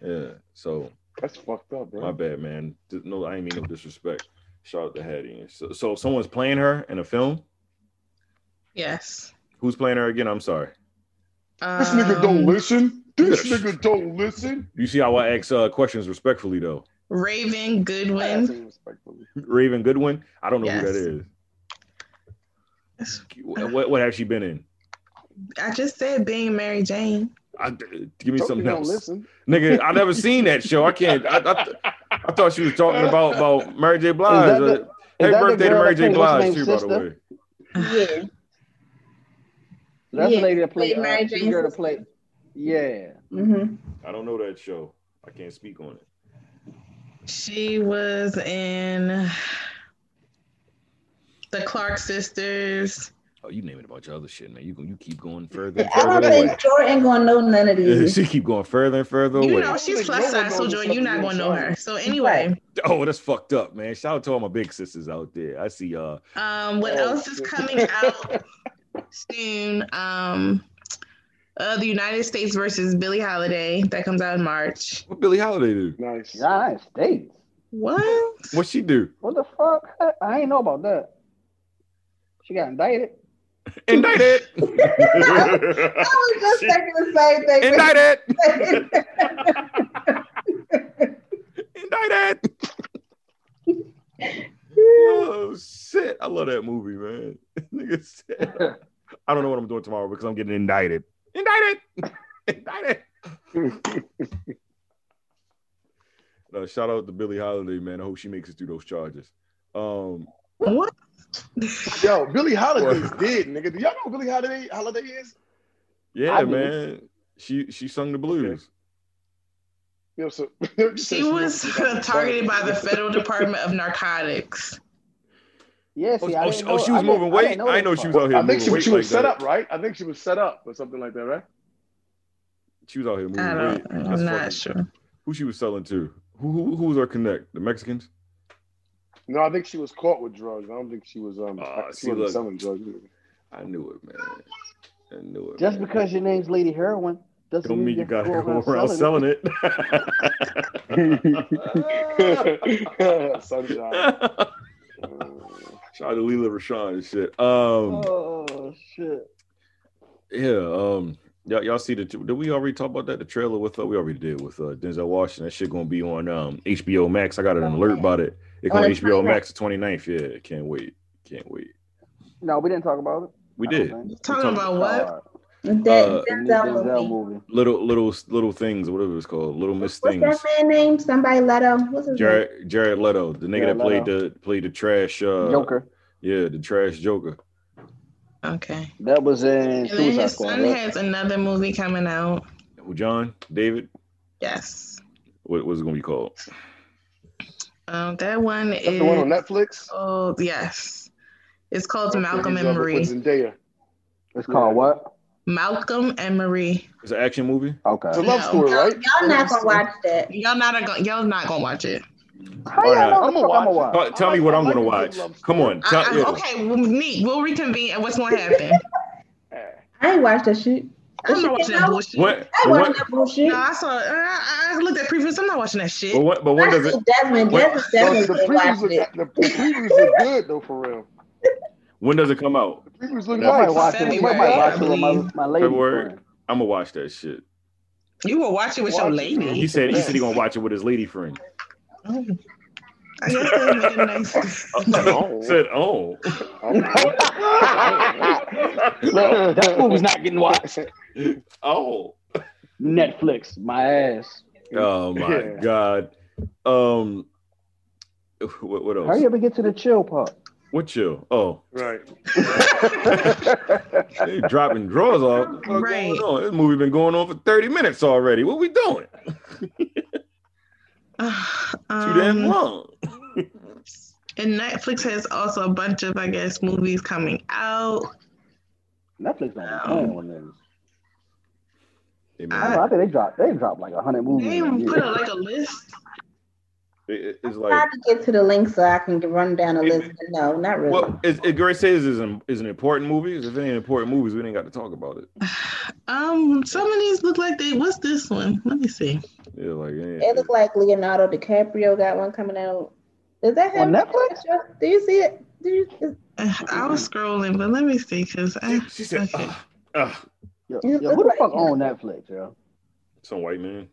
[SPEAKER 3] Yeah, so
[SPEAKER 4] That's fucked up,
[SPEAKER 3] my
[SPEAKER 4] bro.
[SPEAKER 3] bad, man. Th- No, I ain't mean no disrespect. Shout out to Hattie. And So, so if someone's playing her in a film.
[SPEAKER 7] Yes.
[SPEAKER 3] Who's playing her again? I'm sorry.
[SPEAKER 4] This nigga don't
[SPEAKER 7] Um,
[SPEAKER 4] listen. This
[SPEAKER 3] Yes.
[SPEAKER 4] nigga don't listen.
[SPEAKER 3] You see how I ask uh, questions respectfully though.
[SPEAKER 7] Raven
[SPEAKER 4] That's
[SPEAKER 7] Goodwin.
[SPEAKER 4] respectfully.
[SPEAKER 3] Raven Goodwin. I don't know who
[SPEAKER 7] Yes.
[SPEAKER 3] that is. What, what- what has she been in?
[SPEAKER 7] I just said being Mary Jane.
[SPEAKER 3] I, give me
[SPEAKER 4] Told you
[SPEAKER 3] something
[SPEAKER 4] don't
[SPEAKER 3] else.
[SPEAKER 4] listen.
[SPEAKER 3] Nigga, I never seen that show. I can't. I, I, th- I thought she was talking about about Mary J. Blige.
[SPEAKER 5] Is that the-
[SPEAKER 3] Uh,
[SPEAKER 5] Is
[SPEAKER 3] Happy
[SPEAKER 5] that the
[SPEAKER 3] birthday to
[SPEAKER 5] girl
[SPEAKER 3] Mary
[SPEAKER 5] that
[SPEAKER 3] J.
[SPEAKER 5] played- what's her
[SPEAKER 3] Blige
[SPEAKER 5] name,
[SPEAKER 3] too, by the
[SPEAKER 5] sister?
[SPEAKER 3] way.
[SPEAKER 6] Yeah.
[SPEAKER 5] That's
[SPEAKER 6] Yeah,
[SPEAKER 5] the lady that played.
[SPEAKER 6] played Mary
[SPEAKER 5] Uh, she
[SPEAKER 6] Jane's
[SPEAKER 5] girl that
[SPEAKER 6] sister.
[SPEAKER 5] played. Yeah.
[SPEAKER 6] Mm-hmm.
[SPEAKER 3] I don't know that show. I can't speak on it.
[SPEAKER 7] She was in the Clark sisters.
[SPEAKER 3] Oh, you name it about your other shit, man. You go, you keep going further and
[SPEAKER 6] I don't
[SPEAKER 3] further away.
[SPEAKER 6] think Jordan gonna know none of
[SPEAKER 3] Yeah,
[SPEAKER 6] these.
[SPEAKER 3] she keep going further and further
[SPEAKER 7] You
[SPEAKER 3] away.
[SPEAKER 7] know, she's plus
[SPEAKER 4] No one
[SPEAKER 7] size, so
[SPEAKER 4] knows
[SPEAKER 7] Jordan, you're not
[SPEAKER 4] what's
[SPEAKER 7] gonna
[SPEAKER 4] up
[SPEAKER 7] know
[SPEAKER 4] with
[SPEAKER 7] her. So anyway,
[SPEAKER 3] Oh, that's fucked up, man. Shout out to all my big sisters out there. I see uh
[SPEAKER 7] um, what
[SPEAKER 4] Oh,
[SPEAKER 7] else is
[SPEAKER 4] shit.
[SPEAKER 7] coming out soon? Um, uh, the United States versus Billie Holiday that comes out in March.
[SPEAKER 3] what Billie Holiday do?
[SPEAKER 4] Nice.
[SPEAKER 5] United States.
[SPEAKER 7] What?
[SPEAKER 3] What she do?
[SPEAKER 5] What the fuck? I ain't know about that. She got indicted.
[SPEAKER 3] Indicted.
[SPEAKER 6] I was just thinking the same thing.
[SPEAKER 3] Indicted. Indicted. oh shit! I love that movie, man. Nigga said, I don't know what I'm doing tomorrow because I'm getting indicted. Indicted. indicted. No, shout out to Billie Holiday, man. I hope she makes it through those charges. Um,
[SPEAKER 7] What?
[SPEAKER 4] Yo, Billy Holiday's dead, nigga. Do y'all know who Billy Holiday Holiday is?
[SPEAKER 3] yeah,
[SPEAKER 5] I do.
[SPEAKER 3] man. She she sung the blues.
[SPEAKER 4] Yo, so,
[SPEAKER 7] She was uh, targeted by the Federal Department of Narcotics.
[SPEAKER 5] Yeah,
[SPEAKER 3] Oh,
[SPEAKER 5] see, I
[SPEAKER 3] oh,
[SPEAKER 5] didn't
[SPEAKER 3] oh, she
[SPEAKER 5] know-
[SPEAKER 3] was
[SPEAKER 5] didn't-
[SPEAKER 3] moving weight. I
[SPEAKER 5] didn't
[SPEAKER 3] know,
[SPEAKER 5] that
[SPEAKER 3] she was
[SPEAKER 5] part.
[SPEAKER 3] out here.
[SPEAKER 4] I think she,
[SPEAKER 3] moving
[SPEAKER 4] she
[SPEAKER 3] weight
[SPEAKER 4] was
[SPEAKER 3] like
[SPEAKER 4] set
[SPEAKER 3] that.
[SPEAKER 4] up, right? I think she was set up or something like that, right?
[SPEAKER 3] She was out here moving
[SPEAKER 7] I
[SPEAKER 3] weight.
[SPEAKER 7] don't. I'm
[SPEAKER 3] That's
[SPEAKER 7] not
[SPEAKER 3] fucking-
[SPEAKER 7] sure.
[SPEAKER 3] Who she was selling to? Who Who, who who was our connect? The Mexicans?
[SPEAKER 4] No, I think she was caught with drugs. I don't think she was um
[SPEAKER 3] Ah,
[SPEAKER 4] she
[SPEAKER 3] see,
[SPEAKER 4] wasn't
[SPEAKER 3] look.
[SPEAKER 4] selling drugs.
[SPEAKER 3] I knew it, man. I knew it.
[SPEAKER 5] Just
[SPEAKER 3] man.
[SPEAKER 5] because your name's Lady Heroin doesn't
[SPEAKER 3] don't mean you
[SPEAKER 5] have to
[SPEAKER 3] got to
[SPEAKER 5] go
[SPEAKER 3] go around selling it.
[SPEAKER 4] either. Sunshine. Uh,
[SPEAKER 3] Shout out to Leela Rashawn and shit. Um,
[SPEAKER 5] Oh shit!
[SPEAKER 3] yeah. Um, y'all, y'all see the? Did we already talk about that? The trailer with uh, we already did with uh, Denzel Washington. That shit gonna be on um HBO Max. I got an alert about it. It's
[SPEAKER 6] On
[SPEAKER 3] on
[SPEAKER 6] the
[SPEAKER 3] HBO
[SPEAKER 6] 29th.
[SPEAKER 3] Max the 29th. Yeah, can't wait. Can't wait.
[SPEAKER 5] No, we didn't talk about it.
[SPEAKER 3] We
[SPEAKER 5] I don't
[SPEAKER 3] did.
[SPEAKER 5] think.
[SPEAKER 7] Talking about what?
[SPEAKER 5] Alright.
[SPEAKER 6] That
[SPEAKER 3] Uh,
[SPEAKER 5] The new
[SPEAKER 6] Denzel
[SPEAKER 5] Denzel
[SPEAKER 6] movie.
[SPEAKER 5] movie.
[SPEAKER 3] little little little things, whatever it's called, little miss
[SPEAKER 6] What's
[SPEAKER 3] things.
[SPEAKER 6] that man name? Somebody Leto. What's his name?
[SPEAKER 3] Jared Jared Leto, the nigga
[SPEAKER 5] Jared
[SPEAKER 3] that played the played the trash uh,
[SPEAKER 5] Joker.
[SPEAKER 3] Yeah, the trash Joker.
[SPEAKER 7] Okay.
[SPEAKER 5] That was in
[SPEAKER 7] And then
[SPEAKER 5] Suicide
[SPEAKER 7] his
[SPEAKER 5] Squad.
[SPEAKER 7] son
[SPEAKER 5] right?
[SPEAKER 7] has another movie coming out.
[SPEAKER 3] Who, John David?
[SPEAKER 7] Yes.
[SPEAKER 3] What was it gonna be called?
[SPEAKER 7] Um, that one
[SPEAKER 4] that's
[SPEAKER 7] is
[SPEAKER 4] the one on Netflix.
[SPEAKER 7] called yes. It's called
[SPEAKER 4] Okay,
[SPEAKER 7] Malcolm
[SPEAKER 4] he's
[SPEAKER 7] and
[SPEAKER 4] up with
[SPEAKER 7] Marie.
[SPEAKER 4] Zendaya.
[SPEAKER 5] It's called what?
[SPEAKER 7] Malcolm and Marie.
[SPEAKER 3] It's an action movie.
[SPEAKER 5] Okay.
[SPEAKER 4] It's a love
[SPEAKER 7] No.
[SPEAKER 4] story,
[SPEAKER 6] Y'all,
[SPEAKER 4] right?
[SPEAKER 6] y'all not gonna watch that.
[SPEAKER 7] Y'all not going y'all not gonna watch it.
[SPEAKER 5] How
[SPEAKER 3] Why
[SPEAKER 5] y'all
[SPEAKER 3] not?
[SPEAKER 5] know
[SPEAKER 4] I'ma
[SPEAKER 5] the fuck
[SPEAKER 4] watch
[SPEAKER 5] I'ma
[SPEAKER 4] it.
[SPEAKER 7] Oh,
[SPEAKER 5] watch?
[SPEAKER 3] Tell, tell me what I'm gonna watch. Come on. Tell,
[SPEAKER 7] I, I,
[SPEAKER 3] yeah.
[SPEAKER 7] Okay, well, neat. We'll reconvene and what's gonna happen.
[SPEAKER 6] I ain't watched that shit.
[SPEAKER 7] I'm not watching that bullshit.
[SPEAKER 3] What?
[SPEAKER 6] I
[SPEAKER 3] But
[SPEAKER 6] watched
[SPEAKER 3] what?
[SPEAKER 6] that bullshit.
[SPEAKER 7] No, I saw. I, I looked at previews. I'm not watching that shit.
[SPEAKER 3] But what? But when does it?
[SPEAKER 6] Especially Desmond.
[SPEAKER 3] What?
[SPEAKER 6] Desmond
[SPEAKER 4] Well, the previews
[SPEAKER 6] definitely watched it.
[SPEAKER 4] are the previews are good though, for real.
[SPEAKER 3] When does it come out?
[SPEAKER 4] The previews look
[SPEAKER 5] I might
[SPEAKER 4] nice.
[SPEAKER 5] watch it. I
[SPEAKER 7] February,
[SPEAKER 5] might watch
[SPEAKER 7] I
[SPEAKER 5] it with my,
[SPEAKER 7] believe.
[SPEAKER 5] my lady
[SPEAKER 3] February.
[SPEAKER 5] friend.
[SPEAKER 3] I'm gonna watch that shit.
[SPEAKER 7] You were watching with your
[SPEAKER 4] Watch it.
[SPEAKER 7] lady.
[SPEAKER 3] He said he said he gonna watch it with his lady friend.
[SPEAKER 7] Oh. I guess they made a nice.
[SPEAKER 3] said oh.
[SPEAKER 5] Look, that movie's not getting watched.
[SPEAKER 3] oh.
[SPEAKER 5] Netflix, my ass.
[SPEAKER 3] Oh my
[SPEAKER 4] Yeah.
[SPEAKER 3] god. Um. What, what
[SPEAKER 5] Hurry
[SPEAKER 3] else?
[SPEAKER 5] up and get to the chill part.
[SPEAKER 3] What you? Oh,
[SPEAKER 4] right.
[SPEAKER 3] they dropping drawers off. What the fuck
[SPEAKER 7] Right.
[SPEAKER 3] going on? This movie been going on for thirty minutes already. What we doing? Too damn
[SPEAKER 7] um,
[SPEAKER 3] long.
[SPEAKER 7] and Netflix has also a bunch of, I guess, movies coming out.
[SPEAKER 5] Netflix don't be playing with niggas.
[SPEAKER 3] Hey,
[SPEAKER 5] I,
[SPEAKER 3] man,
[SPEAKER 5] don't know, I think they dropped. They dropped like hundred movies.
[SPEAKER 7] They
[SPEAKER 5] in a
[SPEAKER 7] even
[SPEAKER 5] year.
[SPEAKER 7] put a, like a list.
[SPEAKER 3] it- it- it's
[SPEAKER 6] I
[SPEAKER 3] like
[SPEAKER 6] had to get to the link so I can run down a list. But no, not really.
[SPEAKER 3] Well, is, is Grace says is an is an important movie. If it ain't important movies, we ain't got to talk about it.
[SPEAKER 7] Um, some of these look like they. What's this one? Let me see.
[SPEAKER 3] Yeah, like yeah.
[SPEAKER 6] it looked like Leonardo DiCaprio got one coming out. Is that
[SPEAKER 5] On
[SPEAKER 6] him?
[SPEAKER 5] Netflix?
[SPEAKER 6] Do you see it? Do you, is,
[SPEAKER 7] Uh, I was scrolling, but let me see because I.
[SPEAKER 3] She- she said,
[SPEAKER 7] okay.
[SPEAKER 3] "Ugh, ugh."
[SPEAKER 5] Yo,
[SPEAKER 6] You
[SPEAKER 5] yo,
[SPEAKER 6] look
[SPEAKER 5] who the
[SPEAKER 6] like
[SPEAKER 5] fuck
[SPEAKER 6] him.
[SPEAKER 5] own Netflix, yo?
[SPEAKER 3] some white man.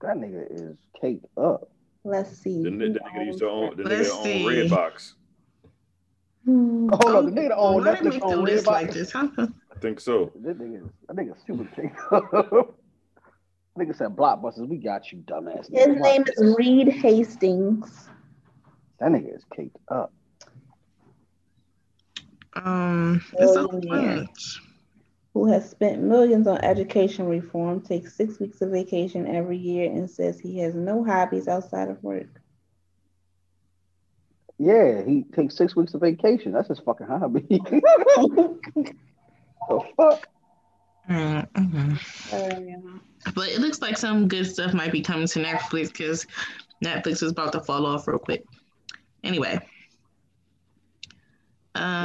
[SPEAKER 5] That nigga is caked up.
[SPEAKER 6] let's see.
[SPEAKER 3] The, ni- the nigga used to own the nigga
[SPEAKER 7] Mm-hmm. Let's
[SPEAKER 3] that owned
[SPEAKER 7] see.
[SPEAKER 3] Redbox.
[SPEAKER 6] Hmm.
[SPEAKER 5] Hold
[SPEAKER 3] Oh,
[SPEAKER 5] on, the nigga that own
[SPEAKER 7] Why they
[SPEAKER 5] Netflix
[SPEAKER 7] make the
[SPEAKER 5] own
[SPEAKER 7] list like
[SPEAKER 5] Redbox.
[SPEAKER 7] this? How come?
[SPEAKER 3] I think so.
[SPEAKER 5] This nigga, is- that nigga super caked up. nigga said, "Blockbusters, we got you, dumbass."
[SPEAKER 6] His
[SPEAKER 5] nigga."
[SPEAKER 6] name is Reed Hastings.
[SPEAKER 5] That nigga is caked up.
[SPEAKER 7] Um, it's a
[SPEAKER 6] Oh, yeah.
[SPEAKER 7] bunch.
[SPEAKER 6] who has spent millions on education reform, takes six weeks of vacation every year, and says he has no hobbies outside of work.
[SPEAKER 5] Yeah, he takes six weeks of vacation. That's his fucking hobby. the fuck?
[SPEAKER 7] Mm, mhm.
[SPEAKER 6] Um,
[SPEAKER 7] But it looks like some good stuff might be coming to Netflix because Netflix is about to fall off real quick. Anyway. Um,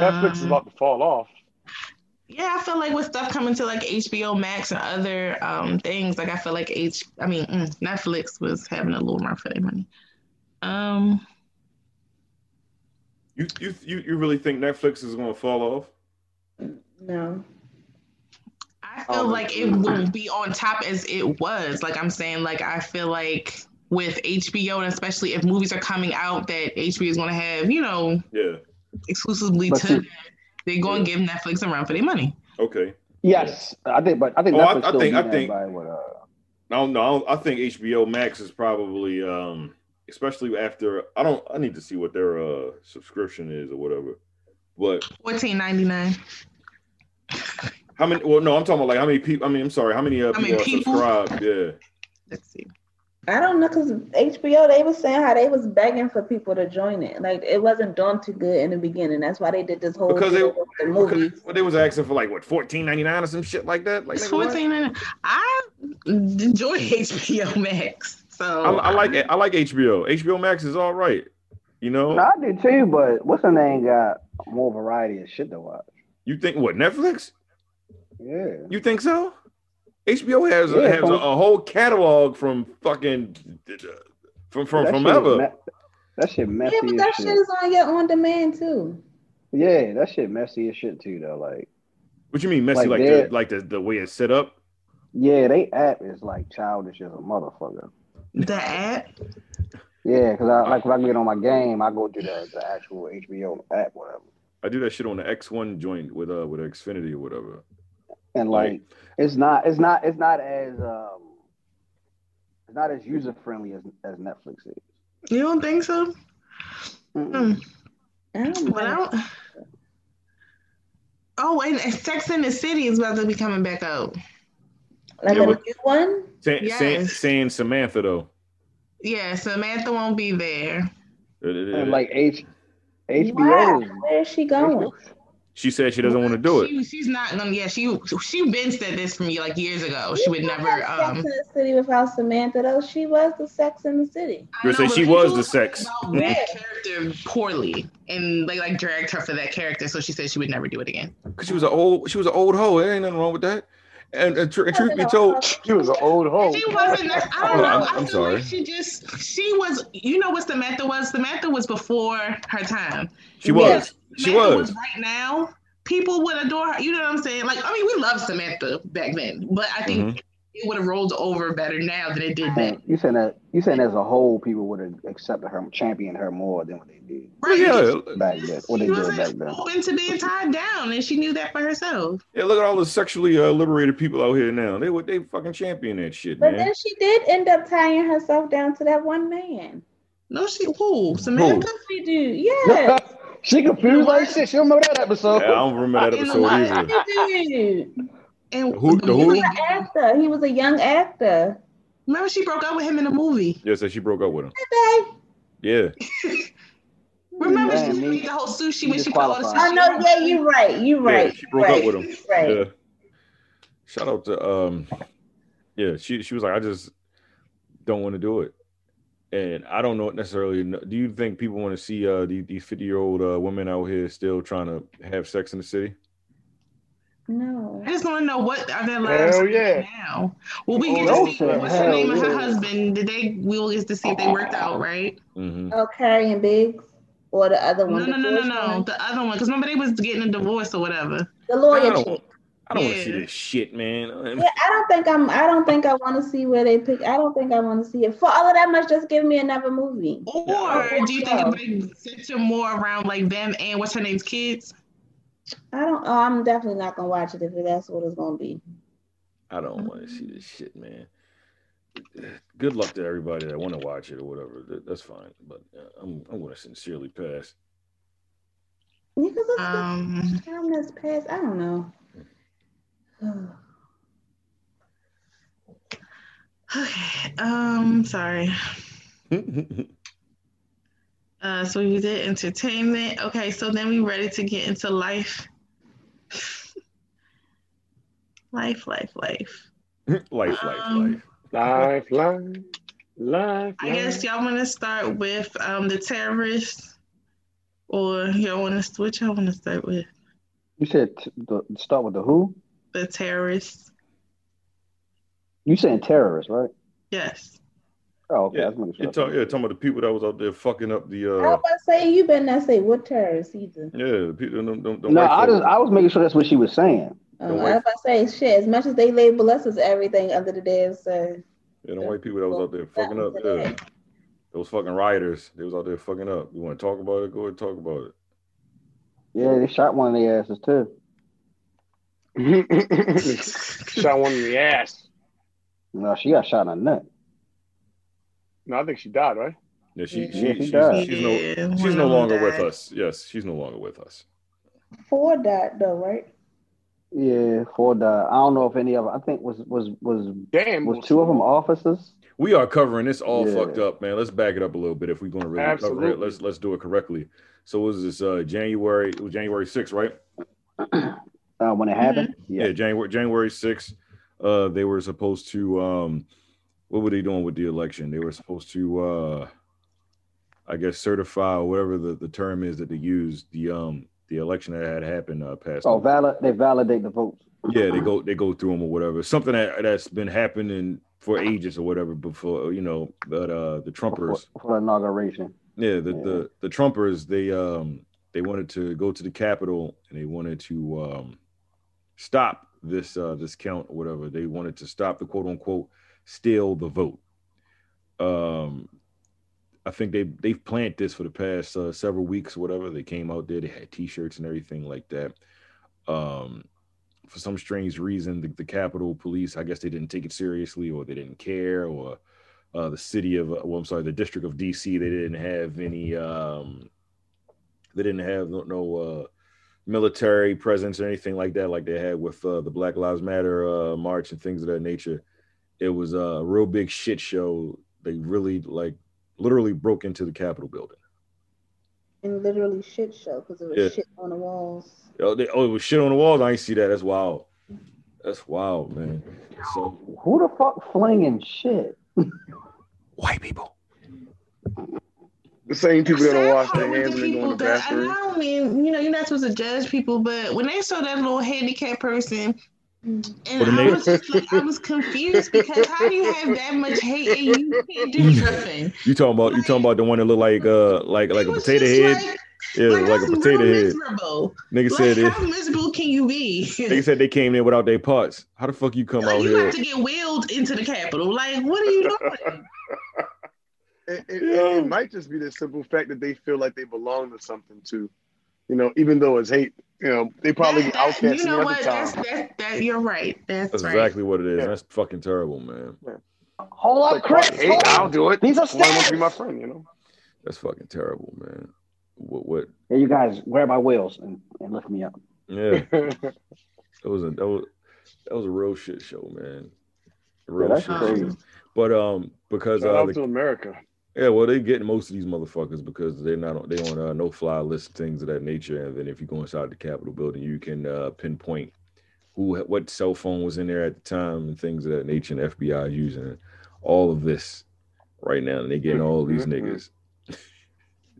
[SPEAKER 4] Netflix is about to fall off.
[SPEAKER 7] Yeah, I feel like with stuff coming to like HBO Max and other um things, like I feel like H, I mean mm, Netflix was having a little more for their money. Um,
[SPEAKER 3] You you you, you really think Netflix is gonna fall off?
[SPEAKER 6] no.
[SPEAKER 7] I
[SPEAKER 4] Oh,
[SPEAKER 7] feel like it will be on top as it was. Like I'm saying, like I feel like with HBO and especially if movies are coming out that HBO is going to have, you know,
[SPEAKER 3] Yeah.
[SPEAKER 7] exclusively
[SPEAKER 5] But
[SPEAKER 7] to
[SPEAKER 5] see-
[SPEAKER 7] them, they're going to give Netflix a run for their money.
[SPEAKER 3] Okay.
[SPEAKER 5] Yes, I think. But I think
[SPEAKER 3] Oh, I-
[SPEAKER 5] Netflix
[SPEAKER 3] I
[SPEAKER 5] still
[SPEAKER 3] think-
[SPEAKER 5] think,
[SPEAKER 3] I
[SPEAKER 5] I
[SPEAKER 3] think-
[SPEAKER 5] with, uh,
[SPEAKER 3] No, no. I think HBO Max is probably, um, especially after. I don't. I need to see what their uh, subscription is or whatever. But
[SPEAKER 7] Fourteen ninety nine.
[SPEAKER 3] how many? Well, no. I'm talking about like how many people. I mean, I'm sorry. How many uh,
[SPEAKER 7] How many
[SPEAKER 3] people are
[SPEAKER 7] people?
[SPEAKER 3] subscribed? Yeah.
[SPEAKER 7] Let's see.
[SPEAKER 6] I don't know because HBO they was saying how they was begging for people to join it. Like it wasn't doing too good in the beginning. That's why they did this whole
[SPEAKER 3] Because they-
[SPEAKER 6] deal with the
[SPEAKER 3] Because
[SPEAKER 6] movie.
[SPEAKER 3] well, they was asking for like what fourteen ninety nine or some shit like that. Like
[SPEAKER 7] It's
[SPEAKER 3] nigga, what?
[SPEAKER 7] fourteen ninety nine. I enjoy HBO Max. So
[SPEAKER 3] I, I like it. I like HBO. HBO Max is all right. You know,
[SPEAKER 5] No, I do too, but what's her name got more variety of shit to watch.
[SPEAKER 3] you think what Netflix?
[SPEAKER 5] Yeah.
[SPEAKER 3] You think so? HBO has
[SPEAKER 5] Yeah,
[SPEAKER 3] has a,
[SPEAKER 5] from-
[SPEAKER 3] a whole catalog from fucking from from
[SPEAKER 5] That
[SPEAKER 3] from
[SPEAKER 5] shit is
[SPEAKER 3] ever.
[SPEAKER 5] me- that shit messy
[SPEAKER 6] Yeah, but
[SPEAKER 5] as
[SPEAKER 6] that
[SPEAKER 5] shit.
[SPEAKER 6] shit is on your on demand too.
[SPEAKER 5] Yeah, that shit messy as shit too though. Like
[SPEAKER 3] What you mean messy?
[SPEAKER 5] like
[SPEAKER 3] Like,
[SPEAKER 5] that.
[SPEAKER 3] the, like the the way it's set up.
[SPEAKER 5] yeah, they app is like childish as a motherfucker.
[SPEAKER 7] the app.
[SPEAKER 5] Yeah, because I like if I get on my game, I go to the, the actual HBO app, whatever.
[SPEAKER 3] I do that shit on the X One joint with uh with Xfinity or whatever.
[SPEAKER 5] And like
[SPEAKER 3] Like-
[SPEAKER 5] it's not it's not it's not as um it's not as user friendly as as Netflix is.
[SPEAKER 7] You don't think so? Hmm.
[SPEAKER 5] Mm-mm.
[SPEAKER 6] I don't
[SPEAKER 7] But I
[SPEAKER 6] know.
[SPEAKER 7] don't. Oh, and Sex in the City is about to be coming back out.
[SPEAKER 6] Like
[SPEAKER 3] Yeah,
[SPEAKER 6] a
[SPEAKER 3] but-
[SPEAKER 6] new one?
[SPEAKER 3] Saying
[SPEAKER 7] Yes.
[SPEAKER 3] saying Samantha though,
[SPEAKER 7] Yeah, Samantha won't be there.
[SPEAKER 5] And like H HBO
[SPEAKER 3] Oh.
[SPEAKER 6] Why?
[SPEAKER 5] is
[SPEAKER 6] Where is she going?
[SPEAKER 3] she said she doesn't want to do it.
[SPEAKER 7] She, she's not gonna. Yeah, she she been said this from you like years ago. She would
[SPEAKER 6] You
[SPEAKER 7] never.
[SPEAKER 6] can't have
[SPEAKER 7] Um,
[SPEAKER 6] Sex in the City without Samantha though. She was the Sex in the City.
[SPEAKER 7] I
[SPEAKER 3] You
[SPEAKER 7] know,
[SPEAKER 3] say
[SPEAKER 7] but
[SPEAKER 3] she
[SPEAKER 7] people
[SPEAKER 3] was the sex.
[SPEAKER 7] about that character poorly, and they like dragged her for that character, so she said she would never do it again.
[SPEAKER 3] Cause she was an old she was an old hoe. There ain't nothing wrong with that. And, and, tr- and truth be told,
[SPEAKER 4] She was an old hoe.
[SPEAKER 7] She wasn't. that- I don't know.
[SPEAKER 3] Oh. I'm-
[SPEAKER 7] I
[SPEAKER 3] I'm
[SPEAKER 7] feel
[SPEAKER 3] sorry.
[SPEAKER 7] Like she just. She was. You know what Samantha was? Samantha was before her time.
[SPEAKER 3] she was she
[SPEAKER 7] Samantha
[SPEAKER 3] was.
[SPEAKER 7] right now. People would adore her. You know what I'm saying? Like, I mean, we loved Samantha back then, but I think
[SPEAKER 3] Mm-hmm.
[SPEAKER 7] it would have rolled over better now than it did then.
[SPEAKER 5] Man, you saying that you saying as a whole people would have accepted her championed her more than what they did
[SPEAKER 7] Right?
[SPEAKER 3] Yeah,
[SPEAKER 5] back then. What they
[SPEAKER 7] She
[SPEAKER 5] did back
[SPEAKER 7] wasn't
[SPEAKER 5] then.
[SPEAKER 7] open to being tied down, and she knew that for herself.
[SPEAKER 3] Yeah, look at all the sexually uh, liberated people out here now. They would they fucking champion that shit,
[SPEAKER 6] But
[SPEAKER 3] man.
[SPEAKER 6] then she did end up tying herself down to that one man.
[SPEAKER 7] No, she who Samantha.
[SPEAKER 6] She do, yeah.
[SPEAKER 5] she confused like shit. She don't know that episode.
[SPEAKER 3] Yeah, I don't remember that
[SPEAKER 7] In the
[SPEAKER 3] episode
[SPEAKER 7] wild.
[SPEAKER 3] either.
[SPEAKER 6] She did.
[SPEAKER 7] And
[SPEAKER 3] Who- the
[SPEAKER 6] He
[SPEAKER 3] who?
[SPEAKER 6] was an actor. He was a young actor.
[SPEAKER 7] Remember, she broke up with him in a movie.
[SPEAKER 3] Yeah, so she broke up with him.
[SPEAKER 6] Did they?
[SPEAKER 3] Yeah,
[SPEAKER 7] Remember,
[SPEAKER 5] Man,
[SPEAKER 7] she
[SPEAKER 5] me-
[SPEAKER 7] made the whole sushi
[SPEAKER 5] you
[SPEAKER 7] when she called
[SPEAKER 5] disqualified.
[SPEAKER 7] us.
[SPEAKER 6] Oh no, yeah, you're right. You're
[SPEAKER 3] Yeah,
[SPEAKER 6] right.
[SPEAKER 3] she broke up
[SPEAKER 6] right.
[SPEAKER 3] with him.
[SPEAKER 6] Right.
[SPEAKER 3] Yeah. Shout out to um yeah, she she was like, I just don't want to do it. And I don't know it necessarily. Do you think people want to see uh these, these 50 year old uh, women out here still trying to have sex in the city?
[SPEAKER 6] No.
[SPEAKER 7] I just want to know what are their lives
[SPEAKER 4] Hell
[SPEAKER 7] like
[SPEAKER 4] yeah.
[SPEAKER 7] now. Well, we
[SPEAKER 5] Oh,
[SPEAKER 7] get
[SPEAKER 5] no,
[SPEAKER 7] to see
[SPEAKER 5] sir.
[SPEAKER 7] what's her name and her
[SPEAKER 5] Hell yeah.
[SPEAKER 7] husband. Did they? We will get to see if they worked out, right?
[SPEAKER 3] Mm-hmm.
[SPEAKER 6] Oh, Carrie and Biggs or the other
[SPEAKER 7] No,
[SPEAKER 6] one.
[SPEAKER 7] no,
[SPEAKER 6] the
[SPEAKER 7] no, no,
[SPEAKER 6] first
[SPEAKER 7] no.
[SPEAKER 6] one?
[SPEAKER 7] The other one, because remember they was getting a divorce or whatever.
[SPEAKER 6] The
[SPEAKER 3] I
[SPEAKER 6] lawyer
[SPEAKER 3] don't,
[SPEAKER 6] chick.
[SPEAKER 3] I don't want to see
[SPEAKER 7] Yeah.
[SPEAKER 3] this shit, man. And-
[SPEAKER 6] Yeah, I don't think I'm. I don't think I want to see where they pick. I don't think I want to see it. For all of that much, just give me another movie.
[SPEAKER 7] Or do you think if they center more around like them and what's her name's kids?
[SPEAKER 6] I don't. Oh, I'm definitely not gonna watch it if that's what it's gonna be.
[SPEAKER 3] I don't want to see this shit, man. Good luck to everybody that want to watch it or whatever. That- That's fine, but uh, I'm I'm going to sincerely pass.
[SPEAKER 6] Because it's
[SPEAKER 7] Um,
[SPEAKER 6] the time that's passed. I don't know.
[SPEAKER 3] Uh,
[SPEAKER 7] okay. Um, sorry. Uh, so we did entertainment. Okay, so then we ready to get into life. life, life, life.
[SPEAKER 3] life, life,
[SPEAKER 7] Um,
[SPEAKER 3] life.
[SPEAKER 4] Life, life, life.
[SPEAKER 7] I guess y'all want to start with um the terrorists, or y'all want to what y'all want to start with
[SPEAKER 5] You said t- the, start with the who?
[SPEAKER 7] the terrorists?
[SPEAKER 5] You saying terrorists, right?
[SPEAKER 7] Yes.
[SPEAKER 5] Oh, okay.
[SPEAKER 3] Yeah,
[SPEAKER 5] I was making sure.
[SPEAKER 3] You're, talk, yeah, talking about the people that was out there fucking up
[SPEAKER 6] I
[SPEAKER 3] the. uh
[SPEAKER 6] was about to say you better not say what terrorist either.
[SPEAKER 3] Yeah, the people. Them, them, them
[SPEAKER 5] no,
[SPEAKER 3] white
[SPEAKER 5] I
[SPEAKER 3] folk.
[SPEAKER 5] just I was making sure that's what she was saying.
[SPEAKER 6] Um, I
[SPEAKER 3] Don't
[SPEAKER 6] was
[SPEAKER 3] worry.
[SPEAKER 6] about to say shit. As much as they label us as everything under the damn sun,
[SPEAKER 3] yeah, them white people that was out there fucking
[SPEAKER 6] was
[SPEAKER 3] up.
[SPEAKER 6] it.
[SPEAKER 3] Yeah. Those fucking rioters, they was out there fucking up. You want to talk about it? Go ahead, and talk about it.
[SPEAKER 5] Yeah, they shot one of their asses too.
[SPEAKER 4] guess. Shot one in the ass.
[SPEAKER 5] No, she got shot in the nut.
[SPEAKER 4] No, I think she died, right?
[SPEAKER 3] Yeah, she,
[SPEAKER 6] Yeah,
[SPEAKER 3] she,
[SPEAKER 5] she
[SPEAKER 3] she's,
[SPEAKER 5] died.
[SPEAKER 3] she's no,
[SPEAKER 7] Yeah, one
[SPEAKER 3] she's no
[SPEAKER 7] of them
[SPEAKER 3] longer with
[SPEAKER 7] died.
[SPEAKER 3] us. Yes, she's no longer with us.
[SPEAKER 6] four died though, right?
[SPEAKER 5] Yeah, four died. I don't know if any of I think was was was
[SPEAKER 4] Damn.
[SPEAKER 5] was two of them officers.
[SPEAKER 3] We are covering this all
[SPEAKER 5] Yeah.
[SPEAKER 3] fucked up, man. Let's back it up a little bit if we're gonna really cover it.
[SPEAKER 4] Absolutely.
[SPEAKER 3] Let's let's do it correctly. So what was this uh January it was January 6th, right?
[SPEAKER 5] Uh, when it happened,
[SPEAKER 3] Yeah, January January 6th. Uh they were supposed to um what were they doing with the election? They were supposed to, uh, I guess, certify or whatever the, the term is that they used the um the election that had happened uh, past.
[SPEAKER 5] Oh, valid. They validate the votes.
[SPEAKER 3] yeah, they go they go through them or whatever. Something that that's been happening for ages or whatever before you know, but uh, the
[SPEAKER 5] for,
[SPEAKER 3] Trumpers.
[SPEAKER 5] for the inauguration.
[SPEAKER 3] Yeah, the,
[SPEAKER 5] Yeah.
[SPEAKER 3] the the Trumpers they um they wanted to go to the Capitol and they wanted to um stop this uh this count or whatever. They wanted to stop the quote unquote steal the vote. Um I think they they've planned this for the past uh, several weeks or whatever. They came out there, they had t-shirts and everything like that. Um for some strange reason, the, the Capitol Police, I guess they didn't take it seriously or they didn't care or uh, the city of, uh, well, I'm sorry, the district of DC, they didn't have any, um, they didn't have no, no uh, military presence or anything like that, like they had with uh, the Black Lives Matter uh, march and things of that nature. It was a real big shit show. They really, like, literally broke into the Capitol building.
[SPEAKER 6] And literally shit show because it was
[SPEAKER 3] Yeah.
[SPEAKER 6] shit on the walls.
[SPEAKER 3] Oh, they, oh, it was shit on the walls. I ain't see that. That's wild. That's wild, man. So,
[SPEAKER 5] Who the fuck flinging shit?
[SPEAKER 3] white people.
[SPEAKER 4] The same people that don't wash
[SPEAKER 7] Sad
[SPEAKER 4] their
[SPEAKER 7] with the
[SPEAKER 4] hands when they go in the
[SPEAKER 7] people that- and
[SPEAKER 4] bathroom.
[SPEAKER 7] I don't mean, you know, you're not supposed to judge people, but when they saw that little handicapped person, and
[SPEAKER 3] What a
[SPEAKER 7] I
[SPEAKER 3] name.
[SPEAKER 7] was just like, I was confused because how do you have that much hate and you can't do nothing?
[SPEAKER 3] You talking about you talking about the one that looked like uh like like
[SPEAKER 7] It
[SPEAKER 3] a
[SPEAKER 7] was
[SPEAKER 3] potato
[SPEAKER 7] just
[SPEAKER 3] head?
[SPEAKER 7] Like,
[SPEAKER 3] yeah,
[SPEAKER 7] like,
[SPEAKER 3] like a
[SPEAKER 7] that's
[SPEAKER 3] potato
[SPEAKER 7] real
[SPEAKER 3] head.
[SPEAKER 7] Miserable.
[SPEAKER 3] Nigga
[SPEAKER 7] Like,
[SPEAKER 3] said it.
[SPEAKER 7] how miserable can you be?
[SPEAKER 3] Nigga said they came in without their parts. How the fuck you come
[SPEAKER 7] Like,
[SPEAKER 3] out
[SPEAKER 7] you
[SPEAKER 3] here?
[SPEAKER 7] about to get wheeled into the Capitol. Like, what are you doing?
[SPEAKER 4] It, it, it- it might just be the simple fact that they feel like they belong to something too. You know, even though it's hate, you know, they probably
[SPEAKER 7] That-
[SPEAKER 4] get
[SPEAKER 7] that-
[SPEAKER 4] outcasts
[SPEAKER 7] You know
[SPEAKER 4] another
[SPEAKER 7] what? That's,
[SPEAKER 4] time.
[SPEAKER 7] that, that, you're right. That's,
[SPEAKER 3] That's
[SPEAKER 7] right.
[SPEAKER 3] exactly what it is.
[SPEAKER 4] Yeah.
[SPEAKER 3] That's fucking terrible, man.
[SPEAKER 5] Hold up,
[SPEAKER 4] Like,
[SPEAKER 5] Chris.
[SPEAKER 4] hey,
[SPEAKER 5] hold
[SPEAKER 4] I'll
[SPEAKER 5] up.
[SPEAKER 4] do it.
[SPEAKER 5] These are
[SPEAKER 4] Why won't you be my
[SPEAKER 5] stairs.
[SPEAKER 4] friend? You know,
[SPEAKER 3] That's fucking terrible, man. What what
[SPEAKER 5] Yeah, you guys grab my wheels and, and lift me up.
[SPEAKER 3] yeah, that was a that was that was a real shit show, man. Real
[SPEAKER 5] Yeah, that's
[SPEAKER 3] shit
[SPEAKER 5] crazy.
[SPEAKER 3] show. But um because
[SPEAKER 4] shout
[SPEAKER 3] uh,
[SPEAKER 4] out
[SPEAKER 3] the
[SPEAKER 4] to America.
[SPEAKER 3] Yeah, well, they get most of these motherfuckers because they're not on- they on uh, no fly list things of that nature. And then if you go inside the Capitol building, you can uh, pinpoint who what cell phone was in there at the time and things of that nature. And FBI is using all of this right now, and they getting all these
[SPEAKER 4] Mhm.
[SPEAKER 3] niggas.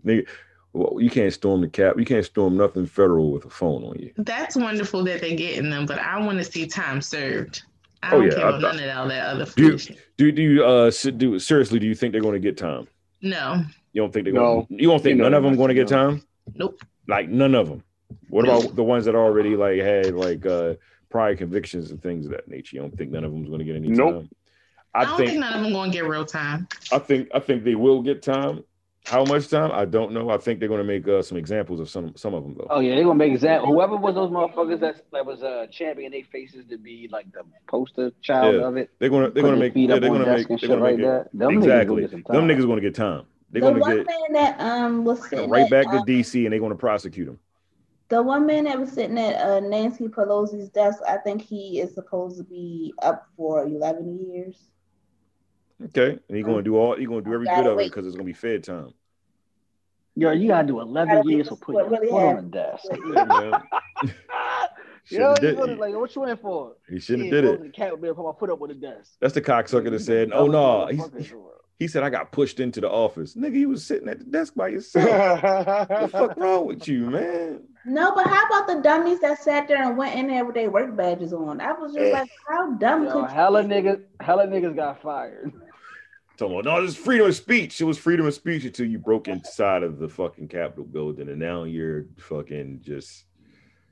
[SPEAKER 3] Nigga, well, you can't storm the cap. You can't storm nothing federal with a phone on you.
[SPEAKER 7] That's wonderful that they're getting them, but I want to see time served. I
[SPEAKER 3] Oh,
[SPEAKER 7] don't
[SPEAKER 3] yeah,
[SPEAKER 7] care
[SPEAKER 3] I-
[SPEAKER 7] about none of all that other
[SPEAKER 3] Do you-
[SPEAKER 7] foolish.
[SPEAKER 3] Do do you uh se- do seriously? Do you think they're going to get time?
[SPEAKER 7] No,
[SPEAKER 3] You don't think they're going?
[SPEAKER 4] No.
[SPEAKER 3] You don't think
[SPEAKER 4] You know
[SPEAKER 3] none of them
[SPEAKER 4] nothing,
[SPEAKER 3] going to get
[SPEAKER 4] no.
[SPEAKER 3] time?
[SPEAKER 7] nope.
[SPEAKER 3] like none of them. What about the ones that already like had like uh prior convictions and things of that nature? You don't think none of them's going to get any
[SPEAKER 4] Nope.
[SPEAKER 3] time?
[SPEAKER 7] I,
[SPEAKER 3] I
[SPEAKER 7] don't
[SPEAKER 3] think,
[SPEAKER 7] think, none of them going to get real time.
[SPEAKER 3] I think I think they will get time. How much time? I don't know. I think they're going to make uh, some examples of some some of them though.
[SPEAKER 5] Oh yeah, they're gonna make example. Whoever was those motherfuckers that that was uh championing their faces to be like the poster child
[SPEAKER 3] Yeah.
[SPEAKER 5] of it.
[SPEAKER 3] They're going to they're going to
[SPEAKER 5] putting
[SPEAKER 3] make
[SPEAKER 5] their feet
[SPEAKER 3] yeah,
[SPEAKER 5] up
[SPEAKER 3] they're
[SPEAKER 5] on
[SPEAKER 3] going to make
[SPEAKER 5] desk and
[SPEAKER 3] they're
[SPEAKER 5] shit
[SPEAKER 3] going
[SPEAKER 5] like
[SPEAKER 3] to make it.
[SPEAKER 5] that. Them
[SPEAKER 3] exactly.
[SPEAKER 5] Niggas gonna get
[SPEAKER 3] Them
[SPEAKER 5] some time.
[SPEAKER 3] niggas going to get time. They're
[SPEAKER 6] The
[SPEAKER 3] going
[SPEAKER 6] one
[SPEAKER 3] to get
[SPEAKER 6] man that um was sitting
[SPEAKER 3] right
[SPEAKER 6] at,
[SPEAKER 3] back to
[SPEAKER 6] uh,
[SPEAKER 3] DC and they're going to prosecute them.
[SPEAKER 6] The one man that was sitting at uh, Nancy Pelosi's desk, I think he is supposed to be up for 11 years.
[SPEAKER 3] Okay, and he's going to do all he's going to do every
[SPEAKER 6] Gotta
[SPEAKER 3] bit of it
[SPEAKER 6] wait.
[SPEAKER 3] because it's going to be fed time.
[SPEAKER 5] Yo, you gotta do
[SPEAKER 6] Gotta
[SPEAKER 5] 11
[SPEAKER 6] be
[SPEAKER 5] years for
[SPEAKER 6] just
[SPEAKER 5] putting
[SPEAKER 6] what
[SPEAKER 5] your
[SPEAKER 6] really
[SPEAKER 5] foot on the
[SPEAKER 6] happened.
[SPEAKER 5] desk.
[SPEAKER 3] Yeah, man. Shouldn't
[SPEAKER 5] Yo,
[SPEAKER 3] have
[SPEAKER 5] you
[SPEAKER 3] did-
[SPEAKER 5] gonna like, what you in for?
[SPEAKER 3] He shouldn't have
[SPEAKER 5] Shit,
[SPEAKER 3] did it.
[SPEAKER 5] The cat would be able to put my foot up with the desk.
[SPEAKER 3] That's the cocksucker that said, "Oh no, he's, He said, I got pushed into the office. Nigga, you was sitting at the desk by yourself. what the fuck wrong with you, man?
[SPEAKER 6] No, but how about the dummies that sat there and went in there with their work badges on? I was just like, how dumb
[SPEAKER 5] Yo,
[SPEAKER 6] could
[SPEAKER 5] hella niggas, hella niggas got fired.
[SPEAKER 3] Talking about, no, this is freedom of speech. It was freedom of speech until you broke inside of the fucking Capitol building and now you're fucking just,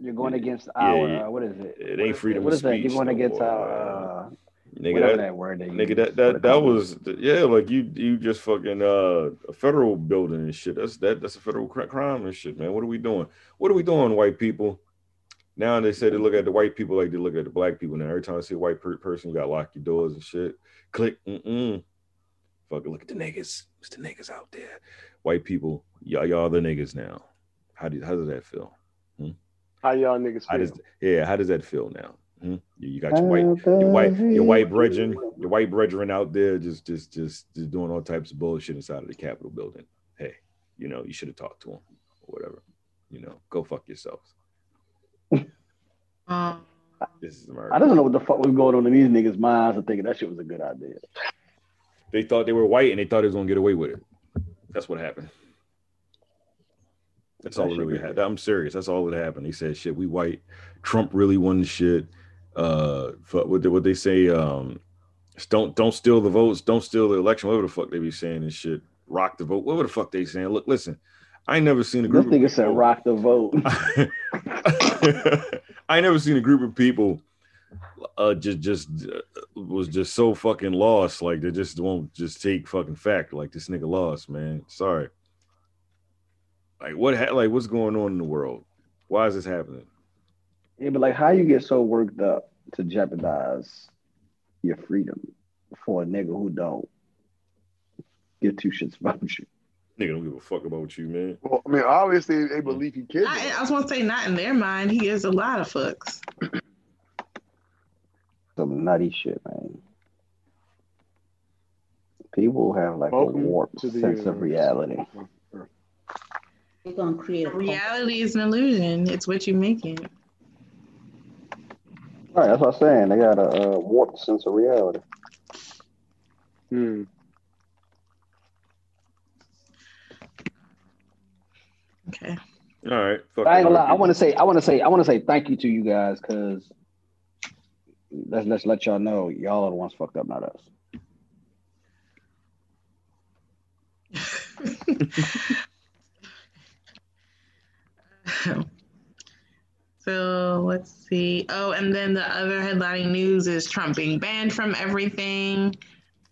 [SPEAKER 5] You're going against
[SPEAKER 3] Yeah,
[SPEAKER 5] our
[SPEAKER 3] yeah.
[SPEAKER 5] uh, what is it?
[SPEAKER 3] it ain't freedom
[SPEAKER 5] What
[SPEAKER 3] of
[SPEAKER 5] is
[SPEAKER 3] speech.
[SPEAKER 5] that? You're going
[SPEAKER 3] no
[SPEAKER 5] against
[SPEAKER 3] more,
[SPEAKER 5] our uh,
[SPEAKER 3] man.
[SPEAKER 5] whatever
[SPEAKER 3] Nigga, that,
[SPEAKER 5] that word they
[SPEAKER 3] nigga,
[SPEAKER 5] use
[SPEAKER 3] that,
[SPEAKER 5] for the
[SPEAKER 3] that, that
[SPEAKER 5] company.
[SPEAKER 3] was, yeah, like you, you just fucking, uh, a federal building and shit. That's, that, that's a federal cri- crime and shit, man. What are we doing? What are we doing, white people? Now they say they look at the white people like they look at the black people. Now every time I see a white per- person, you got to lock your doors and shit. Click, mm-mm. Fucking look at the niggas. It's the niggas out there. White people, y'all, y'all the niggas now. How do how does that feel?
[SPEAKER 4] How y'all niggas
[SPEAKER 3] How does
[SPEAKER 4] feel?
[SPEAKER 3] yeah? How does that feel now? Hmm? You, you got your white your white your white brethren your white brethren out there just just just just doing all types of bullshit inside of the Capitol building. Hey, you know you should have talked to them or whatever. You know, go fuck yourselves.
[SPEAKER 7] Um,
[SPEAKER 3] This is
[SPEAKER 5] I
[SPEAKER 3] America.
[SPEAKER 5] don't know what the fuck was going on in these niggas' minds. I'm thinking that shit was a good idea.
[SPEAKER 3] They thought they were white and they thought they was gonna get away with it. That's what happened. That's all it really happened. I'm serious. That's all that happened. They said, "Shit, we white." Trump really won the shit. Uh, fuck, what did what they say? Um, don't don't steal the votes. Don't steal the election. Whatever the fuck they be saying and shit. Rock the vote. Whatever the fuck they saying. Look, listen. I ain't never seen a
[SPEAKER 5] This
[SPEAKER 3] group. of
[SPEAKER 5] nigga said
[SPEAKER 3] people-
[SPEAKER 5] rock the vote.
[SPEAKER 3] I ain't never seen a group of people uh just just uh, was just so fucking lost like they just won't just take fucking fact like this nigga lost man sorry like what ha- like what's going on in the world why is this happening
[SPEAKER 5] Yeah, but like, how you get so worked up to jeopardize your freedom for a nigga who don't give two shits about you?
[SPEAKER 3] nigga don't give a fuck about you man
[SPEAKER 4] Well, I mean, obviously they believe he killed
[SPEAKER 7] I,
[SPEAKER 4] him.
[SPEAKER 7] I was gonna say not in their mind. He gives a lot of fucks.
[SPEAKER 5] Some nutty shit, man. People have like
[SPEAKER 4] Welcome
[SPEAKER 5] a warped
[SPEAKER 4] to the
[SPEAKER 5] sense of
[SPEAKER 4] universe.
[SPEAKER 5] reality.
[SPEAKER 6] We're gonna create a cult.
[SPEAKER 7] Reality is an illusion. It's what you make it.
[SPEAKER 5] Right, that's what I'm saying. They got a uh, warped sense of reality.
[SPEAKER 4] Hmm.
[SPEAKER 7] Okay.
[SPEAKER 3] all right fuck
[SPEAKER 5] I ain't gonna lie.
[SPEAKER 3] it.
[SPEAKER 5] I want to say, I want to say, I want to say thank you to you guys because let's let's let y'all know y'all are the ones fucked up, not us.
[SPEAKER 7] so let's see. Oh, and then the other headlining news is Trump being banned from everything.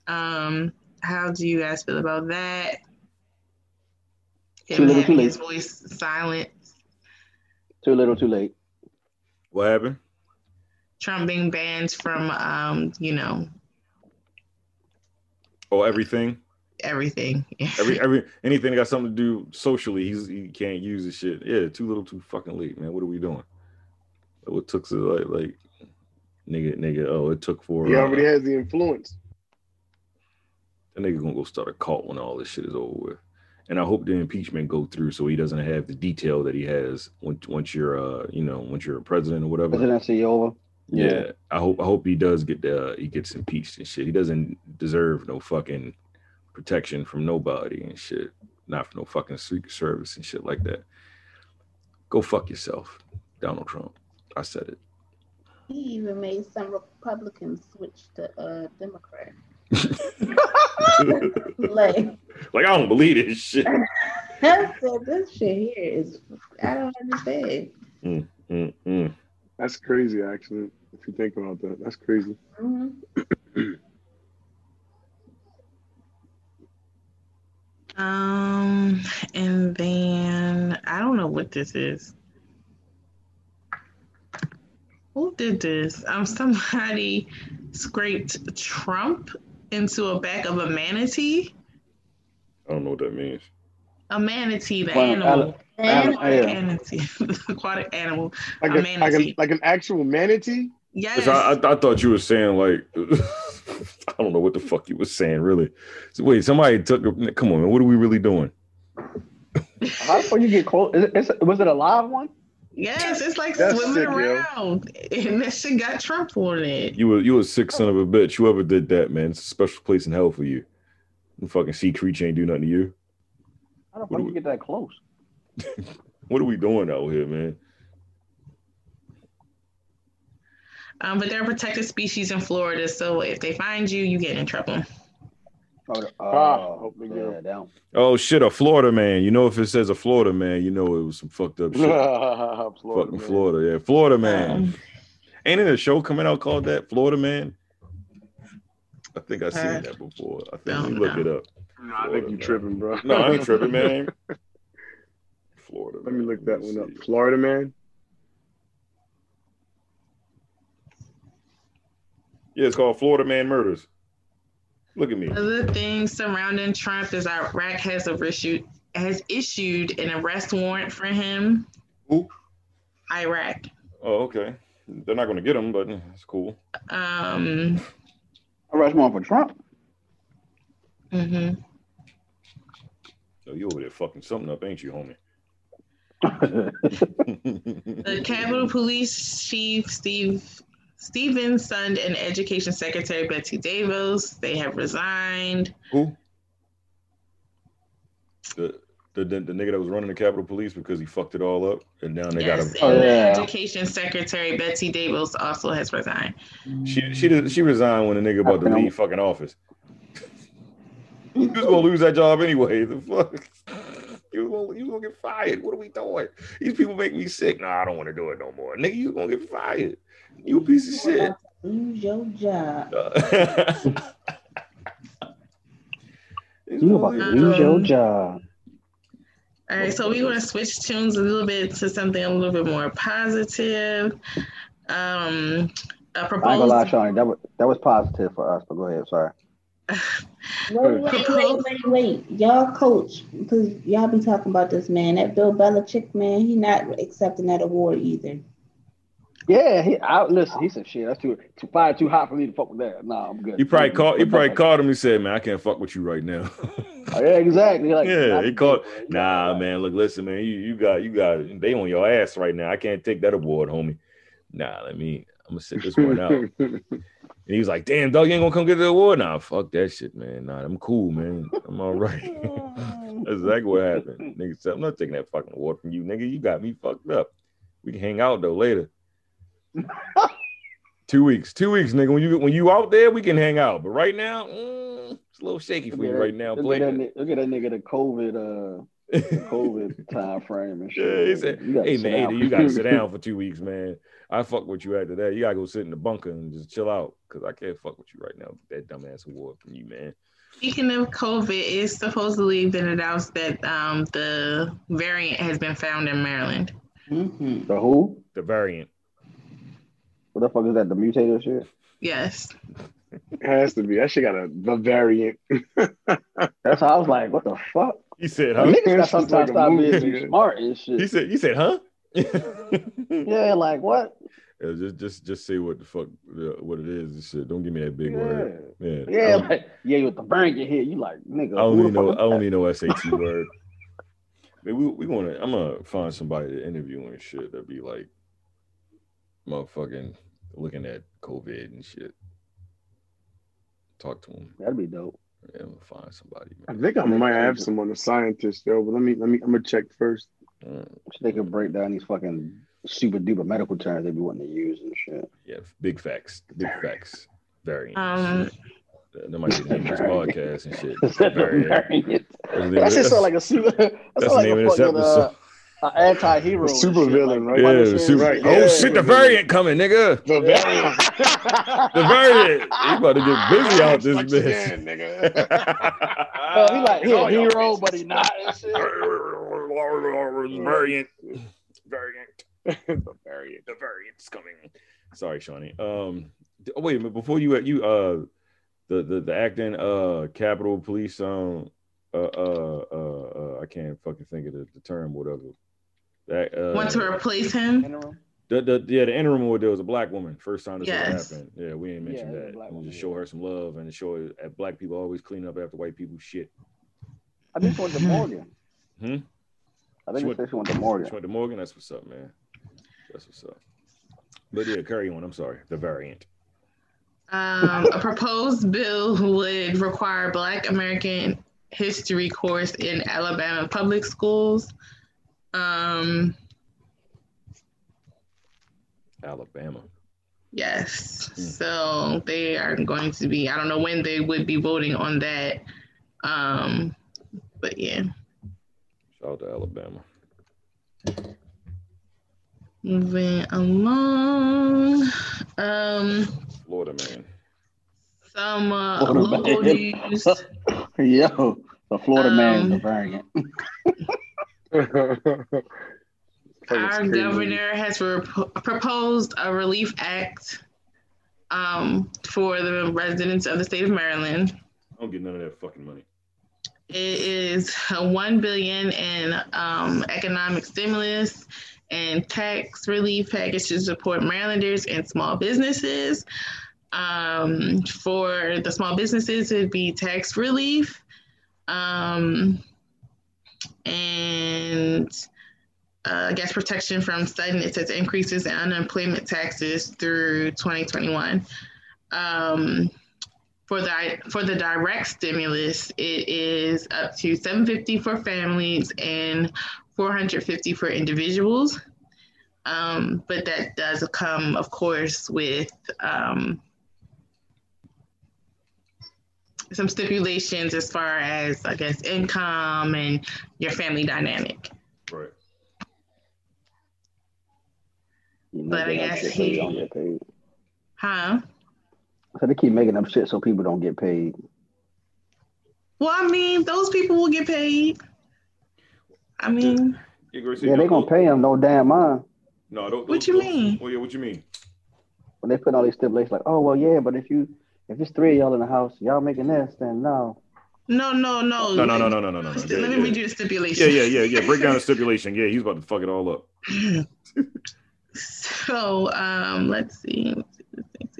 [SPEAKER 7] Um, how do you guys feel about that?
[SPEAKER 5] Too
[SPEAKER 7] Him
[SPEAKER 5] little, too
[SPEAKER 7] having
[SPEAKER 5] late.
[SPEAKER 7] his voice silent.
[SPEAKER 5] Too little, too late.
[SPEAKER 3] what happened
[SPEAKER 7] Trump being banned from, um, you know,
[SPEAKER 3] oh everything
[SPEAKER 7] everything.
[SPEAKER 3] every every anything that got something to do socially, he's, he can't use this shit. Yeah, too little, too fucking late, man. What are we doing? What took so like like nigga nigga? Oh, it took for
[SPEAKER 4] He
[SPEAKER 3] uh,
[SPEAKER 4] already has the influence.
[SPEAKER 3] that nigga gonna go start a cult when all this shit is over with. And I hope the impeachment go through so he doesn't have the detail that he has once once you're uh you know once you're a president or whatever.
[SPEAKER 5] Presidency over.
[SPEAKER 3] Yeah. I hope I hope he does get the uh, he gets impeached and shit. He doesn't deserve no fucking protection from nobody and shit. Not from no fucking Secret Service and shit like that. Go fuck yourself, Donald Trump. I said it.
[SPEAKER 6] He even made some Republicans switch to uh, Democrat. Like,
[SPEAKER 3] like I don't believe this shit.
[SPEAKER 6] I said, this shit here is, I don't understand.
[SPEAKER 3] Mm-mm.
[SPEAKER 4] That's crazy, actually. If you think about that, that's crazy.
[SPEAKER 6] Mhm.
[SPEAKER 7] Um, and then I don't know what this is. Who did this? Um, somebody scraped Trump into a back of a manatee.
[SPEAKER 3] I don't know what that means.
[SPEAKER 7] A manatee, the
[SPEAKER 5] Aquatic
[SPEAKER 7] animal.
[SPEAKER 6] And
[SPEAKER 5] Adam-
[SPEAKER 7] Aquatic
[SPEAKER 5] yeah.
[SPEAKER 7] manatee, aquatic animal.
[SPEAKER 4] Like, a,
[SPEAKER 7] A
[SPEAKER 4] like, a,
[SPEAKER 7] manatee.
[SPEAKER 4] like an actual manatee.
[SPEAKER 7] Yes.
[SPEAKER 3] 'Cause I, I, I thought you were saying like I don't know what the fuck you were saying really. So wait, somebody took a, come on man, what are we really doing?
[SPEAKER 5] How the fuck you get close? Is it, is, it- was it a live one?
[SPEAKER 7] yes, it's like
[SPEAKER 4] That's
[SPEAKER 7] swimming
[SPEAKER 4] sick, yo.
[SPEAKER 7] around, and that shit got Trump on it.
[SPEAKER 3] You were you a sick son of a bitch. Whoever did that, man, it's a special place in hell for you. You fucking sea creature ain't do nothing to you.
[SPEAKER 5] How the fuck you get that close?
[SPEAKER 3] What are we doing out here, man?
[SPEAKER 7] Um, but they're a protected species in Florida, so if they find you, you get in trouble.
[SPEAKER 5] Oh,
[SPEAKER 4] Ah, hope we
[SPEAKER 5] yeah, down.
[SPEAKER 3] Oh shit, a Florida man. You know if it says a Florida man, you know it was some fucked up shit.
[SPEAKER 4] Florida,
[SPEAKER 3] Fucking
[SPEAKER 4] man.
[SPEAKER 3] Florida, yeah, Florida man.
[SPEAKER 7] Um,
[SPEAKER 3] Ain't it a show coming out called that, Florida man? I think I seen
[SPEAKER 7] Uh,
[SPEAKER 3] that before. I think
[SPEAKER 7] don't
[SPEAKER 3] you look
[SPEAKER 7] know.
[SPEAKER 3] it up.
[SPEAKER 4] Nah, I think you tripping, bro.
[SPEAKER 3] No, I ain't tripping, man. Florida.
[SPEAKER 4] Let me
[SPEAKER 3] man.
[SPEAKER 4] look that one up.
[SPEAKER 3] see.
[SPEAKER 4] Florida man.
[SPEAKER 3] Yeah, it's called Florida Man Murders. Look at me.
[SPEAKER 7] Other things surrounding Trump is Iraq has issued has issued an arrest warrant for him.
[SPEAKER 3] Who?
[SPEAKER 7] Iraq.
[SPEAKER 3] Oh, okay. They're not gonna get him, but it's cool.
[SPEAKER 7] Um,
[SPEAKER 5] Arrest one for Trump.
[SPEAKER 7] mhm.
[SPEAKER 3] Yo, you over there fucking something up, ain't you,
[SPEAKER 5] That's
[SPEAKER 3] homie?
[SPEAKER 7] The Capitol Police Chief Steve Stevens, Sund, and Education Secretary Betsy Davis. They have resigned.
[SPEAKER 3] Who? The, the, the, the nigga that was running the Capitol Police because he fucked it all up, and now they
[SPEAKER 7] yes,
[SPEAKER 3] got him.
[SPEAKER 5] Oh,
[SPEAKER 7] and the
[SPEAKER 5] yeah.
[SPEAKER 7] Education Secretary Betsy Davis also has resigned.
[SPEAKER 3] She she did- she resigned when the nigga about to
[SPEAKER 5] Okay.
[SPEAKER 3] leave fucking office. you was gonna lose that job anyway. The fuck. You was gonna, you was gonna get fired. What are we doing? These people make me sick. Nah, I don't want to do it no more. Nigga, you gonna get fired. You a piece of shit.
[SPEAKER 6] Lose your job.
[SPEAKER 3] Uh,
[SPEAKER 5] You about to lose your job.
[SPEAKER 7] All right, so we're going to switch tunes a little bit to something a little bit more positive. Um, a
[SPEAKER 5] I ain't gonna lie,
[SPEAKER 7] proposed
[SPEAKER 5] Sean. That was that was positive for us, but go ahead. Sorry.
[SPEAKER 6] Wait, wait, wait, wait, wait. Y'all coach, because y'all be talking about this man. That Bill Belichick man, he not accepting that award either.
[SPEAKER 5] Yeah, he out. Listen, he said, "Shit, that's too, too fire, too hot for me to fuck with that." Nah, I'm good.
[SPEAKER 3] He probably called. He probably called him and said, "Man, I can't fuck with you right now."
[SPEAKER 5] Oh, yeah, exactly. Like,
[SPEAKER 3] yeah,
[SPEAKER 5] I'm
[SPEAKER 3] he
[SPEAKER 5] good,
[SPEAKER 3] called.
[SPEAKER 5] bro.
[SPEAKER 3] Nah, man. Look, listen, man. You you got you got. They on your ass right now. I can't take that award, homie. Nah, let me. I'm gonna sit this one out. And he was like, "Damn, dog, you ain't gonna come get the award." Nah, fuck that shit, man. Nah, I'm cool, man. I'm all right. That's exactly what happened. Nigga said, "I'm not taking that fucking award from you, nigga. You got me fucked up. We can hang out though later." Two weeks, two weeks, nigga. When you when you out there, we can hang out. But right now, mm, it's a little shaky for
[SPEAKER 5] Look
[SPEAKER 3] you
[SPEAKER 5] at that-
[SPEAKER 3] right now,
[SPEAKER 5] Look at, that,
[SPEAKER 3] Blake.
[SPEAKER 5] ni- look at that nigga, the COVID, uh, the COVID time frame and
[SPEAKER 3] Yeah,
[SPEAKER 5] shit.
[SPEAKER 3] he said,
[SPEAKER 5] You gotta
[SPEAKER 3] "Hey
[SPEAKER 5] sit
[SPEAKER 3] man,
[SPEAKER 5] down."
[SPEAKER 3] Ada, you gotta sit down for two weeks, man. I fuck with you after that. You gotta go sit in the bunker and just chill out, cause I can't fuck with you right now. with That dumbass award from you, man.
[SPEAKER 7] Speaking of COVID, it's supposedly been announced that um, the variant has been found in Maryland.
[SPEAKER 6] Mm-hmm.
[SPEAKER 5] The who?
[SPEAKER 3] The variant.
[SPEAKER 5] What the fuck is that? The mutated shit?
[SPEAKER 7] Yes.
[SPEAKER 4] It has to be. That shit got a, a variant.
[SPEAKER 5] That's how I was like, what the fuck?
[SPEAKER 3] He said, huh?
[SPEAKER 5] Niggas gotta
[SPEAKER 4] It's
[SPEAKER 5] sometimes
[SPEAKER 4] like a
[SPEAKER 5] stop being
[SPEAKER 4] movie,
[SPEAKER 5] too
[SPEAKER 4] nigga.
[SPEAKER 5] smart and
[SPEAKER 3] He
[SPEAKER 5] shit.
[SPEAKER 3] said, you said, huh? Yeah,
[SPEAKER 5] Yeah, like what?
[SPEAKER 3] just, just, just say what the fuck, uh, what it is and shit. Don't give me that big
[SPEAKER 5] Yeah,
[SPEAKER 3] word. Yeah.
[SPEAKER 5] yeah,
[SPEAKER 3] I don't,
[SPEAKER 5] like, yeah, with the brain you hit, you like, nigga.
[SPEAKER 3] I don't
[SPEAKER 5] who
[SPEAKER 3] even
[SPEAKER 5] the fuck
[SPEAKER 3] know.
[SPEAKER 5] is
[SPEAKER 3] I don't even know SAT word. Maybe we we gonna. I'm gonna find somebody to interview and shit. That'd be like, motherfucking looking at COVID and shit. Talk to him.
[SPEAKER 5] that? That'd be dope.
[SPEAKER 3] Yeah, I'm gonna find somebody.
[SPEAKER 4] I
[SPEAKER 3] Man.
[SPEAKER 4] think I might have some on the scientist though, but let me let me I'm gonna check first.
[SPEAKER 3] Mm,
[SPEAKER 5] They could break down these fucking super duper medical terms they be wanting to use and shit.
[SPEAKER 3] yeah, big facts. Big facts. Variants.
[SPEAKER 7] Um,
[SPEAKER 3] that, that might be the name of this
[SPEAKER 5] Variant.
[SPEAKER 3] podcast and shit.
[SPEAKER 5] Is that the
[SPEAKER 3] Variant.
[SPEAKER 5] variant?
[SPEAKER 3] That's the name
[SPEAKER 5] That
[SPEAKER 3] of-
[SPEAKER 5] shit sound like a super. That
[SPEAKER 3] that's the
[SPEAKER 5] sound like
[SPEAKER 3] name
[SPEAKER 5] a
[SPEAKER 3] of this
[SPEAKER 5] fucking
[SPEAKER 3] episode.
[SPEAKER 5] uh, an
[SPEAKER 4] A
[SPEAKER 5] anti-hero. and
[SPEAKER 4] super
[SPEAKER 5] shit,
[SPEAKER 4] villain,
[SPEAKER 5] like,
[SPEAKER 4] right?
[SPEAKER 3] yeah,
[SPEAKER 5] Punisher and
[SPEAKER 3] super-
[SPEAKER 4] Right,
[SPEAKER 3] Oh
[SPEAKER 4] yeah.
[SPEAKER 3] shit, the variant coming, nigga.
[SPEAKER 4] The variant.
[SPEAKER 3] The variant. You about to get busy out this
[SPEAKER 4] Like,
[SPEAKER 3] bitch.
[SPEAKER 4] yeah, nigga.
[SPEAKER 5] Uh, he like he
[SPEAKER 4] Oh,
[SPEAKER 5] a
[SPEAKER 4] y'all
[SPEAKER 5] hero,
[SPEAKER 4] bitches.
[SPEAKER 5] but he not. and shit.
[SPEAKER 3] variant, variant,
[SPEAKER 4] the variant.
[SPEAKER 3] the variant's coming. Sorry, Shawnee. Um, d- oh, wait a minute. Before you, you, uh, the the the acting, uh, Capitol Police, um, uh, uh, uh, uh I can't fucking think of the, the term, whatever. That uh,
[SPEAKER 7] want to replace him?
[SPEAKER 3] the, the yeah, the interim award there was a black woman. First time this ever
[SPEAKER 7] Yes.
[SPEAKER 3] happened. Yeah, we ain't mentioned
[SPEAKER 5] Yeah, it was a
[SPEAKER 3] that.
[SPEAKER 5] black
[SPEAKER 3] We
[SPEAKER 5] woman,
[SPEAKER 3] just
[SPEAKER 5] yeah.
[SPEAKER 3] show her some love and show her that black people always clean up after white people shit.
[SPEAKER 5] I think she went to Morgan.
[SPEAKER 3] Hmm?
[SPEAKER 5] I think
[SPEAKER 3] She
[SPEAKER 5] she
[SPEAKER 3] went-
[SPEAKER 5] said she went to
[SPEAKER 3] She
[SPEAKER 5] Morgan.
[SPEAKER 3] went to Morgan. That's what's up, man. That's what's up. But yeah, carry on. I'm sorry. The variant.
[SPEAKER 7] Um, a proposed bill would require Black American history course in Alabama public schools. Um,
[SPEAKER 3] Alabama.
[SPEAKER 7] yes. So they are going to be, I don't know when they would be voting on that. Um, but yeah.
[SPEAKER 3] Shout out to Alabama.
[SPEAKER 7] Moving along. Um,
[SPEAKER 3] Florida man.
[SPEAKER 7] some uh,
[SPEAKER 5] Florida
[SPEAKER 7] local
[SPEAKER 5] man.
[SPEAKER 7] news.
[SPEAKER 5] Yo, the Florida man is the
[SPEAKER 7] Um,
[SPEAKER 5] variant.
[SPEAKER 7] Our governor has rep- proposed a relief act um, for the residents of the state of Maryland.
[SPEAKER 3] I don't get none of that fucking money.
[SPEAKER 7] It is a one billion in um, economic stimulus and tax relief package to support Marylanders and small businesses. Um, for the small businesses, it'd be tax relief, um, and uh, I guess protection from sudden it says increases in unemployment taxes through 2021. Um, for the for the direct stimulus, it is up to 750 for families and 450 for individuals. Um, but that does come, of course, with um, some stipulations as far as I guess income and your family dynamic.
[SPEAKER 3] Right.
[SPEAKER 5] You know,
[SPEAKER 7] But I
[SPEAKER 5] they don't
[SPEAKER 7] guess
[SPEAKER 5] get paid,
[SPEAKER 7] he-
[SPEAKER 5] don't get paid.
[SPEAKER 7] Huh?
[SPEAKER 5] So they keep making up shit so people don't get paid.
[SPEAKER 7] Well, I mean, those people will get paid. I mean,
[SPEAKER 3] Yeah, Gracie,
[SPEAKER 5] Yeah, they
[SPEAKER 3] don't-
[SPEAKER 5] gonna pay them no damn mind.
[SPEAKER 3] No, don't.
[SPEAKER 7] What
[SPEAKER 3] don't-
[SPEAKER 7] you
[SPEAKER 3] don't-
[SPEAKER 7] mean?
[SPEAKER 3] Well, yeah, what you mean?
[SPEAKER 5] When they put all these stipulations, like, oh well, yeah, but if you if it's three of y'all in the house, y'all making this, then no.
[SPEAKER 7] no, no, no.
[SPEAKER 3] No, no, no, no, no, no, no.
[SPEAKER 7] Oh, Let
[SPEAKER 3] Yeah,
[SPEAKER 7] me
[SPEAKER 3] yeah.
[SPEAKER 7] read you the
[SPEAKER 3] Yeah,
[SPEAKER 7] stipulation.
[SPEAKER 3] yeah, yeah, yeah. Break down the stipulation. Yeah, he's about to fuck it all up.
[SPEAKER 7] So um, let's see. Let's see, let's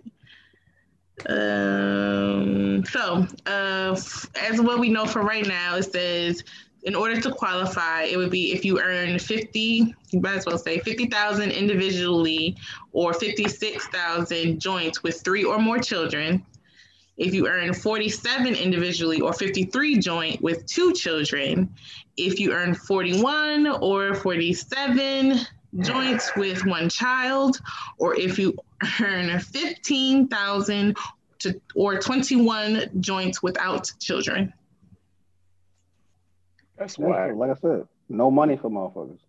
[SPEAKER 7] see. Um, so uh, f- as what we know for right now, it says in order to qualify, it would be if you earn fifty. You might as well say fifty thousand individually or fifty-six thousand joint with three or more children. If you earn forty-seven individually or fifty-three joint with two children. If you earn forty-one or forty-seven joints with one child, or if you earn 15,000 to or 21 joints without children.
[SPEAKER 4] That's
[SPEAKER 5] That's
[SPEAKER 4] why.
[SPEAKER 5] it. Like I said, no money for motherfuckers.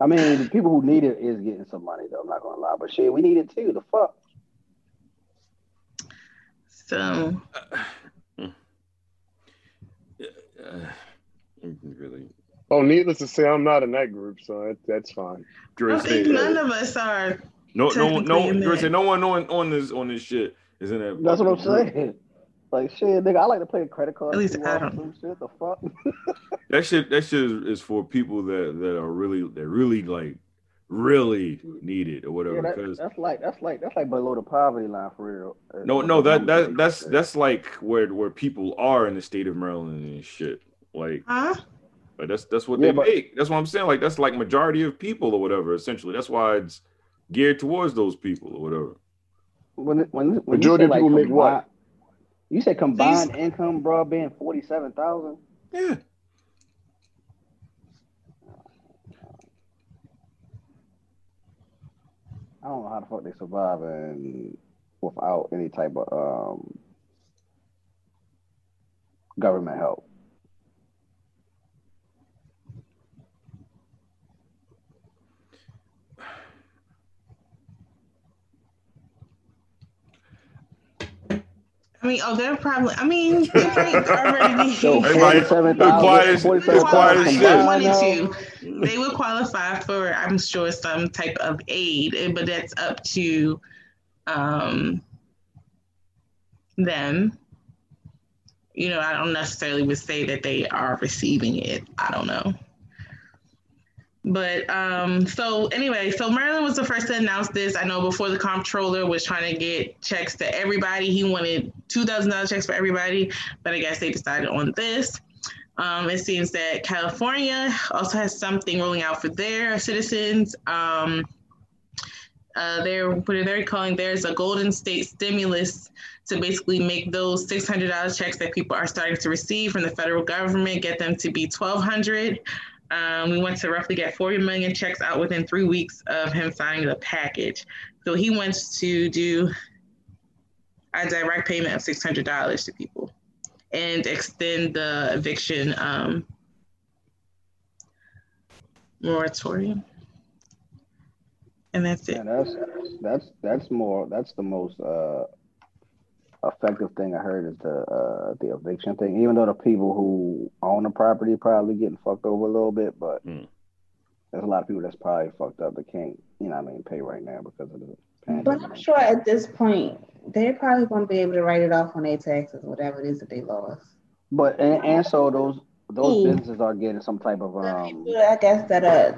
[SPEAKER 5] I mean, the people who need it is getting some money though. I'm not gonna lie, but shit, we need it too. The fuck.
[SPEAKER 7] So,
[SPEAKER 3] Uh, really.
[SPEAKER 4] Oh, needless to say, I'm not in that group, so that, that's fine.
[SPEAKER 7] I
[SPEAKER 3] Gracie,
[SPEAKER 7] think none of us are.
[SPEAKER 3] no, no, one- no,
[SPEAKER 7] technically in
[SPEAKER 3] Gracie,
[SPEAKER 7] that.
[SPEAKER 3] no one on on this on this shit is in that.
[SPEAKER 5] That's what I'm
[SPEAKER 3] group.
[SPEAKER 5] saying. Like shit, nigga, I like to play a credit card.
[SPEAKER 7] At least
[SPEAKER 5] too
[SPEAKER 7] I
[SPEAKER 5] often,
[SPEAKER 7] don't.
[SPEAKER 5] Shit, the fuck.
[SPEAKER 3] That shit, that shit is, is for people that that are really that really like really needed or
[SPEAKER 5] Yeah,
[SPEAKER 3] whatever.
[SPEAKER 5] that-
[SPEAKER 3] Because
[SPEAKER 5] that's like that's like that's like below the poverty line for real.
[SPEAKER 3] no, no, that that that's that's like where where people are in the state of Maryland and shit. Like
[SPEAKER 7] Huh?
[SPEAKER 3] Like that's that's what
[SPEAKER 5] Yeah,
[SPEAKER 3] they
[SPEAKER 5] but-
[SPEAKER 3] make. That's what I'm saying. Like that's like majority of people or whatever. Essentially, that's why it's geared towards those people or whatever.
[SPEAKER 5] when when, when
[SPEAKER 4] Majority of
[SPEAKER 5] you say, like,
[SPEAKER 4] people make what?
[SPEAKER 5] combined- You said combined income, bro, being forty seven thousand.
[SPEAKER 3] Yeah.
[SPEAKER 5] I don't know how the fuck they survive and without any type of um, government help.
[SPEAKER 7] I mean, oh, they're probably. I mean, they might already
[SPEAKER 5] So
[SPEAKER 7] be.
[SPEAKER 3] Everybody-
[SPEAKER 5] $47,000
[SPEAKER 3] quiet as-
[SPEAKER 5] $47,000
[SPEAKER 3] quiet as shit.
[SPEAKER 5] combined, though.
[SPEAKER 7] 22. They would qualify for, I'm sure, some type of aid, eh, but that's up to um, them. You know, I don't necessarily would say that they are receiving it. I don't know. But um, so anyway, so Maryland was the first to announce this. I know before the comptroller was trying to get checks to everybody. He wanted two thousand dollar checks for everybody, but I guess they decided on this. Um, it seems that California also has something rolling out for their citizens. Um, uh, they're what are they calling theirs a Golden State stimulus to basically make those six hundred dollar checks that people are starting to receive from the federal government get them to be twelve hundred. Um, we want to roughly get 40 million checks out within three weeks of him signing the package. So he wants to do a direct payment of $600 to people and extend the eviction um, moratorium. And that's it.
[SPEAKER 5] Yeah, that's that's that's more that's the most uh effective thing I heard is the uh the eviction thing. Even though the people who own the property probably getting fucked over a little bit, but
[SPEAKER 3] Hmm.
[SPEAKER 5] there's a lot of people that's probably fucked up that can't you know what I mean pay right now because of the
[SPEAKER 6] But I'm
[SPEAKER 5] pandemic.
[SPEAKER 6] sure at this point, they're probably going to be able to write it off on their taxes, whatever it is that they lost.
[SPEAKER 5] But and, and so those those
[SPEAKER 7] Ooh.
[SPEAKER 5] businesses are getting some type of
[SPEAKER 6] The
[SPEAKER 5] um
[SPEAKER 6] people, I guess that uh,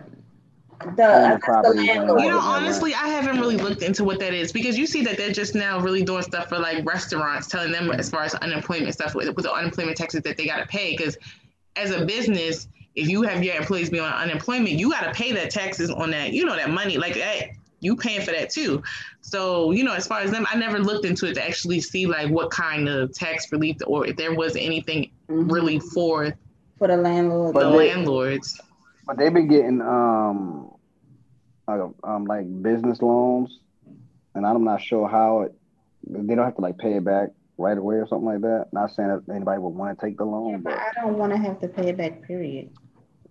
[SPEAKER 6] the, I guess the
[SPEAKER 5] properties and
[SPEAKER 6] landlord.
[SPEAKER 7] You know,
[SPEAKER 5] Yeah, right.
[SPEAKER 7] honestly, I haven't really looked into what that is because you see that they're just now really doing stuff for like restaurants, telling them as far as unemployment stuff with, with the unemployment taxes that they got to pay. Because as a business, if you have your employees be on unemployment, you got to pay that taxes on that, you know, that money like that. You paying for that too. So, you know, as far as them, I never looked into it to actually see like what kind of tax relief or if there was anything really for
[SPEAKER 6] Mm-hmm. for the landlord.
[SPEAKER 5] But
[SPEAKER 7] the
[SPEAKER 5] they-
[SPEAKER 7] landlords.
[SPEAKER 5] But they've been getting um, like, um, like business loans, and I'm not sure how it. They don't have to like pay it back right away or something like that. Not saying that anybody would want to take the
[SPEAKER 6] yeah,
[SPEAKER 5] loan,
[SPEAKER 6] but
[SPEAKER 5] but
[SPEAKER 6] I don't want to have to pay it back. Period.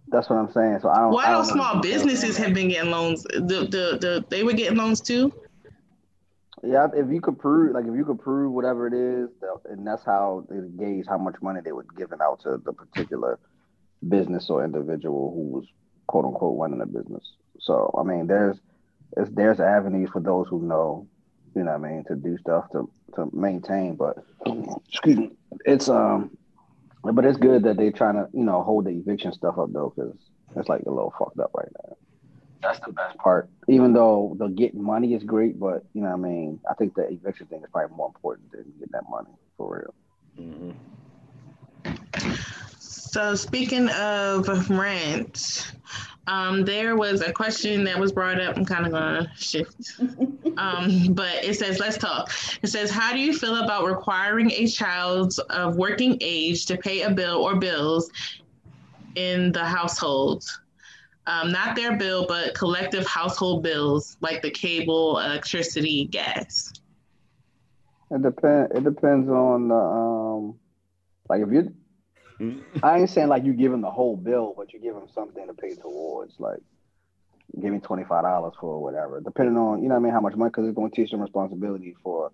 [SPEAKER 5] that's what I'm saying. So I don't.
[SPEAKER 7] Why
[SPEAKER 5] Oh, I don't
[SPEAKER 7] don't small businesses have been getting loans? The, the, the, they were getting loans too?
[SPEAKER 5] Yeah, if you could prove, like, if you could prove whatever it is, they'll- and that's how they gauge how much money they were giving out to the particular business or individual who was quote unquote running the business. So, I mean, there's it's, there's avenues for those who know, you know, what I mean, to do stuff to to maintain. But excuse me, it's um, but it's good that they're trying to you know hold the eviction stuff up though, because it's like a little fucked up right now. That's the best part. Even though the getting money is great, but you know what I mean, I think the eviction thing is probably more important than getting that money for real.
[SPEAKER 3] Mhm.
[SPEAKER 7] So speaking of rent, um, there was a question that was brought up. I'm kind of gonna shift, um, but it says, "Let's talk." It says, "How do you feel about requiring a child of working age to pay a bill or bills in the household? Um, not their bill, but collective household bills like the cable, electricity, gas."
[SPEAKER 5] It depend. It depends on the um, like if you.
[SPEAKER 3] Mhm.
[SPEAKER 5] I ain't saying like you give him the whole bill, but you give him something to pay towards. Like, give me twenty five dollars for whatever, depending on you know what I mean how much money, because it's going to teach them responsibility for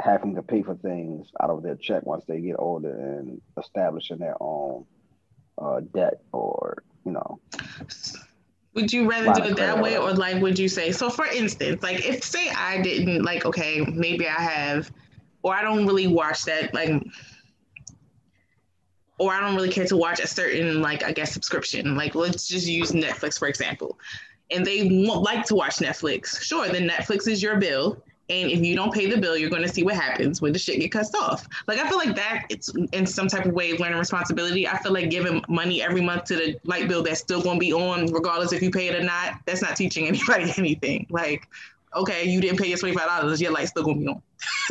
[SPEAKER 5] having to pay for things out of their check once they get older and establishing their own uh, debt or you know
[SPEAKER 7] Would you rather
[SPEAKER 5] Line
[SPEAKER 7] do
[SPEAKER 5] of
[SPEAKER 7] it that
[SPEAKER 5] credit,
[SPEAKER 7] way, or
[SPEAKER 5] whatever.
[SPEAKER 7] like, would you say? So, for instance, like, if say I didn't like, okay, maybe I have, or I don't really watch that, like, or I don't really care to watch a certain, like, I guess subscription. Like, let's just use Netflix for example, and they won't like to watch Netflix. Sure, then Netflix is your bill, and if you don't pay the bill, you're going to see what happens when the shit get cussed off. Like, I feel like that it's in some type of way of learning responsibility. I feel like giving money every month to the light bill that's still going to be on, regardless if you pay it or not. That's not teaching anybody anything. Like, okay, you didn't pay your twenty five dollars, your light's still going to be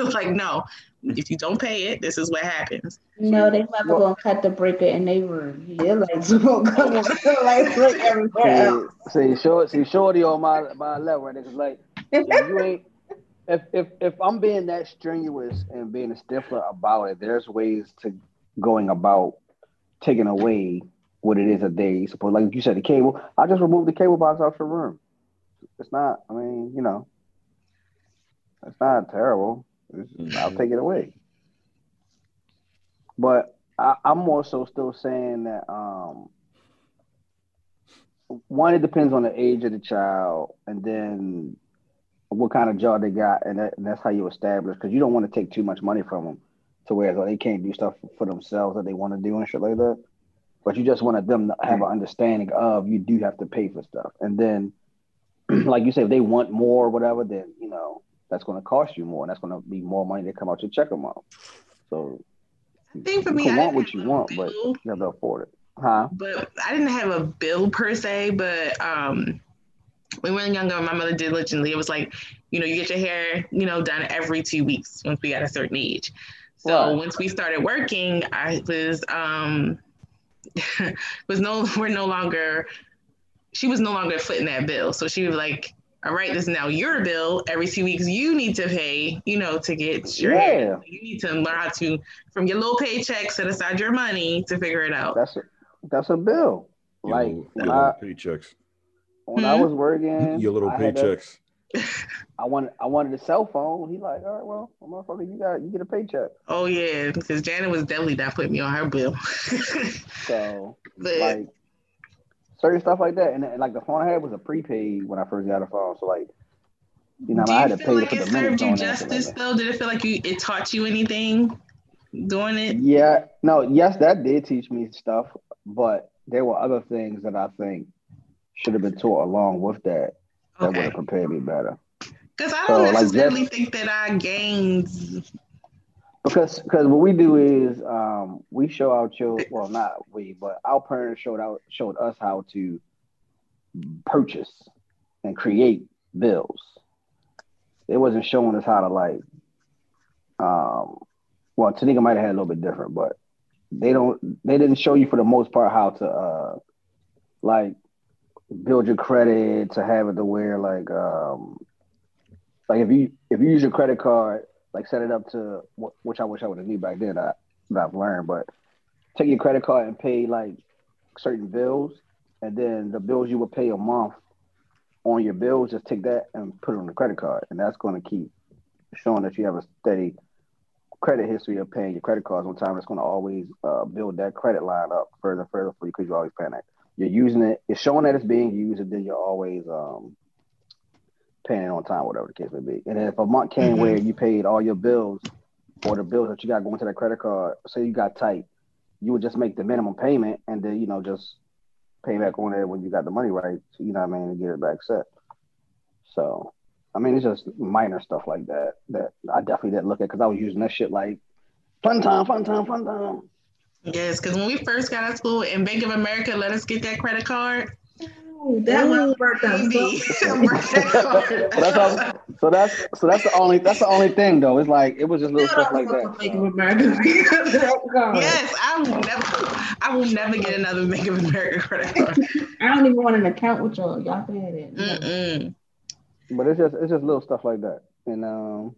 [SPEAKER 7] on. like, no, if you don't pay it, this is what happens.
[SPEAKER 6] No, they never
[SPEAKER 5] Well-
[SPEAKER 6] gonna cut the breaker in their room. They're like, you gonna come on, like break everywhere else.
[SPEAKER 5] See, short, see, shorty on my my level, right? there, 'cause, like, if you ain't, if if if I'm being that strenuous and being a stiffler about it, there's ways to going about taking away what it is that they suppose. Like you said, the cable. I just removed the cable box out your room. It's not. I mean, you know, it's not terrible.
[SPEAKER 3] Mm-hmm.
[SPEAKER 5] It's- I'll take it away. But I, I'm also still saying that. um one, it depends on the age of the child, and then what kind of job they got, and, that, and that's how you establish. Because you don't want to take too much money from them to where like, they can't do stuff for themselves that they want to do and shit like that. But you just wanted them to have an understanding of you do have to pay for stuff, and then, like you said, if they want more or whatever, then you know that's going to cost you more, and that's going to be more money to come out your check amount. So
[SPEAKER 7] Thing for
[SPEAKER 5] you
[SPEAKER 7] me,
[SPEAKER 5] can
[SPEAKER 7] I
[SPEAKER 5] want
[SPEAKER 7] didn't
[SPEAKER 5] what you
[SPEAKER 7] have a
[SPEAKER 5] want, but
[SPEAKER 7] bill.
[SPEAKER 5] you have to afford it, huh?
[SPEAKER 7] but I didn't have a bill per se, but um when we were younger, my mother diligently, it was like, you know, you get your hair, you know, done every two weeks once we got a certain age. So
[SPEAKER 5] Right.
[SPEAKER 7] once we started working, I was um was no we're no longer she was no longer footing that bill. So she was like, All right, this is now your bill. Every two weeks you need to pay, you know, to get your hair.
[SPEAKER 5] Yeah.
[SPEAKER 7] done. You need to learn how to from your little paycheck set aside your money to figure it out.
[SPEAKER 5] That's a, that's a bill.
[SPEAKER 3] Your
[SPEAKER 5] Like
[SPEAKER 3] little-
[SPEAKER 5] when
[SPEAKER 3] your
[SPEAKER 5] I
[SPEAKER 3] little paychecks.
[SPEAKER 5] when I
[SPEAKER 7] Hmm?
[SPEAKER 5] was working,
[SPEAKER 3] Your little
[SPEAKER 5] I had a-
[SPEAKER 3] paychecks.
[SPEAKER 5] I wanted I wanted a cell phone. He like, all right, well, motherfucker, you got you get a paycheck.
[SPEAKER 7] Oh yeah, because Janet was definitely not putting me on her bill.
[SPEAKER 5] So
[SPEAKER 7] but
[SPEAKER 5] like certain stuff like that, and, then, like the phone I had was a prepaid when I first got a phone. So like, you know,
[SPEAKER 7] do you
[SPEAKER 5] I had to pay
[SPEAKER 7] feel like
[SPEAKER 5] for the
[SPEAKER 7] it
[SPEAKER 5] minutes
[SPEAKER 7] served you
[SPEAKER 5] on that. shit like
[SPEAKER 7] justice
[SPEAKER 5] that.
[SPEAKER 7] though? Did it feel like you it taught you anything doing it?
[SPEAKER 5] Yeah, no, yes, that did teach me stuff, but there were other things that I think should have been taught along with that that would
[SPEAKER 7] Okay.
[SPEAKER 5] have prepared me better.
[SPEAKER 7] Because I don't
[SPEAKER 5] So, like,
[SPEAKER 7] necessarily
[SPEAKER 5] that-
[SPEAKER 7] think that I gained
[SPEAKER 5] Because because what we do is um, we show our children well not we but our parents showed out showed us how to purchase and create bills. They wasn't showing us how to like um, well Tanika might have had a little bit different, but they don't they didn't show you for the most part how to uh, like build your credit to have it to where like um, like if you if you use your credit card like set it up to wh- which I wish I would have knew back then. I that I've learned, but take your credit card and pay like certain bills, and then the bills you would pay a month on your bills, just take that and put it on the credit card, and that's going to keep showing that you have a steady credit history of paying your credit cards on time. It's going to always uh, build that credit line up further and further for you because you're always paying that. You're using it. It's showing that it's being used, and then you're always um, paying it on time, whatever the case may be. And then if a month came where you paid all your bills or the bills that you got going to that credit card, say you got tight, you would just make the minimum payment and then, you know, just pay back on it when you got the money right, you know what I mean, and get it back set. So, I mean, it's just minor stuff like that that I definitely didn't look at because I was using that shit like fun time, fun time, fun time.
[SPEAKER 7] Yes, because when we first got out of school and Bank of America let us get that credit card,
[SPEAKER 6] That one worked out.
[SPEAKER 7] baby,
[SPEAKER 5] So that's all- so that's so that's the only that's the only thing though. It's like it was just little stuff like that. so.
[SPEAKER 6] Yes.
[SPEAKER 7] Yes, I will never, I will never get another Bank of America credit card.
[SPEAKER 6] I don't even want an account with y'all. Y'all had it.
[SPEAKER 7] Mm-mm.
[SPEAKER 5] But it's just it's just little stuff like that, and um,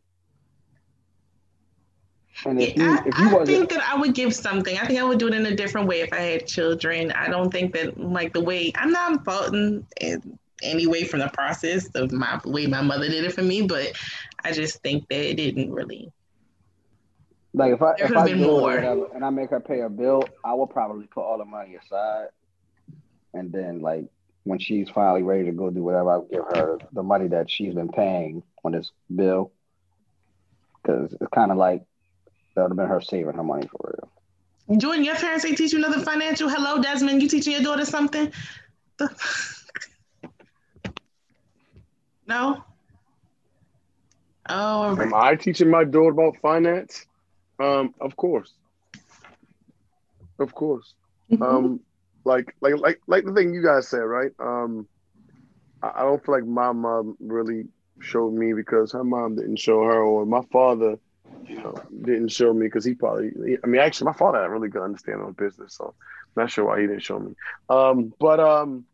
[SPEAKER 5] and if you
[SPEAKER 7] I,
[SPEAKER 5] if you
[SPEAKER 7] I
[SPEAKER 5] wasn't
[SPEAKER 7] think that I would give something. I think I would do it in a different way if I had children. I don't think that like the way I'm not faulting in any way from the process of my way my mother did it for me, but I just think that it didn't really.
[SPEAKER 5] like if I
[SPEAKER 7] there
[SPEAKER 5] if
[SPEAKER 7] could've
[SPEAKER 5] I
[SPEAKER 7] been
[SPEAKER 5] do it or
[SPEAKER 7] more.
[SPEAKER 5] whatever, and I make her pay a bill, I will probably put all the money aside, and then like when she's finally ready to go do whatever, I'll give her the money that she's been paying on this bill, because it's kind of like that would have been her saving her money for real.
[SPEAKER 7] Jordan, your parents ain't teach you nothing financial. Hello, Desmond, you teaching your daughter something? The- no. Oh, all right.
[SPEAKER 4] Am I teaching my daughter about finance? Um, of course. Of course. Um, like like like like the thing you guys said, right? Um I, I don't feel like my mom really showed me because her mom didn't show her or my father you know, didn't show me because he probably I mean actually my father had a really good understanding on business, so I'm not sure why he didn't show me. Um but um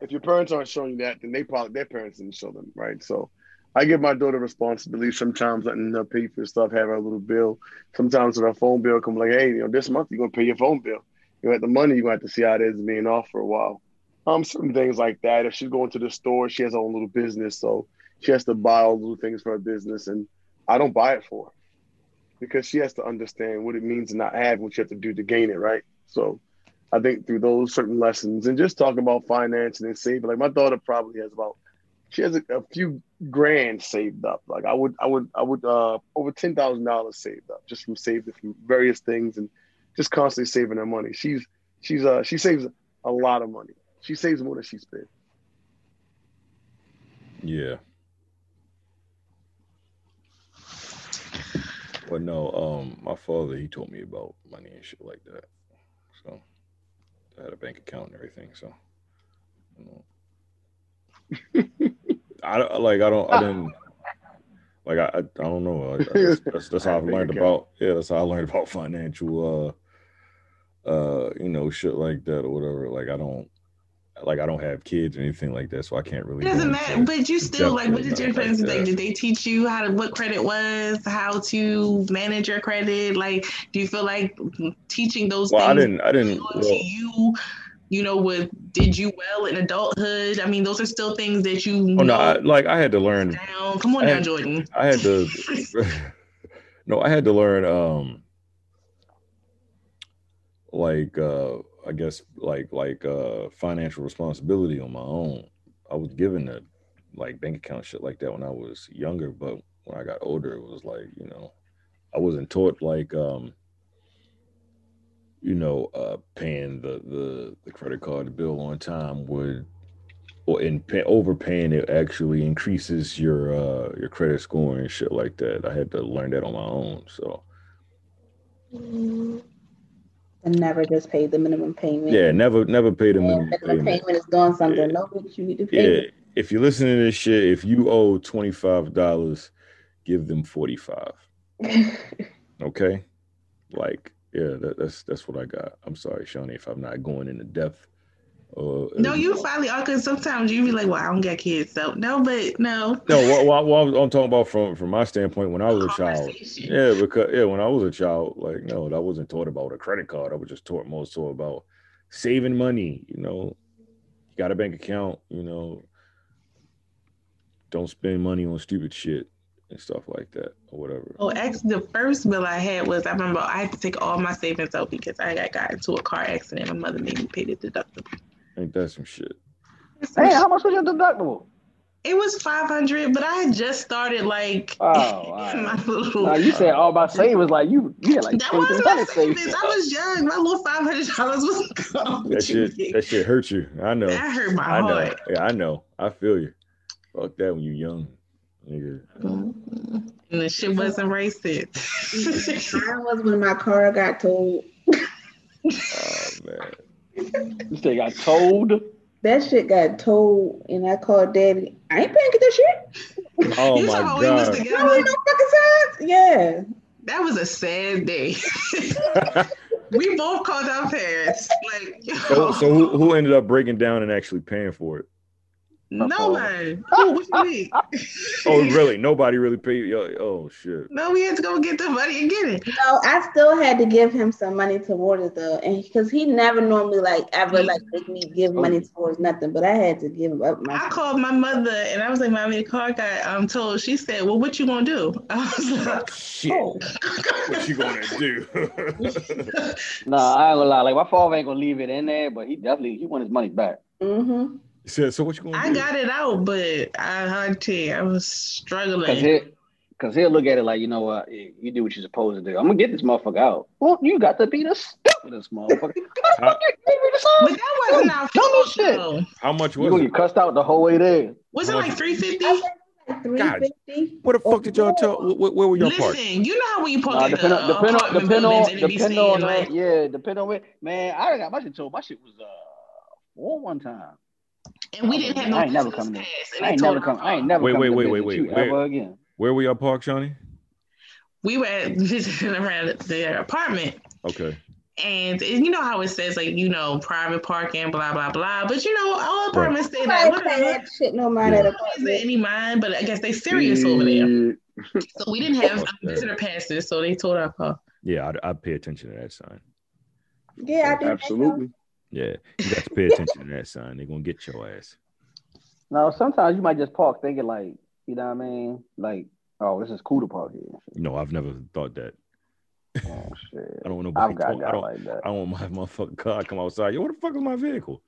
[SPEAKER 4] if your parents aren't showing you that, then they probably their parents didn't show them, right? So I give my daughter responsibility sometimes letting her pay for stuff, have her little bill. Sometimes when her phone bill come like, hey, you know, this month you're gonna pay your phone bill. You got the money, you gonna have to see how it is being off for a while. Um, certain things like that. If she's going to the store, she has her own little business, so she has to buy all the little things for her business, and I don't buy it for her because she has to understand what it means to not have what you have to do to gain it, right? So I think through those certain lessons and just talking about finance and saving, like my daughter probably has about she has a, a few grand saved up. Like I would, I would, I would uh, over ten thousand dollars saved up just from saving from various things and just constantly saving her money. She's she's uh she saves a lot of money. She saves more than she spends.
[SPEAKER 3] Yeah. But no, um, my father he told me about money and shit like that. So I had a bank account and everything. So you know. I don't like. I don't. I didn't. Like I, I I don't know. Like, I guess that's, that's how I've learned about. Yeah, that's how I learned about financial. Uh, uh, you know, shit like that or whatever. Like I don't, like I don't have kids or anything like that, so I can't really.
[SPEAKER 7] It
[SPEAKER 3] go
[SPEAKER 7] doesn't
[SPEAKER 3] into
[SPEAKER 7] matter, but you still like. What did your
[SPEAKER 3] Definitely
[SPEAKER 7] parents
[SPEAKER 3] not like
[SPEAKER 7] think?
[SPEAKER 3] that.
[SPEAKER 7] Did they teach you how to what credit was, how to manage your credit? Like, do you feel like teaching those
[SPEAKER 3] Well, I
[SPEAKER 7] things
[SPEAKER 3] didn't. I didn't.
[SPEAKER 7] belong
[SPEAKER 3] Well, oh,
[SPEAKER 7] to you? You know, what did you well in adulthood? I mean, those are still things that you
[SPEAKER 3] oh no!
[SPEAKER 7] know
[SPEAKER 3] I, like I had to learn.
[SPEAKER 7] down. Come on
[SPEAKER 3] I
[SPEAKER 7] now,
[SPEAKER 3] had- uh,
[SPEAKER 7] Jordan.
[SPEAKER 3] I had to. no, I had to learn. Um, like uh, I guess like like uh, financial responsibility on my own. I was given a like bank account shit like that when I was younger, but when I got older, it was like you know, I wasn't taught like um, you know, uh, paying the the the credit card bill on time would or in pay, overpaying it actually increases your uh your credit score and shit like that. I had to learn that on my own. So
[SPEAKER 6] And never just pay the minimum payment.
[SPEAKER 3] Yeah, never never pay the minimum
[SPEAKER 6] minimum
[SPEAKER 3] payment.
[SPEAKER 6] payment is doing something.
[SPEAKER 3] Yeah.
[SPEAKER 6] No, bitch, you need to pay.
[SPEAKER 3] Yeah, if you're listening to this shit, if you owe twenty five dollars, give them forty five. Okay, like yeah, that, that's that's what I got. I'm sorry, Shawnee, if I'm not going into depth. Uh,
[SPEAKER 7] No, you finally are because sometimes you be like, well, I don't got kids, so no, but no.
[SPEAKER 3] No, what, what, what I'm talking about from from my standpoint when I was a child.
[SPEAKER 7] Conversation.
[SPEAKER 3] Yeah, because yeah, when I was a child, like no, I wasn't taught about a credit card. I was just taught more so about saving money. You know, you got a bank account. You know, don't spend money on stupid shit and stuff like that or whatever.
[SPEAKER 7] Oh, actually, the first bill I had was I remember I had to take all my savings out because I got, got into a car accident. My mother made me pay the deductible.
[SPEAKER 3] Ain't that some shit?
[SPEAKER 5] Hey, how much was your deductible?
[SPEAKER 7] It was five hundred, but I had just started like
[SPEAKER 5] Oh, wow.
[SPEAKER 7] my little.
[SPEAKER 5] Nah, you said all my savings. Like you, you had like
[SPEAKER 7] that was my
[SPEAKER 5] 300
[SPEAKER 7] savings. I was young. My little five hundred dollars was gone.
[SPEAKER 3] That shit. That shit hurt you. I know.
[SPEAKER 7] That hurt my
[SPEAKER 3] I know.
[SPEAKER 7] heart.
[SPEAKER 3] Yeah, I know. I feel you. Fuck that when you young, nigga.
[SPEAKER 7] Mm-hmm. And the shit wasn't racist.
[SPEAKER 6] Mine was when my car got told.
[SPEAKER 3] Oh man.
[SPEAKER 5] You said you got told.
[SPEAKER 6] That shit got told, and I called daddy. I ain't paying for this shit.
[SPEAKER 3] Oh
[SPEAKER 7] You
[SPEAKER 3] my
[SPEAKER 7] talking about we was
[SPEAKER 3] god.
[SPEAKER 6] I don't need
[SPEAKER 7] together?
[SPEAKER 6] no fucking signs. Yeah.
[SPEAKER 7] That was a sad day. we both called our parents. Like,
[SPEAKER 3] So, so who, who ended up breaking down and actually paying for it?
[SPEAKER 7] no man. Who- what you mean?
[SPEAKER 3] Oh, really? Nobody really paid. Yo, oh shit.
[SPEAKER 7] No, we had to go get the money and get it.
[SPEAKER 6] No, Oh, I still had to give him some money towards it though, and because he never normally like ever like make me give money towards nothing, but I had to give him up
[SPEAKER 7] Oh. I
[SPEAKER 6] my.
[SPEAKER 7] called my mother and I was like, "Mommy, the car got um told." She said, "Well, what you gonna do?" I was like,
[SPEAKER 3] Shit.
[SPEAKER 7] "Oh,
[SPEAKER 3] What you gonna do?
[SPEAKER 5] Nah, I ain't gonna lie. Like my father ain't gonna leave it in there, but he definitely he want his money back.
[SPEAKER 6] Mm-hmm.
[SPEAKER 3] He said, so what you gonna
[SPEAKER 7] I
[SPEAKER 5] Mm-hmm.
[SPEAKER 3] do?
[SPEAKER 7] got it out, but I hard to. I was
[SPEAKER 5] Cause
[SPEAKER 7] struggling.
[SPEAKER 5] he, cause he'll look at it like, you know what, you you do what you're supposed to do. I'm gonna get this motherfucker out. Well, you got to be the stupidest motherfucker. You
[SPEAKER 3] How,
[SPEAKER 7] But that wasn't our
[SPEAKER 5] Don't do
[SPEAKER 7] fault
[SPEAKER 5] shit.
[SPEAKER 7] though.
[SPEAKER 3] how much was
[SPEAKER 5] gonna
[SPEAKER 3] it?
[SPEAKER 5] get cussed out the whole way there.
[SPEAKER 7] Was it
[SPEAKER 3] How much-
[SPEAKER 7] like three fifty?
[SPEAKER 6] I like three fifty.
[SPEAKER 3] What the fuck did y'all tell? Where, where were y'all
[SPEAKER 7] Listen,
[SPEAKER 3] parked?
[SPEAKER 7] you know how when you park
[SPEAKER 5] Nah,
[SPEAKER 7] at
[SPEAKER 5] depend
[SPEAKER 7] the uh,
[SPEAKER 5] on, depend on,
[SPEAKER 7] apartment
[SPEAKER 5] depend
[SPEAKER 7] buildings
[SPEAKER 5] on,
[SPEAKER 7] and it be
[SPEAKER 5] depend
[SPEAKER 7] saying
[SPEAKER 5] on,
[SPEAKER 7] like,
[SPEAKER 5] yeah, depend on it. Man, I done got my shit told. My shit was uh four one time.
[SPEAKER 7] and we didn't have no
[SPEAKER 5] I ain't never
[SPEAKER 7] business
[SPEAKER 5] coming in.
[SPEAKER 7] pass, and
[SPEAKER 5] I
[SPEAKER 7] they
[SPEAKER 5] ain't
[SPEAKER 7] told uh,
[SPEAKER 5] never
[SPEAKER 7] us
[SPEAKER 5] come. I ain't
[SPEAKER 7] off.
[SPEAKER 5] never
[SPEAKER 3] Wait,
[SPEAKER 5] come
[SPEAKER 3] wait,
[SPEAKER 5] to
[SPEAKER 3] wait,
[SPEAKER 5] visit
[SPEAKER 3] wait, wait,
[SPEAKER 5] you
[SPEAKER 3] wait.
[SPEAKER 5] ever again.
[SPEAKER 3] Where were y'all parked, Shawnee?
[SPEAKER 7] We were at- visiting around their apartment,
[SPEAKER 3] Okay.
[SPEAKER 7] and, and you know how it says like you know private parking, blah blah blah. But you know all apartments say that.
[SPEAKER 6] Nobody paid
[SPEAKER 7] Whatever.
[SPEAKER 6] that shit no mind at
[SPEAKER 7] Is there
[SPEAKER 6] apartment.
[SPEAKER 7] any mind? But I guess they serious over
[SPEAKER 4] Mm.
[SPEAKER 7] there. So we didn't have
[SPEAKER 3] Fuck that.
[SPEAKER 7] visitor passes, so they told our car.
[SPEAKER 3] Yeah, I, I pay attention to that sign.
[SPEAKER 6] Yeah, I did.
[SPEAKER 4] Absolutely.
[SPEAKER 3] Yeah, you got to pay attention to that sign. They're gonna get your ass.
[SPEAKER 5] No, sometimes you might just park thinking like, you know what I mean? Like, oh, this is cool to park here.
[SPEAKER 3] No, I've never thought that.
[SPEAKER 5] Oh shit.
[SPEAKER 3] I don't want nobody.
[SPEAKER 5] I've got
[SPEAKER 3] talk- I
[SPEAKER 5] guys
[SPEAKER 3] don't.
[SPEAKER 5] like that.
[SPEAKER 3] I don't want my motherfucking car to come outside. Yo, what the fuck is my vehicle?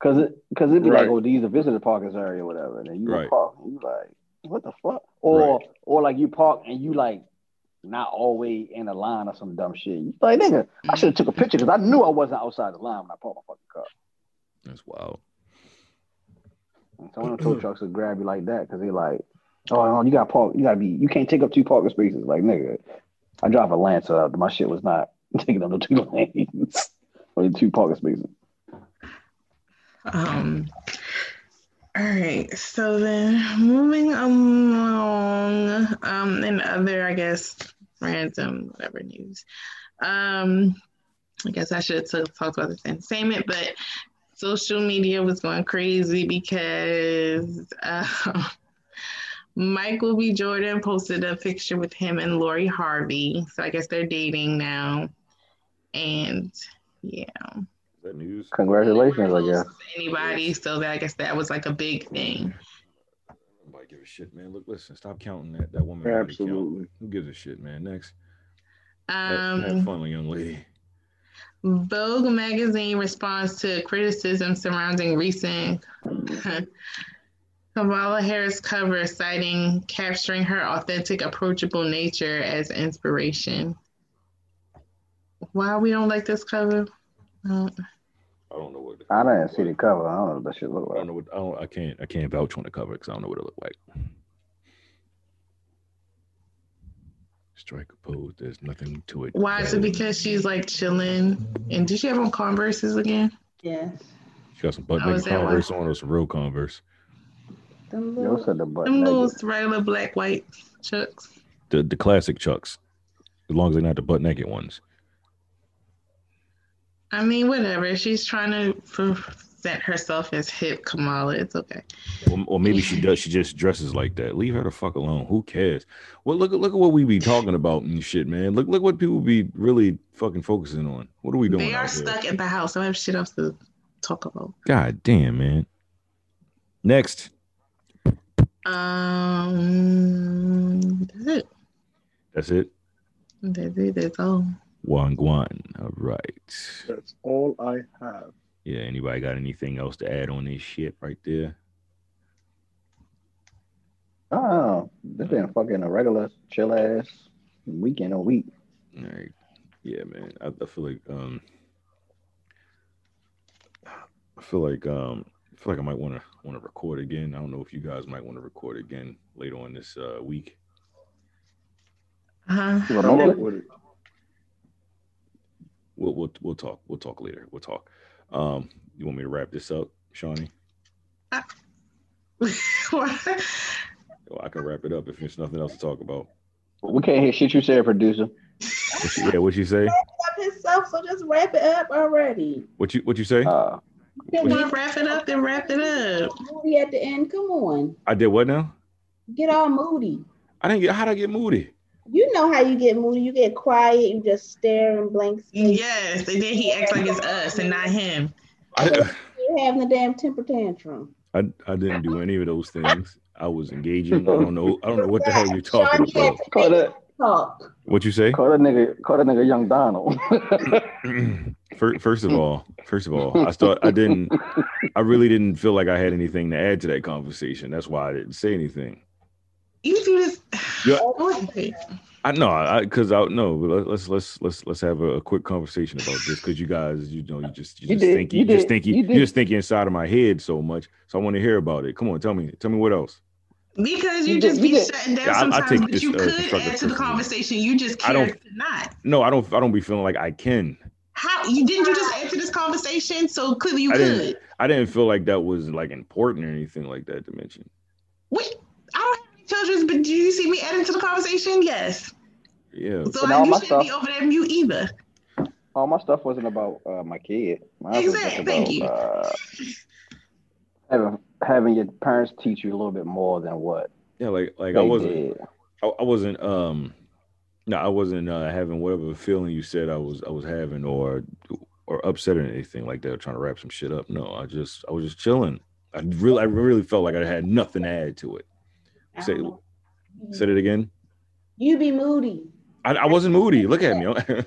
[SPEAKER 5] Cause it, cause it'd be
[SPEAKER 4] Right.
[SPEAKER 5] like, oh, these are visitor parkers area or whatever. And then you
[SPEAKER 3] Right.
[SPEAKER 5] park, and you like, what the fuck? Or, or like you park and you like, not always in a line or some dumb shit. You like, nigga, I should have took a picture because I knew I wasn't outside the line when I parked my fucking car.
[SPEAKER 3] That's wild.
[SPEAKER 5] And so one of them tow trucks would grab you like that because they like, oh, no, you got to park, you gotta be, you can't take up two parking spaces. Like, nigga, I drive a Lancer, my shit was not taking up no two lanes or the two parking spaces.
[SPEAKER 7] Um. All right. So then, moving along, um, and other, I guess, random whatever news. Um, I guess I should have talked about this entertainment, but social media was going crazy because um, Michael B. Jordan posted a picture with him and Lori Harvey. So I guess they're dating now, and yeah
[SPEAKER 3] Is that news?
[SPEAKER 5] Congratulations, I guess.
[SPEAKER 7] anybody. So that I guess that was like a big thing.
[SPEAKER 3] Nobody give a shit, man. Look, listen, stop counting that that woman. body count.
[SPEAKER 4] Absolutely.
[SPEAKER 3] Who gives a shit, man? Next, have, have
[SPEAKER 7] Um,
[SPEAKER 3] fun, young lady.
[SPEAKER 7] Vogue magazine responds to criticism surrounding recent Kamala Harris cover, citing capturing her authentic, approachable nature as inspiration. Why we don't like this cover? Uh,
[SPEAKER 3] I don't know what.
[SPEAKER 5] I didn't see the cover. I don't know what that shit look
[SPEAKER 3] I
[SPEAKER 5] like.
[SPEAKER 3] don't know what. I don't. I can't. I can't vouch on the cover because I don't know what it looked like. Strike a pose. There's nothing to it.
[SPEAKER 7] Why is it because she's like chilling? And did she have on Converse's again?
[SPEAKER 6] Yeah.
[SPEAKER 3] She got some butt
[SPEAKER 7] How Oh, is
[SPEAKER 3] naked
[SPEAKER 7] that why?
[SPEAKER 3] Converse on or some real Converse.
[SPEAKER 6] Them
[SPEAKER 5] Yo
[SPEAKER 6] little,
[SPEAKER 5] said the butt.
[SPEAKER 7] Them little
[SPEAKER 5] naked.
[SPEAKER 7] regular black white chucks.
[SPEAKER 3] The the classic Chucks. As long as they're not the butt naked ones.
[SPEAKER 7] I mean, whatever. She's trying to present herself as hip Kamala. It's okay.
[SPEAKER 3] Or, or maybe she does. She just dresses like that. Leave her the fuck alone. Who cares? Well, look look at what we be talking about and shit, man. Look look what people be really fucking focusing on. What are we doing?
[SPEAKER 7] They are
[SPEAKER 3] out here?
[SPEAKER 7] stuck at the house. I have shit else to talk about.
[SPEAKER 3] God damn, man. Next,
[SPEAKER 7] Um, that's it.
[SPEAKER 3] that's it.
[SPEAKER 7] That's it. That's all.
[SPEAKER 3] Guan Guan. All right.
[SPEAKER 4] That's all I have.
[SPEAKER 3] Yeah. Anybody got anything else to add on this shit right there?
[SPEAKER 5] Oh, this been fucking a regular chill ass weekend or week.
[SPEAKER 3] All right. Yeah, man. I, I feel like um I feel like um I feel like I might want to want to record again. I don't know if you guys might want to record again later on this uh week.
[SPEAKER 7] Uh-huh.
[SPEAKER 4] I'm up
[SPEAKER 5] Remotely?
[SPEAKER 4] with it.
[SPEAKER 3] We'll we'll we'll talk. We'll talk later. We'll talk. Um you want me to wrap this up, Shawnee?
[SPEAKER 7] What?
[SPEAKER 3] Well, I can wrap it up if there's nothing else to talk about.
[SPEAKER 5] We can't hear shit you said, producer.
[SPEAKER 3] What she, yeah, what you say?
[SPEAKER 6] up himself, so just wrap it up already.
[SPEAKER 3] What you what you say?
[SPEAKER 5] Uh,
[SPEAKER 7] you want to wrap it up? Then wrap it up.
[SPEAKER 6] Moody at the end. Come on,
[SPEAKER 3] I did what now?
[SPEAKER 6] get all moody.
[SPEAKER 3] I didn't get how would I get moody?
[SPEAKER 6] You know how you get moody. You get quiet. You just stare in blank space.
[SPEAKER 7] Yes, and then he acts like it's us and not him.
[SPEAKER 3] I,
[SPEAKER 6] You're having a damn temper tantrum.
[SPEAKER 3] I I didn't do any of those things. I was engaging. I don't know. I don't know what the hell you're talking
[SPEAKER 6] Sean
[SPEAKER 3] about.
[SPEAKER 6] had to
[SPEAKER 5] call that
[SPEAKER 6] talk.
[SPEAKER 3] What you say?
[SPEAKER 5] call that nigga call that nigga young Donald.
[SPEAKER 3] Fir- First of
[SPEAKER 5] Hmm.
[SPEAKER 3] all, first of all, I thought I didn't. I really didn't feel like I had anything to add to that conversation. That's why I didn't say anything.
[SPEAKER 7] You do this.
[SPEAKER 3] Yeah.
[SPEAKER 7] What?
[SPEAKER 3] I know, I because I, no. But let- let's let's let's let's have a, a quick conversation about this because you guys, you know, you just you,
[SPEAKER 5] You
[SPEAKER 3] just
[SPEAKER 5] did,
[SPEAKER 3] think
[SPEAKER 5] you
[SPEAKER 3] you just
[SPEAKER 5] did,
[SPEAKER 3] think you,
[SPEAKER 5] you
[SPEAKER 3] you
[SPEAKER 5] did.
[SPEAKER 3] just think inside of my head so much. So I want to hear about it. Come on, tell me, tell me what else.
[SPEAKER 7] Because you,
[SPEAKER 5] You
[SPEAKER 7] just
[SPEAKER 5] did-
[SPEAKER 7] be
[SPEAKER 5] you did.
[SPEAKER 7] shutting down
[SPEAKER 3] Yeah, I- I
[SPEAKER 7] sometimes,
[SPEAKER 3] take
[SPEAKER 7] but
[SPEAKER 3] this,
[SPEAKER 7] you
[SPEAKER 3] uh,
[SPEAKER 7] could
[SPEAKER 3] constructive
[SPEAKER 7] add to the
[SPEAKER 3] criticism.
[SPEAKER 7] conversation. You just
[SPEAKER 3] I
[SPEAKER 7] care
[SPEAKER 3] don't-
[SPEAKER 7] to not.
[SPEAKER 3] No, I don't. I don't be feeling like I can.
[SPEAKER 7] How you didn't you just add to this conversation? So clearly you
[SPEAKER 3] I
[SPEAKER 7] could.
[SPEAKER 3] didn't. I didn't feel like that was like important or anything like that to mention.
[SPEAKER 7] Wait, I don't have any children, but do you see me adding to the conversation? Yes.
[SPEAKER 3] Yeah.
[SPEAKER 7] So
[SPEAKER 5] But
[SPEAKER 7] like,
[SPEAKER 5] all
[SPEAKER 7] you
[SPEAKER 5] my
[SPEAKER 7] shouldn't be
[SPEAKER 5] stuff-
[SPEAKER 7] over there mute either.
[SPEAKER 5] All my stuff wasn't about uh, my kid. Mine was just
[SPEAKER 7] Exact- thank you.
[SPEAKER 5] uh, having having your parents teach you a little bit more than what
[SPEAKER 3] Yeah. Like like I
[SPEAKER 5] they
[SPEAKER 3] wasn't.
[SPEAKER 5] did.
[SPEAKER 3] I, I wasn't um no I wasn't uh, having whatever feeling you said I was I was having or or upset or anything like that or trying to wrap some shit up. No, I just I was just chilling. I really I really felt like I had nothing to add to it.
[SPEAKER 6] I
[SPEAKER 3] Say-
[SPEAKER 6] don't know.
[SPEAKER 3] Said it again.
[SPEAKER 6] You be moody.
[SPEAKER 3] I, I wasn't moody. Look at me.
[SPEAKER 6] I-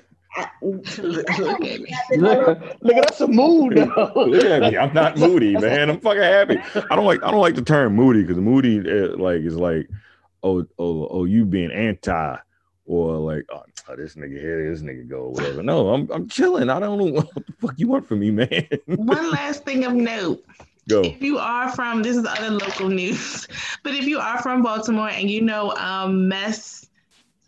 [SPEAKER 7] Look at me.
[SPEAKER 5] Look, look, that's a mood.
[SPEAKER 3] Look at me. I'm not moody, man. I'm fucking happy. I don't like I don't like the term moody because moody uh, like is like oh oh oh you being anti or like oh, oh, this nigga here this nigga go whatever. No, I'm I'm chilling. I don't know what the fuck you want from me, man.
[SPEAKER 7] One last thing of note.
[SPEAKER 3] go.
[SPEAKER 7] If you are from this is other local news, but if you are from Baltimore and you know um mess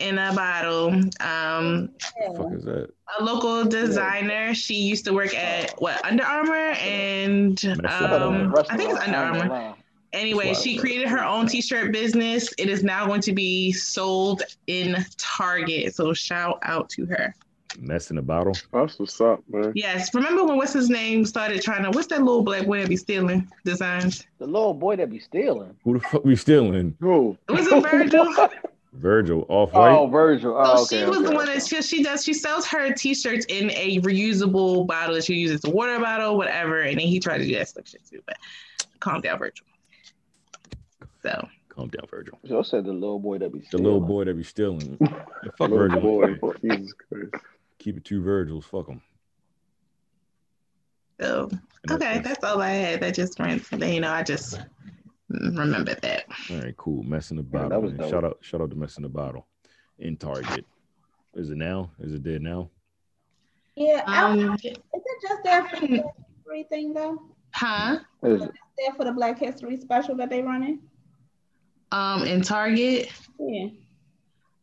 [SPEAKER 7] in a bottle, um
[SPEAKER 3] The fuck is that?
[SPEAKER 7] a local designer, she used to work at what Under Armour and um I think it's Under Armour. Anyway,
[SPEAKER 3] That's
[SPEAKER 7] she
[SPEAKER 3] wild.
[SPEAKER 7] created her own t-shirt business. It is now going to be sold in Target. So shout out to her.
[SPEAKER 3] Mess in a bottle.
[SPEAKER 4] That's what's up, man.
[SPEAKER 7] Yes. Remember when what's his name started trying to what's that little black boy that be stealing designs?
[SPEAKER 5] The little boy that be stealing.
[SPEAKER 3] Who the fuck we stealing?
[SPEAKER 4] Yo,
[SPEAKER 7] Was it Virgil? so
[SPEAKER 3] Virgil off white.
[SPEAKER 5] Oh, Virgil. Oh, okay,
[SPEAKER 7] she was
[SPEAKER 5] okay.
[SPEAKER 7] the one that she, she does she sells her t-shirts in a reusable bottle that she uses a water bottle, whatever. And then he tried to do that slick shit too. But calm down, Virgil. So
[SPEAKER 3] Calm down, Virgil.
[SPEAKER 5] Joe said the little boy that be
[SPEAKER 3] The
[SPEAKER 5] stealing.
[SPEAKER 3] little boy that be stealing. fuck
[SPEAKER 4] little
[SPEAKER 3] Virgil.
[SPEAKER 4] boy. Jesus Christ.
[SPEAKER 3] Keep it two Virgils. Fuck them.
[SPEAKER 7] so okay, that's all I had. That just ran you know, I just mm, remembered that.
[SPEAKER 3] All right, cool. Mess in the
[SPEAKER 5] Yeah, that
[SPEAKER 3] bottle.
[SPEAKER 5] was
[SPEAKER 3] man.
[SPEAKER 5] dope.
[SPEAKER 3] Shout out, shout out to Mess in the Bottle in Target. Is it now? Is it dead now?
[SPEAKER 6] Yeah. I-
[SPEAKER 7] Um,
[SPEAKER 6] Is it just there for the Black History thing though?
[SPEAKER 7] huh?
[SPEAKER 5] Is it?
[SPEAKER 6] There for the Black History special that they running?
[SPEAKER 7] Um, in Target.
[SPEAKER 6] Yeah.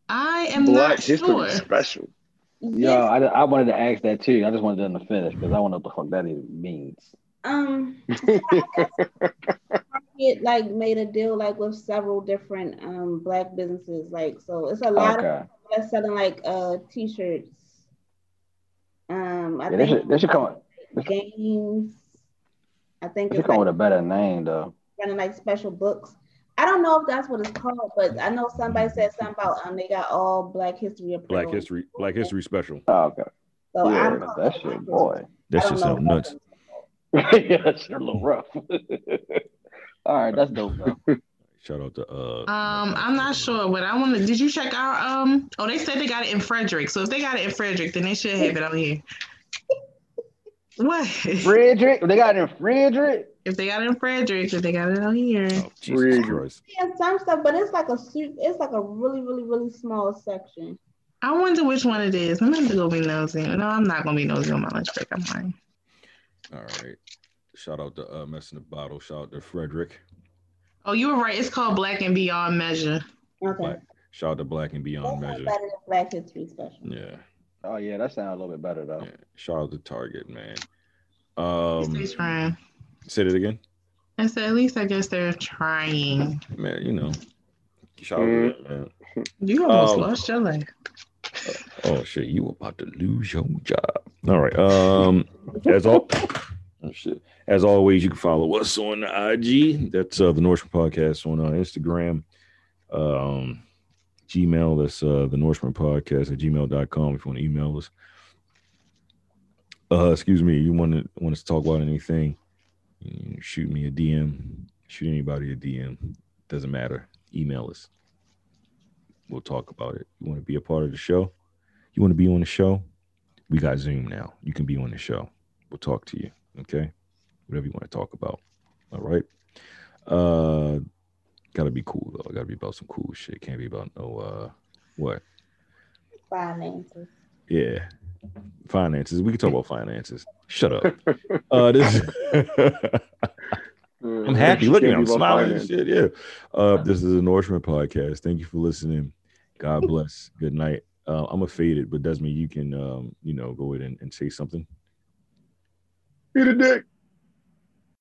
[SPEAKER 7] I am
[SPEAKER 4] Black
[SPEAKER 7] not
[SPEAKER 4] History
[SPEAKER 7] sure.
[SPEAKER 4] Special.
[SPEAKER 5] Yo, I, I wanted to ask that too. I just wanted them to finish because I want to know what the fuck that even means.
[SPEAKER 6] Um, it like made a deal like with several different um black businesses. Like, so it's a lot of
[SPEAKER 5] Okay.
[SPEAKER 6] people that's selling like uh t-shirts. Um, I
[SPEAKER 5] Yeah, they should,
[SPEAKER 6] think
[SPEAKER 5] they should come,
[SPEAKER 6] games. I think
[SPEAKER 5] they
[SPEAKER 6] it's
[SPEAKER 5] should come
[SPEAKER 6] like
[SPEAKER 5] with a better name though.
[SPEAKER 6] running like special books. I don't know if that's what it's called, but I know somebody said something about um they got all Black History apparel.
[SPEAKER 3] Black History, Black History Special.
[SPEAKER 5] Oh, okay.
[SPEAKER 6] So
[SPEAKER 4] Yeah,
[SPEAKER 6] I
[SPEAKER 5] Yeah,
[SPEAKER 6] don't know
[SPEAKER 5] that
[SPEAKER 6] if
[SPEAKER 5] shit,
[SPEAKER 6] it's-
[SPEAKER 5] boy.
[SPEAKER 3] That
[SPEAKER 6] I
[SPEAKER 3] shit
[SPEAKER 6] don't know
[SPEAKER 3] sound
[SPEAKER 6] if
[SPEAKER 3] nuts.
[SPEAKER 6] that's what it's called.
[SPEAKER 5] yeah, that shit a little rough. All right, that's dope though.
[SPEAKER 3] Shout out to uh.
[SPEAKER 7] Um, I'm not sure, but I want to. Did you check our um? Oh, they said they got it in Frederick. So if they got it in Frederick, then they should have it out here. What
[SPEAKER 5] Frederick, they got it in Frederick.
[SPEAKER 7] if they got it in Frederick? If they got it out here,
[SPEAKER 3] Oh, Jesus
[SPEAKER 4] Really?
[SPEAKER 3] Christ.
[SPEAKER 6] Yeah, some stuff, but it's like a su- it's like a really, really, really small section.
[SPEAKER 7] I wonder which one it is. I'm gonna go be nosy. No, I'm not gonna be nosy on my lunch break. I'm fine.
[SPEAKER 3] All right. Shout out to uh, Mess in the Bottle. Shout out to Frederick.
[SPEAKER 7] Oh, you were right. It's called Black and Beyond Measure.
[SPEAKER 6] Okay.
[SPEAKER 3] Black, shout out to Black and Beyond
[SPEAKER 6] That's not
[SPEAKER 3] Measure.
[SPEAKER 6] better than Black History Special.
[SPEAKER 3] Yeah.
[SPEAKER 5] Oh yeah, that sounds a little bit better though.
[SPEAKER 3] yeah. Shout out to Target, man.
[SPEAKER 7] At
[SPEAKER 3] Um,
[SPEAKER 7] least They're trying.
[SPEAKER 3] say that again.
[SPEAKER 7] I said, at least I guess they're trying.
[SPEAKER 3] Man, you know. Shout out
[SPEAKER 5] Mm-hmm.
[SPEAKER 3] to that, man.
[SPEAKER 7] You almost
[SPEAKER 3] Um,
[SPEAKER 7] lost your life.
[SPEAKER 3] Oh shit, you about to lose your job. All right. Um as all oh, shit. as always, you can follow us on the IG. That's uh the Norseman Podcast on uh, Instagram. Um Gmail, that's uh the Norseman Podcast at gmail.com if you want to email us. Uh excuse me, you want to want us to talk about anything, you shoot me a DM, shoot anybody a DM. Doesn't matter. Email us. We'll talk about it. You want to be a part of the show? You want to be on the show? We got Zoom now. You can be on the show. We'll talk to you. Okay. Whatever you want to talk about. All right. Uh gotta be cool though. Gotta be about some cool shit. Can't be about no uh what?
[SPEAKER 6] Finances.
[SPEAKER 3] Yeah. Finances. We can talk about finances. Shut up. Uh this I'm happy. Look at me. I'm smiling and shit. Yeah. Uh, this is a Norseman podcast. Thank you for listening. God bless. Good night. Uh, I'm a faded, but Desmond, you can um, you know, go ahead and, and say something.
[SPEAKER 4] Hit a dick.